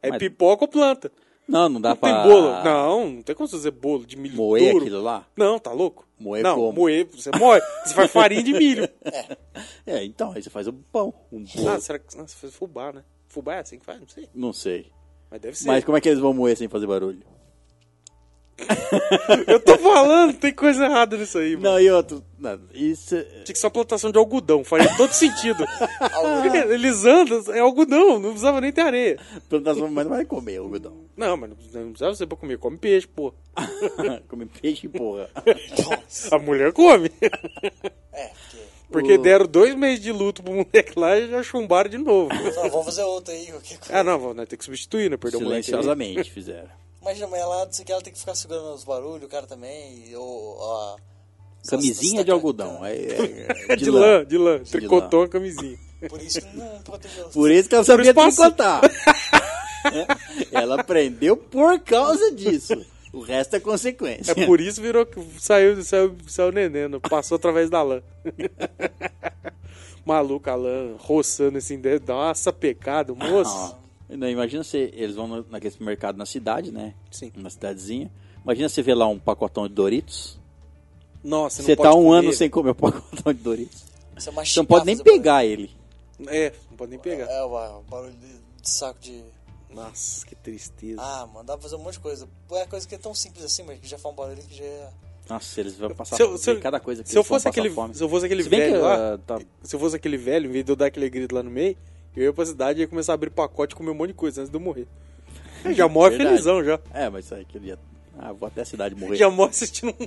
D: é
A: Mas-
D: pipoca ou planta.
A: Não, não dá
D: não
A: pra.
D: tem bolo. Não, não tem como você fazer bolo de milho
A: Moer
D: duro.
A: aquilo lá?
D: Não, tá louco?
A: Moer
D: não,
A: como?
D: moer, você moe, você faz farinha de milho.
A: É, então, aí você faz o pão. Um bolo.
D: Ah, será que nossa, fez fubá, né? Fubá é assim que faz? Não sei.
A: Não sei.
D: Mas deve ser.
A: Mas como é que eles vão moer sem fazer barulho?
D: Eu tô falando, tem coisa errada nisso aí, mano.
A: Não, e outro. não, isso.
D: Tinha que ser uma plantação de algodão, faria todo sentido. Eles andam, é algodão, não precisava nem ter areia.
A: Plantação, mas não vai comer algodão.
D: Não, mas não não precisava ser pra comer, come peixe, pô.
A: comer peixe, porra.
D: A mulher come.
E: É, porque.
D: Porque deram dois meses de luto pro moleque lá e já chumbaram de novo.
E: Fala, vamos fazer outro aí. qualquer coisa.
D: Ah, não, vamos né, ter que substituir, né? Perdeu o moleque. ali.
A: Silenciosamente fizeram.
E: Imagina, mas ela, não sei o que, ela tem que ficar segurando os barulhos, o cara também. e- Ou, ó,
A: Camisinha de algodão. É, é-
D: É de lã, de lã.
A: De
D: Tricotou
A: lã.
D: a camisinha.
E: Por isso que não protegeu.
A: Por isso que ela sabia
D: isso passou.
A: tricotar. ela aprendeu por causa disso. O resto é consequência.
D: É por isso virou que saiu, saiu, saiu nenendo, passou através da lã. Maluco, a lã roçando assim, deve dar uma sapecada, moço.
A: Ó, não, imagina se eles vão no- naquele supermercado na cidade, né?
D: Sim.
A: Uma cidadezinha. Imagina você vê lá um pacotão de Doritos.
D: Nossa, não
A: Você
D: pode
A: tá um
D: comer.
A: ano sem comer o pacotão de Doritos.
E: Você
A: Você não pode nem pegar ele.
D: É, não pode nem pegar.
E: É, o o barulho de, de saco de.
D: Nossa, que tristeza.
E: Ah, mano, dá pra fazer um monte de coisa. Pô, É coisa que é tão simples assim, mas que já faz um barulho que já é.
A: Nossa, eles vão passar
D: Se eu- se eu-
A: fome, cada coisa que
D: se eu
A: eles vão
D: fosse
A: passar
D: aquele-
A: fome.
D: se eu fosse aquele
A: Se bem que,
D: velho lá-
A: ah, tá-
D: Se eu fosse aquele velho, em vez de eu dar aquele grito lá no meio, eu ia pra cidade e ia começar a abrir pacote e comer um monte de coisa antes de eu morrer. Já morre
A: É Verdade.
D: felizão, já.
A: É, mas isso aí que ele ia... Ah, vou até a cidade morrer.
D: Já morre assistindo um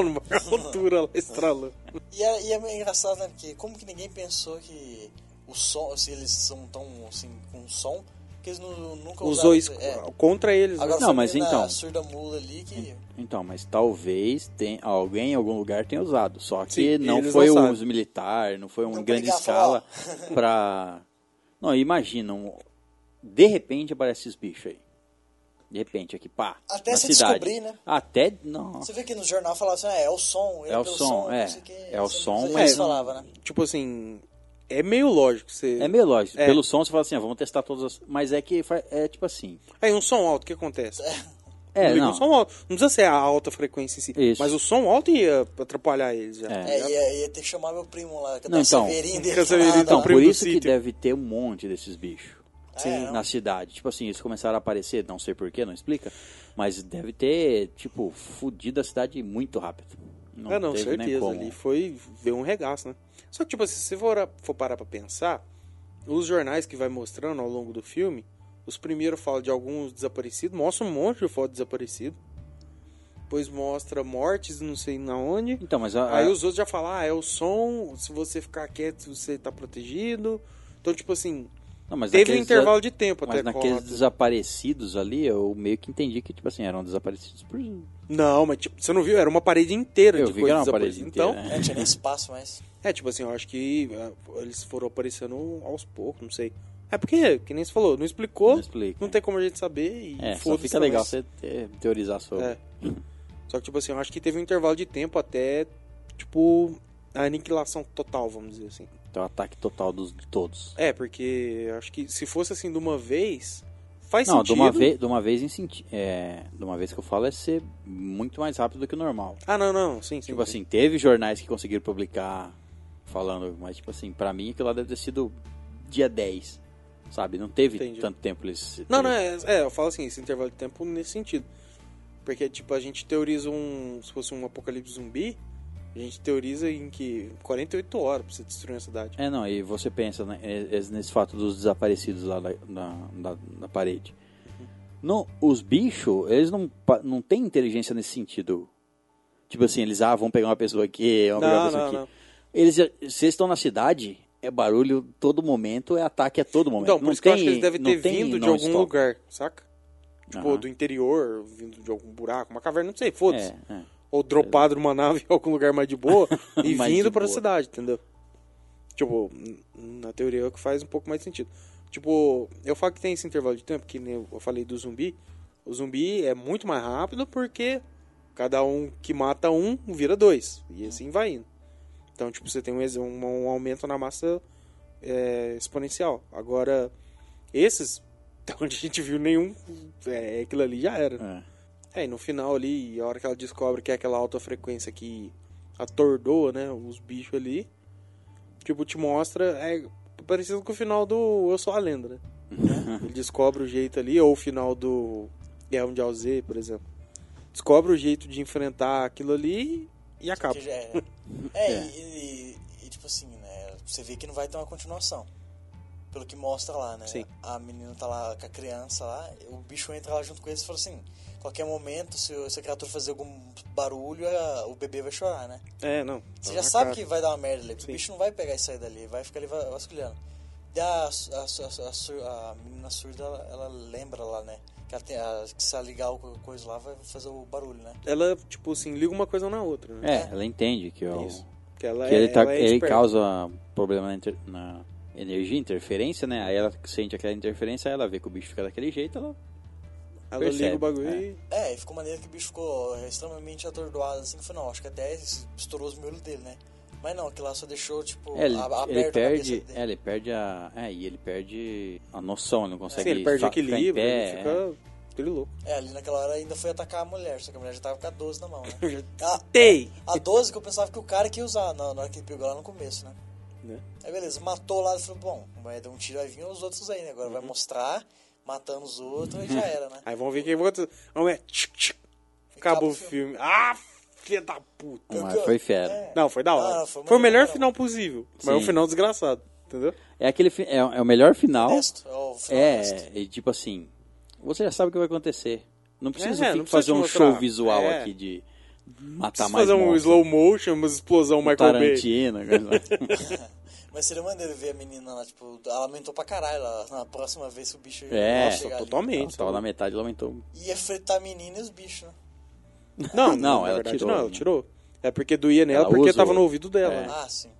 D: numa altura lá, estralando.
E: E é, e é meio engraçado, né? Porque como que ninguém pensou que o som, se eles são tão assim, com som, que eles nu- nunca
D: Usou
E: usaram
D: isso
E: É.
D: contra eles, né?
E: Agora
A: Não,
E: foi
A: mas
E: na
A: então.
E: surda mula ali que.
A: Então, mas talvez tem, alguém em algum lugar tenha usado. Só que
D: Sim,
A: não
D: eles
A: foi
D: não
A: um
D: sabem.
A: militar, não foi uma
E: Não
A: grande
E: pegava,
A: escala pra. Não, imagina. um- De repente aparece esses bichos aí. De repente, aqui, pá.
E: Até
A: na
E: se
A: cidade.
E: descobrir, né?
A: Até. Não.
E: Você vê que no jornal falava assim, ah, é o som,
A: É o
E: pelo
A: som, é.
E: não sei que,
A: É o
E: você-
A: som,
E: você-
A: mas
E: Eles
A: não-
E: falavam, né?
D: Tipo assim, é meio lógico você.
A: É meio lógico.
D: É.
A: Pelo som você fala assim, ah, vamos testar todas as. Mas é que fa- é tipo assim.
D: Aí um som alto, o que acontece?
A: É,
D: Liga
A: não.
D: Um som alto. Não precisa ser a alta frequência em si,
A: Isso.
D: mas o som alto ia atrapalhar eles já.
A: É.
E: É, ia, ia ter que chamar meu primo lá, que
A: Não,
E: da
A: então.
E: Severinha dele.
D: Que a Severinha
E: lá, da-
D: tá
A: Então,
D: primo
A: por
D: do
A: isso que
D: sítio. É,
A: deve ter um monte desses bichos.
E: Sim.
A: na cidade. Tipo assim, eles começaram a aparecer, não sei porquê, não explica, mas deve ter, tipo, fudido a cidade muito rápido. Não
D: ah, não,
A: teve nem
D: certeza.
A: como.
D: Ali foi ver um regaço, né? Só que, tipo assim, se você for, for parar pra pensar, os jornais que vai mostrando ao longo do filme, os primeiros falam de alguns desaparecidos, mostra um monte de foto de desaparecido. Depois mostra mortes, não sei na onde.
A: Então, mas a,
D: Aí os outros já falam, ah, é o som, se você ficar quieto, você tá protegido. Então, tipo assim,
A: não, mas
D: teve um
A: naqueles
D: intervalo de tempo
A: desa-
D: até
A: Mas naqueles
D: correr.
A: desaparecidos ali, eu meio que entendi que, tipo assim, eram desaparecidos por.
D: Não, mas tipo, você não viu? Era uma parede inteira
A: Eu
D: de
A: vi que
D: coisa
A: era uma parede
D: desaparecida.
A: inteira.
D: Então,
A: né?
E: É, não tinha nem espaço mais.
D: É, tipo assim, eu acho que ah, eles foram aparecendo aos poucos, não sei. É porque, que nem você falou, não explicou,
A: Não
D: não,
A: explica.
D: tem como a gente saber e
A: É, só
D: foda-se
A: fica
D: também.
A: legal você te- teorizar sobre.
D: É. Só que, tipo assim, eu acho que teve um intervalo de tempo até, tipo, a aniquilação total, vamos dizer assim.
A: Então, ataque total dos, de todos.
D: É, porque eu acho que se fosse assim de uma vez, faz
A: não,
D: sentido.
A: de uma, vez, de uma vez em senti é, de uma vez que eu falo é ser muito mais rápido do que o normal.
D: Ah, não, não, sim, sim.
A: Tipo
D: sim.
A: assim, teve jornais que conseguiram publicar falando, mas tipo assim, pra mim aquilo lá deve ter sido dia 10, sabe? Não teve
D: Entendi.
A: tanto tempo eles...
D: Não, não, é, é, eu falo assim, esse intervalo de tempo nesse sentido. Porque, tipo, a gente teoriza um. Se fosse um apocalipse zumbi, a gente teoriza em que 48 horas pra você destruir uma cidade.
A: É, não, e você pensa né, é- é nesse fato dos desaparecidos lá na, na- na- na parede.
D: Uhum.
A: Não, os bichos, eles não, pa- não têm inteligência nesse sentido. Tipo assim, eles, ah, vão pegar uma pessoa aqui, vão pegar uma
D: Não,
A: pessoa
D: não,
A: aqui.
D: não.
A: Eles, já- se eles estão na cidade, é barulho todo momento, é ataque a todo momento.
D: Então, por
A: não
D: isso
A: tem,
D: que eu acho que eles devem
A: não
D: ter
A: tem
D: vindo de algum
A: non-stop.
D: lugar, saca? Tipo,
A: Aham.
D: do interior, vindo de algum buraco, uma caverna, não sei, foda-se.
A: É, é.
D: Ou dropado numa nave em algum lugar mais de boa e
A: Mais de
D: vindo pra
A: boa.
D: cidade, entendeu? Tipo, n- na teoria é o que faz um pouco mais sentido. Tipo, eu falo que tem esse intervalo de tempo, que nem eu falei do zumbi. O zumbi é muito mais rápido porque Cada um que mata um, vira dois. E assim vai indo. Então, tipo, você tem um, ex- um, um aumento na massa é, exponencial. Agora, esses, até onde a gente viu nenhum, é, aquilo ali já era.
A: É.
D: É, e no final ali, a hora que ela descobre que é aquela alta frequência que atordoa, né, os bichos ali, tipo, te mostra, é parecido com o final do Eu Sou a Lenda, né? Ele descobre o jeito ali, ou o final do Guerra Mundial Z, por exemplo. Descobre o jeito de enfrentar aquilo ali e acaba.
E: Que já é, é, E, e- e, tipo assim, né? Você vê que não vai ter uma continuação. Pelo que mostra lá, né?
D: Sim.
E: A menina tá lá com a criança lá, o bicho entra lá junto com eles e fala assim, qualquer momento, se, o- se a criatura fazer algum barulho, a- o bebê vai chorar, né?
D: É, não.
E: Você
D: tá
E: já
D: na
E: sabe
D: cara.
E: que vai dar uma merda ali, porque
D: Sim.
E: o bicho não vai pegar e sair dali, vai ficar ali va- vasculhando. E a, a, a- a sur- a menina surda, ela, ela lembra lá, né? Que, ela tem, a- que se ela ligar alguma coisa lá, vai fazer o barulho, né?
D: Ela, tipo assim, liga uma coisa na outra, né?
A: É, ela entende que, o-
D: Isso. Que ela
A: que
D: é,
A: ele, tá,
D: ela é
A: ele
D: esperta.
A: causa problema na, inter- na energia, interferência, né? Aí ela sente aquela interferência, aí ela vê que o bicho fica daquele jeito, ela...
D: Ela
A: percebe,
D: liga o bagulho
A: é.
D: e...
E: É, e ficou maneiro que o bicho ficou extremamente atordoado, assim, foi não, acho que até estourou os miolos dele, né? Mas não, que lá só deixou, tipo,
A: É, ele,
E: a- aberto
A: ele
E: a cabeça
A: perde,
E: dele.
A: é, ele perde a, é, e ele perde a noção, ele não consegue.
D: Sim, ele perde o
A: fa- ficar em
D: equilíbrio,
A: pé,
D: ele fica... Ele louco.
E: É, ali naquela hora ainda foi atacar a mulher, só que a mulher já tava com a 12 na mão, né? a,
D: Tei!
E: a 12 que eu pensava que o cara que ia usar na, na hora que ele pegou lá no começo, né?
D: Né?
E: Aí beleza, matou lá e falou, bom, vai dar um tiro, vai vir os outros aí, né? Agora vai mostrar, matando os outros e já era, né?
D: Aí vão ver quem volta. Vamos ver. Tchic, tchic. Acabou o filme. Ah, filha da puta.
A: Mas foi fera.
E: É.
D: Não, foi da
E: Ah, foi
D: hora. Foi,
E: muito
D: o melhor
E: legal.
D: final possível. Mas
A: Sim.
D: é um final desgraçado. Entendeu?
A: É, aquele, fi- é, é o melhor final.
E: Honesto, é o final honesto.
A: É, e tipo assim, você já sabe o que vai acontecer. Não precisa
D: É,
A: fi-
D: não precisa
A: fazer
D: te
A: um
D: mostrar.
A: show visual
D: É.
A: aqui de
D: Precisa
A: matar mais
D: fazer um
A: monstro.
D: slow motion, uma explosão Michael Bay.
A: Tarantino. coisa lá.
E: Mas seria maneiro ver a menina lá, tipo, ela aumentou pra caralho lá, na próxima vez que o bicho
A: É.
E: ia
A: Nossa,
E: chegar ali.
D: Totalmente.
A: Tava na metade, ela aumentou.
E: Ia fritar a menina e os bichos, né?
D: Não,
A: Não,
D: não,
A: ela
D: ela verdade,
A: tirou,
D: Não, ela
A: né?
D: tirou. É porque doía nela,
A: Ela
D: porque
A: usa
D: tava
A: o-
D: no ouvido dela.
A: É.
D: né?
E: Ah, sim.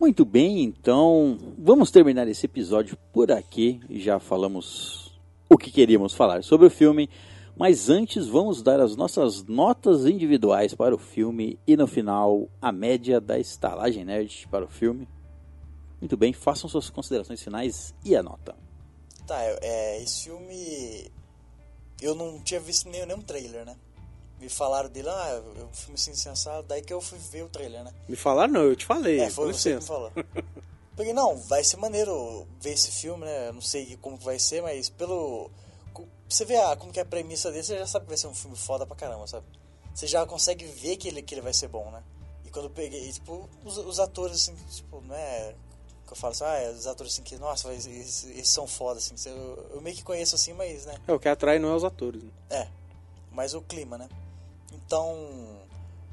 A: Muito bem, então vamos terminar esse episódio por aqui. Já falamos o que queríamos falar sobre o filme, mas antes vamos dar as nossas notas individuais para o filme e no final a média da estalagem nerd para o filme. Muito bem, façam suas considerações finais e a nota.
E: Tá, é, é, esse filme. Eu não tinha visto nem, nenhum trailer, né? Me falaram dele, ah, é um filme assim sensato, daí que eu fui ver o trailer, né?
D: Me falaram, não, eu te falei.
E: É, foi
D: com
E: você que me
D: licença.
E: falou. Porque não, vai ser maneiro ver esse filme, né? Eu Não sei como que vai ser, mas pelo. co- Você vê a, como que é a premissa dele, você já sabe que vai ser um filme foda pra caramba, sabe? Você já consegue ver que ele, que ele vai ser bom, né? E quando eu peguei, e, tipo, os, os atores, assim, tipo, não é. Que eu falo assim, ah, é os atores assim que, nossa, mas eles, eles são foda, assim. que Eu, eu meio que conheço assim, mas, né?
D: É, o que atrai não é os atores. Né?
E: É, mas o clima, né? Então,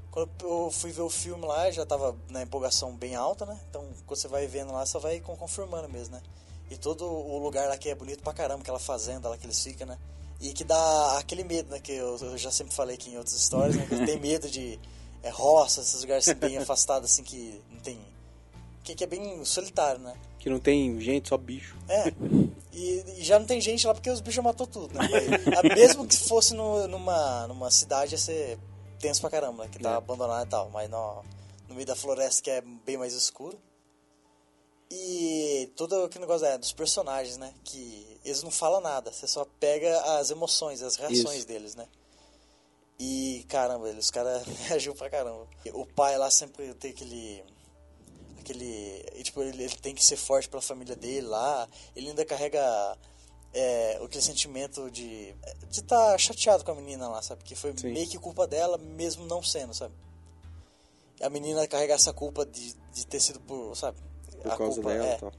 E: quando eu fui ver o filme lá, já tava na empolgação bem alta, né? Então, quando você vai vendo lá, só vai con- confirmando mesmo, né? E todo o lugar lá que é bonito pra caramba, aquela fazenda lá que eles ficam, né? E que dá aquele medo, né? Que eu, eu já sempre falei aqui em outras histórias, né? Que eu tenho medo de é, roça, esses lugares assim, bem afastados, assim, que não tem... Que, que é bem solitário, né?
D: Que não tem gente, só bicho.
E: É. E, e já não tem gente lá porque os bichos matou tudo, né? E, a- mesmo que fosse no- numa, numa cidade ia ser tenso pra caramba, né? Que tá
D: É.
E: abandonado e tal. Mas no, no meio da floresta que é bem mais escuro. E todo aquele negócio é, dos personagens, né? Que eles não falam nada, você só pega as emoções, as reações
D: Isso.
E: deles, né? E caramba, eles, os caras reagiu pra caramba. O pai lá sempre tem aquele aquele e, tipo ele, ele tem que ser forte pela família dele lá ele ainda carrega é, aquele sentimento de de estar chateado com a menina lá sabe que foi
D: Sim.
E: meio que culpa dela mesmo não sendo sabe a menina carregar essa culpa de, de ter sido por sabe
D: Por
E: a
D: causa
E: culpa,
D: dela
E: é.
D: e tal.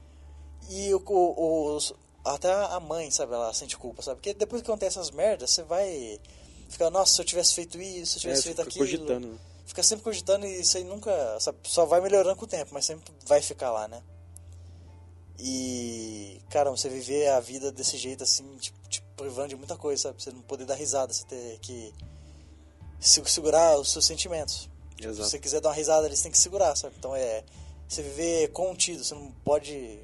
E: E o, o- os- até a mãe, sabe, ela sente culpa, sabe? Porque depois que acontece essas merdas, você vai ficar, nossa, se eu tivesse feito isso, se eu
D: É,
E: tivesse
D: você
E: feito
D: fica
E: aquilo.
D: cogitando. né?
E: Fica sempre cogitando e isso aí nunca. Sabe, só vai melhorando com o tempo, mas sempre vai ficar lá, né? E. Cara, você viver a vida desse jeito assim, tipo, te privando de muita coisa, sabe? Você não poder dar risada, você ter que se- segurar os seus sentimentos. Tipo,
D: Exato.
E: se você quiser dar uma risada, eles têm que segurar, sabe? Então é. Você viver contido, você não pode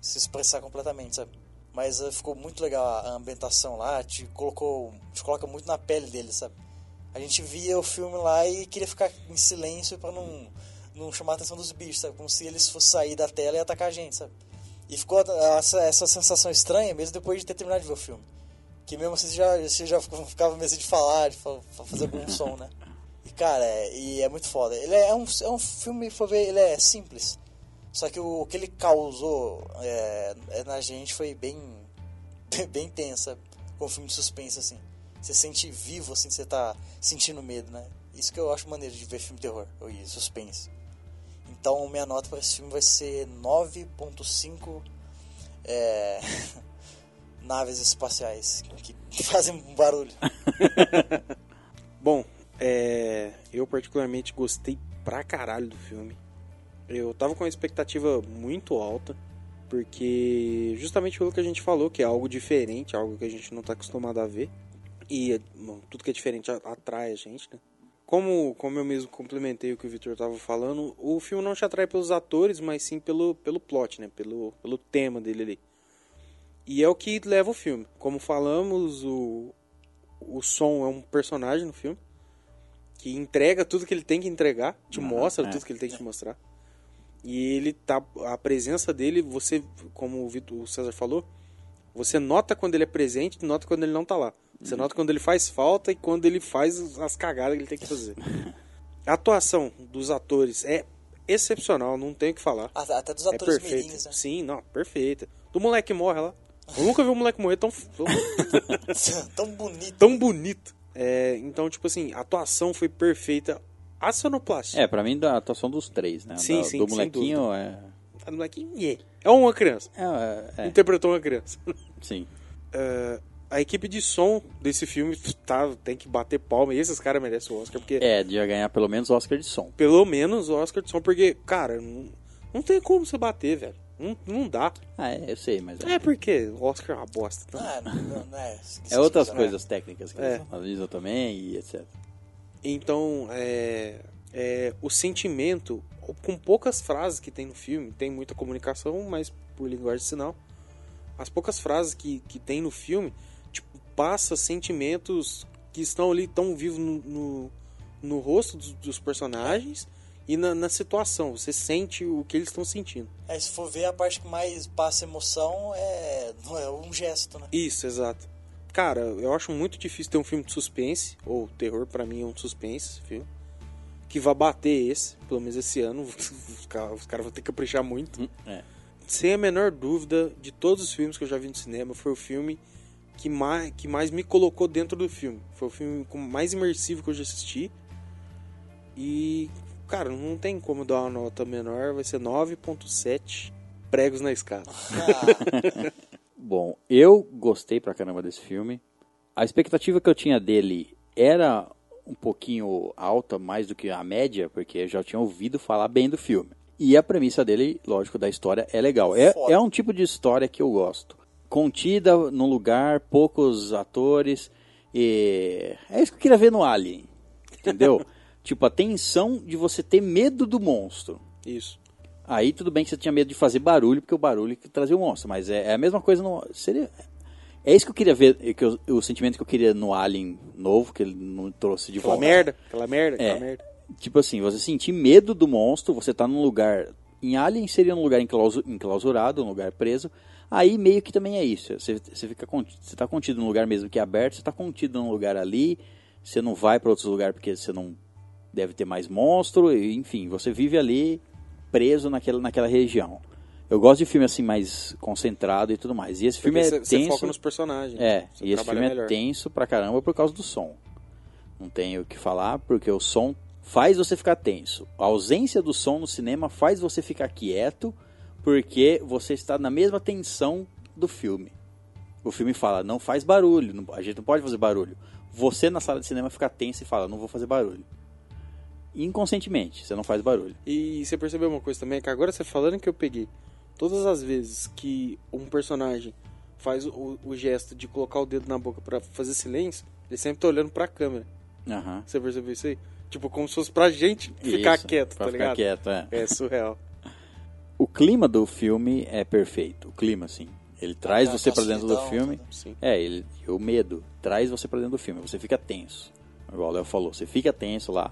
E: se expressar completamente, sabe? Mas eh, ficou muito legal a a ambientação lá, te colocou. te coloca muito na pele dele, sabe? A gente via o filme lá e queria ficar em silêncio pra não, não chamar a atenção dos bichos, sabe? Como se eles fossem sair da tela e atacar a gente, sabe? E ficou essa, essa sensação estranha mesmo depois de ter terminado de ver o filme. Que mesmo assim você já, você já ficou- ficava meio assim de falar, de fa- fa- fazer algum som, né? E cara, é, e é muito foda. Ele é um, é um filme, pra ver, ele é simples. Só que o, o que ele causou é, é na gente foi bem, bem, bem tensa, com um filme de suspense, assim. Você sente vivo, assim, você tá sentindo medo, né? Isso que eu acho maneiro de ver filme de terror e suspense. Então minha nota para esse filme vai ser 9.5 é, naves espaciais que que fazem um barulho.
D: Bom, é, eu particularmente gostei pra caralho do filme. Eu tava com uma expectativa muito alta, porque justamente pelo que a gente falou, que é algo diferente, algo que a gente não tá acostumado a ver. E bom, tudo que é diferente a- atrai a gente, né? Como, como eu mesmo complementei o que o Victor tava falando, o filme não te atrai pelos atores, mas sim pelo, pelo plot, né? Pelo, pelo tema dele ali. E é o que leva o filme. Como falamos, o, o som é um personagem no filme que entrega tudo que ele tem que entregar, te
A: Aham,
D: mostra
A: é.
D: tudo que ele tem que te mostrar. E ele tá a presença dele, você, como o, Vitor, o César falou, você nota quando ele é presente, nota quando ele não tá lá. Você
A: Uhum.
D: nota quando ele faz falta e quando ele faz as cagadas que ele tem que fazer. A atuação dos atores é excepcional, não tem o que falar.
E: A- Até dos
D: É
E: atores
D: perfeita.
E: mirins, né?
D: Sim, não, perfeita. Do moleque que morre lá. Eu nunca vi um moleque morrer tão, tão,
E: Tão bonito.
D: tão bonito. É, então, tipo assim, a atuação foi perfeita. A sonoplastia.
A: É, pra mim da atuação dos três, né?
D: Sim,
A: Da-
D: sim,
A: do
D: sem
A: molequinho é.
D: A do moleque, nhê. tá é uma criança.
A: É, é, é,
D: Interpretou uma criança.
A: sim.
D: É, a equipe de som desse filme tá, tem que bater palma. E esses caras merecem o Oscar, porque
A: É, de ganhar pelo menos Oscar de som.
D: pelo menos o Oscar de som, porque, cara, não, não tem como você bater, velho. Não, não dá.
A: Ah, é, eu sei, mas.
D: É
A: É,
D: porque o Oscar é uma bosta. Então.
E: Ah, não, não, não é.
A: é outras
E: Né?
A: coisas técnicas que
D: É.
A: eles analisam também e etc.
D: Então, é, é, o sentimento, com poucas frases que tem no filme, tem muita comunicação, mas por linguagem de sinal, as poucas frases que, que tem no filme, tipo, passa sentimentos que estão ali tão vivos no, no, no rosto dos, dos personagens e na, na situação. Você sente o que eles estão sentindo.
E: É, se for ver a parte que mais passa emoção é, não é um gesto, né?
D: Isso, exato. Cara, eu acho muito difícil ter um filme de suspense, ou terror pra mim é um suspense, filme, que vá bater esse, pelo menos esse ano. Os caras os caras vão ter que caprichar muito.
A: Hum, É.
D: Sem a menor dúvida, de todos os filmes que eu já vi no cinema, foi o filme que mais, que mais me colocou dentro do filme. Foi o filme com- mais imersivo que eu já assisti. E, cara, não tem como dar uma nota menor, vai ser 9.7 pregos na escada.
E: Ah,
A: Bom, eu gostei pra caramba desse filme. A expectativa que eu tinha dele era um pouquinho alta, mais do que a média, porque eu já tinha ouvido falar bem do filme. E a premissa dele, lógico, da história é legal. É,
E: Foda.
A: é um tipo de história que eu gosto. Contida num lugar, poucos atores. E... É isso que eu queria ver no Alien. Entendeu? tipo, a tensão de você ter medo do monstro.
D: Isso.
A: Aí tudo bem que você tinha medo de fazer barulho, porque o barulho que trazia o monstro, mas é, é a mesma coisa no. Seria. É isso que eu queria ver, é que eu- o sentimento que eu queria no Alien novo, que ele não trouxe de
D: Aquela
A: volta.
D: merda, aquela merda,
A: É.
D: aquela merda.
A: Tipo assim, você sentir medo do monstro, você tá num lugar. Em Alien seria um lugar enclausu- enclausurado, um lugar preso. Aí meio que também é isso. Você, você fica conti- você tá contido num lugar mesmo que é aberto, você tá contido num lugar ali, você não vai para outros lugares porque você não deve ter mais monstro, e, enfim, você vive ali preso naquela, naquela região. Eu gosto de filme assim mais concentrado e tudo mais. E esse filme
D: Porque
A: é
D: você- você
A: tenso.
D: foca nos personagens.
A: É,
D: Você
A: e esse
D: trabalha
A: filme é
D: melhor.
A: tenso pra caramba por causa do som. Não tenho o que falar, porque o som faz você ficar tenso. A ausência do som no cinema faz você ficar quieto, porque você está na mesma tensão do filme. O filme fala, não faz barulho, não- a gente não pode fazer barulho. Você na sala de cinema fica tenso e fala, não vou fazer barulho. Inconscientemente, você não faz barulho.
D: E você percebeu uma coisa também, que agora você falando que eu peguei. Todas as vezes que um personagem faz o, o gesto de colocar o dedo na boca pra fazer silêncio, ele sempre tá olhando pra câmera.
A: Aham.
D: Você percebeu isso aí? Tipo, como se fosse pra gente ficar
A: Isso,
D: quieto,
A: pra
D: tá
A: ficar
D: ligado?
A: quieto, é.
D: É surreal.
A: O clima do filme é perfeito. O clima, assim. Ele traz
D: Tá
E: aquela
A: você pra dentro do
E: solidão,
A: filme.
E: tudo.
D: Sim.
A: É, ele, e o medo traz você pra dentro do filme, você fica tenso. Igual o Léo falou, você fica tenso lá.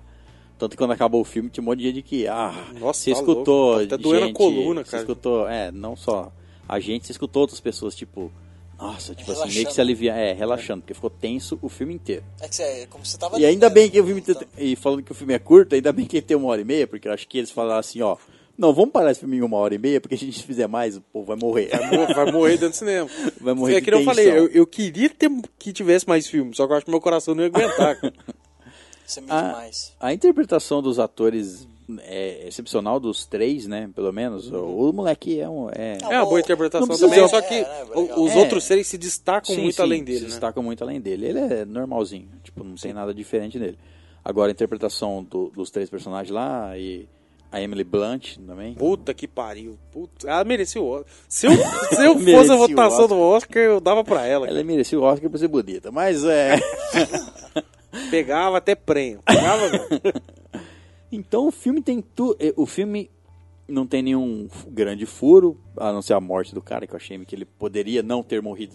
A: Tanto que quando acabou o filme, tinha um monte de gente que. Ah,
D: Nossa,
A: você
D: tá
A: escutou.
D: louco. Tá doendo a
A: gente,
D: coluna,
A: Você
D: cara.
A: escutou, é, não só a gente, você escutou outras pessoas, tipo. Nossa, tipo assim, meio que
E: Relaxando.
A: se aliviar. É, relaxando, porque ficou tenso o filme inteiro.
E: É que você, como você tava
A: E ainda
E: ali,
A: bem
E: né?
A: que o filme.
E: Então,
A: E falando que o filme é curto, ainda bem que ele tem uma hora e meia, porque eu acho que eles falaram assim, ó. Não, vamos parar esse filme em uma hora e meia, porque se a gente fizer mais, o povo vai morrer.
D: Mo- Vai morrer dentro do cinema.
A: Vai morrer
D: é
A: de
D: que nem eu
A: tensão.
D: falei, eu, eu queria ter, que tivesse mais filme, só que eu acho que meu coração não ia aguentar. cara.
E: Você me
A: Ah.
E: demais.
A: A interpretação dos atores é excepcional, dos três, né? Pelo menos. O, o moleque é um. É,
E: Não,
D: Uhum. É uma boa
A: Não
D: interpretação
A: precisa ser-
D: também, só que
E: é, né,
D: o- os
A: é.
D: outros seres se destacam
A: Sim,
D: muito
A: sim,
D: além
A: Se
D: dele, né?
A: destaca muito além dele. Ele é normalzinho. Tipo, não tem nada diferente nele. Agora, a interpretação do- dos três personagens lá e a Emily Blunt também.
D: Puta que pariu. Puta, ela merecia o Oscar. Se eu, se eu fosse
A: Merecia
D: a
A: o
D: votação
A: Oscar.
D: do Oscar, eu dava pra ela. cara.
A: Ela merecia o Oscar por ser bonita, mas é.
D: Pegava até prêmio. Pegava, velho.
A: Então o filme tem tudo. O filme não tem nenhum f- grande furo, a não ser a morte do cara, que eu achei que ele poderia não ter morrido.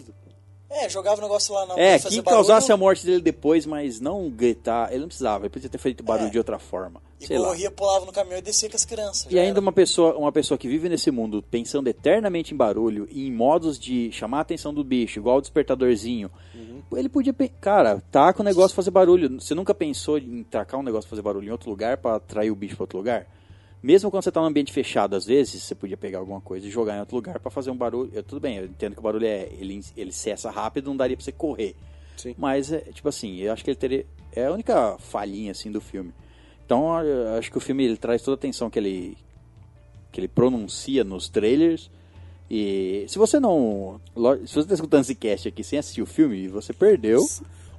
E: É, jogava o negócio lá na
A: É,
E: pra fazer
A: que
E: barulho,
A: causasse a morte dele depois, mas não gritar. Ele não precisava, ele podia ter feito barulho de outra forma.
E: É. E
A: sei lá.
E: corria, pulava no caminhão e descia com as crianças.
A: E ainda uma pessoa, uma pessoa que vive nesse mundo pensando eternamente em barulho e em modos de chamar a atenção do bicho, igual o despertadorzinho. Ele podia, pe- cara, taca o negócio pra fazer barulho. Você nunca pensou em tacar um negócio pra fazer barulho em outro lugar pra atrair o bicho pra outro lugar? Mesmo quando você tá num ambiente fechado, às vezes você podia pegar alguma coisa e jogar em outro lugar pra fazer um barulho. Eu- tudo bem, eu entendo que o barulho é ele, ele cessa rápido, não daria pra você correr.
D: Sim.
A: Mas é, tipo assim, eu acho que ele teria é a única falhinha assim do filme. Então, eu acho que o filme ele traz toda a atenção que ele que ele pronuncia nos trailers. E se você não. lo- Se você tá escutando esse cast aqui sem assistir o filme, você perdeu.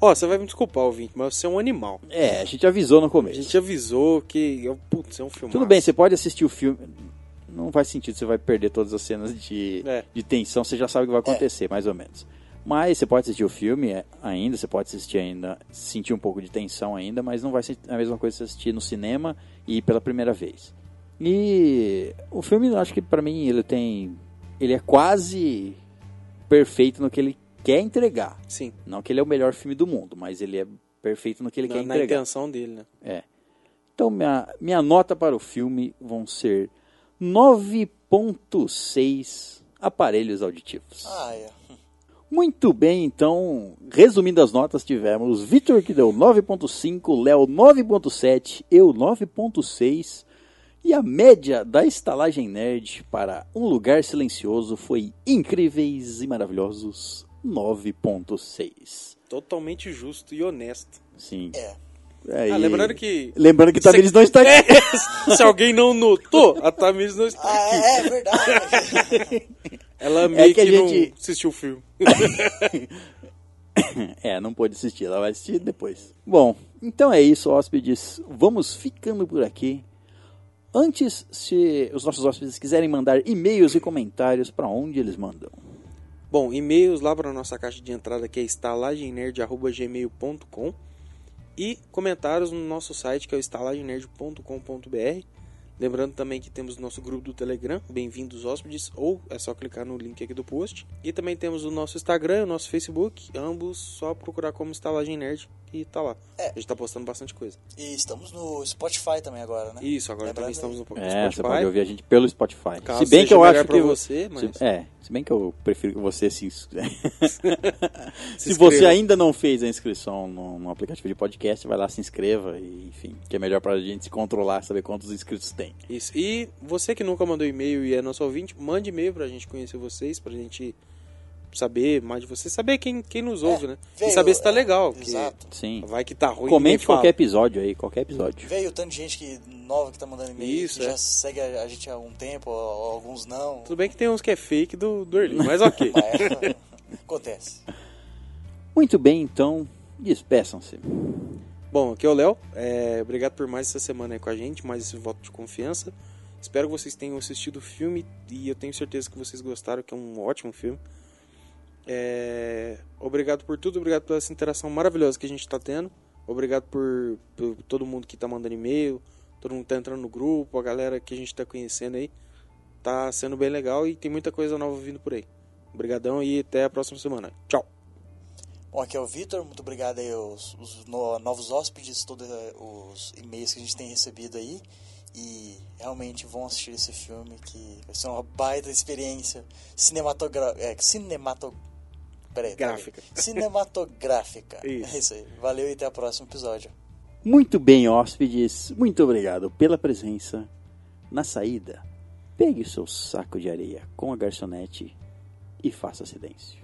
D: Ó, você vai me desculpar, ouvinte, mas você é um animal.
A: É, a gente avisou no
D: A
A: começo.
D: gente avisou que. eu- Putz, é um filme.
A: Tudo bem, você pode assistir o filme. Não faz sentido, você vai perder todas as cenas de,
D: É.
A: de tensão, você já sabe o que vai acontecer, mais ou menos. Mas você pode assistir o filme é, ainda, você pode assistir ainda, sentir um pouco de tensão ainda, mas não vai ser a mesma coisa que você assistir no cinema e pela primeira vez. E o filme, eu acho que pra mim, ele tem. Ele é quase perfeito no que ele quer entregar.
D: Sim,
A: Não que ele é o melhor filme do mundo, mas ele é perfeito no que ele
D: na,
A: quer
D: na
A: entregar.
D: intenção dele, né?
A: Então, minha, minha nota para o filme vão ser 9.6 aparelhos auditivos.
E: Ah, é.
A: Muito bem, então, resumindo as notas, tivemos Vitor que deu 9.5, Léo 9.7, eu 9.6 e a média da estalagem nerd para Um Lugar Silencioso foi incríveis e maravilhosos 9.6.
D: Totalmente justo e honesto.
A: Sim.
E: É.
A: Aí-
D: Ah, lembrando que.
A: Lembrando que
D: Isso é,
A: Tamires não está aqui.
D: Se alguém não notou, a Tamires não está
E: Ah,
D: aqui.
E: é, é verdade.
D: Ela meio
A: É que
D: que,
A: a gente-
D: não assistiu o filme.
A: É, não pôde assistir, ela vai assistir depois. Bom, então é isso, hóspedes. Vamos ficando por aqui. Antes, se os nossos hóspedes quiserem mandar e-mails e comentários, para onde eles mandam?
D: Bom, e-mails lá para nossa caixa de entrada que é estalagemnerd.gmail.com e comentários no nosso site que é o estalagemnerd.com.br. Lembrando também que temos nosso grupo do Telegram, bem-vindos hóspedes, ou é só clicar no link aqui do post. E também temos o nosso Instagram e o nosso Facebook, ambos só procurar como Estalagem Nerd e tá lá.
E: É.
D: A gente tá postando bastante coisa.
E: E estamos no Spotify também agora, né?
D: Isso, agora
E: Lembrando
D: também estamos no
A: É,
D: Spotify.
A: você pode ouvir a gente pelo Spotify.
D: Caso
A: se bem
D: seja
A: que eu
D: melhor
A: acho
D: pra
A: que
D: você, mas...
A: se, é, se bem que eu prefiro que você se ins- se,
D: inscreva.
A: você ainda não fez a inscrição no, no aplicativo de podcast, vai lá se inscreva e enfim, que é melhor para a gente se controlar, saber quantos inscritos tem.
D: Isso. E você que nunca mandou e-mail e é nosso ouvinte, mande e-mail pra gente conhecer vocês, pra gente saber mais de vocês, saber quem, quem nos ouve, né?
E: Veio,
D: e saber se tá
E: é,
D: legal. porque
E: Exato.
A: Sim.
D: Vai que tá ruim.
A: Comente
D: ninguém fala.
A: qualquer episódio aí, qualquer episódio.
E: Veio o tanto de gente que, nova que tá mandando e-mail,
D: Isso,
E: que
D: é.
E: já segue a, a gente há algum tempo, ó, alguns não.
D: Tudo bem que tem uns que é fake do, do Erli, mas ok.
E: Mas, Ah, é. acontece.
A: Muito bem, então, despeçam-se.
D: Bom, aqui é o Léo. É, obrigado por mais essa semana aí com a gente, mais esse voto de confiança. Espero que vocês tenham assistido o filme e eu tenho certeza que vocês gostaram, que é um ótimo filme. É, obrigado por tudo, obrigado pela essa interação maravilhosa que a gente está tendo. Obrigado por, por todo mundo que tá mandando e-mail, todo mundo que tá entrando no grupo, a galera que a gente tá conhecendo aí. Tá sendo bem legal e tem muita coisa nova vindo por aí. Obrigadão e até a próxima semana. Tchau!
E: Bom, aqui é o Vitor, muito obrigado aí aos, os no- novos hóspedes, todos eh, os e-mails que a gente tem recebido aí. E realmente vão assistir esse filme que vai ser uma baita experiência cinematográfica. É, cinemato... Peraí, peraí.
D: Gráfica.
E: Cinematográfica.
D: Isso.
E: É isso aí. Valeu e até o próximo episódio.
A: Muito bem, hóspedes, muito obrigado pela presença. Na saída, pegue o seu saco de areia com a garçonete e faça silêncio.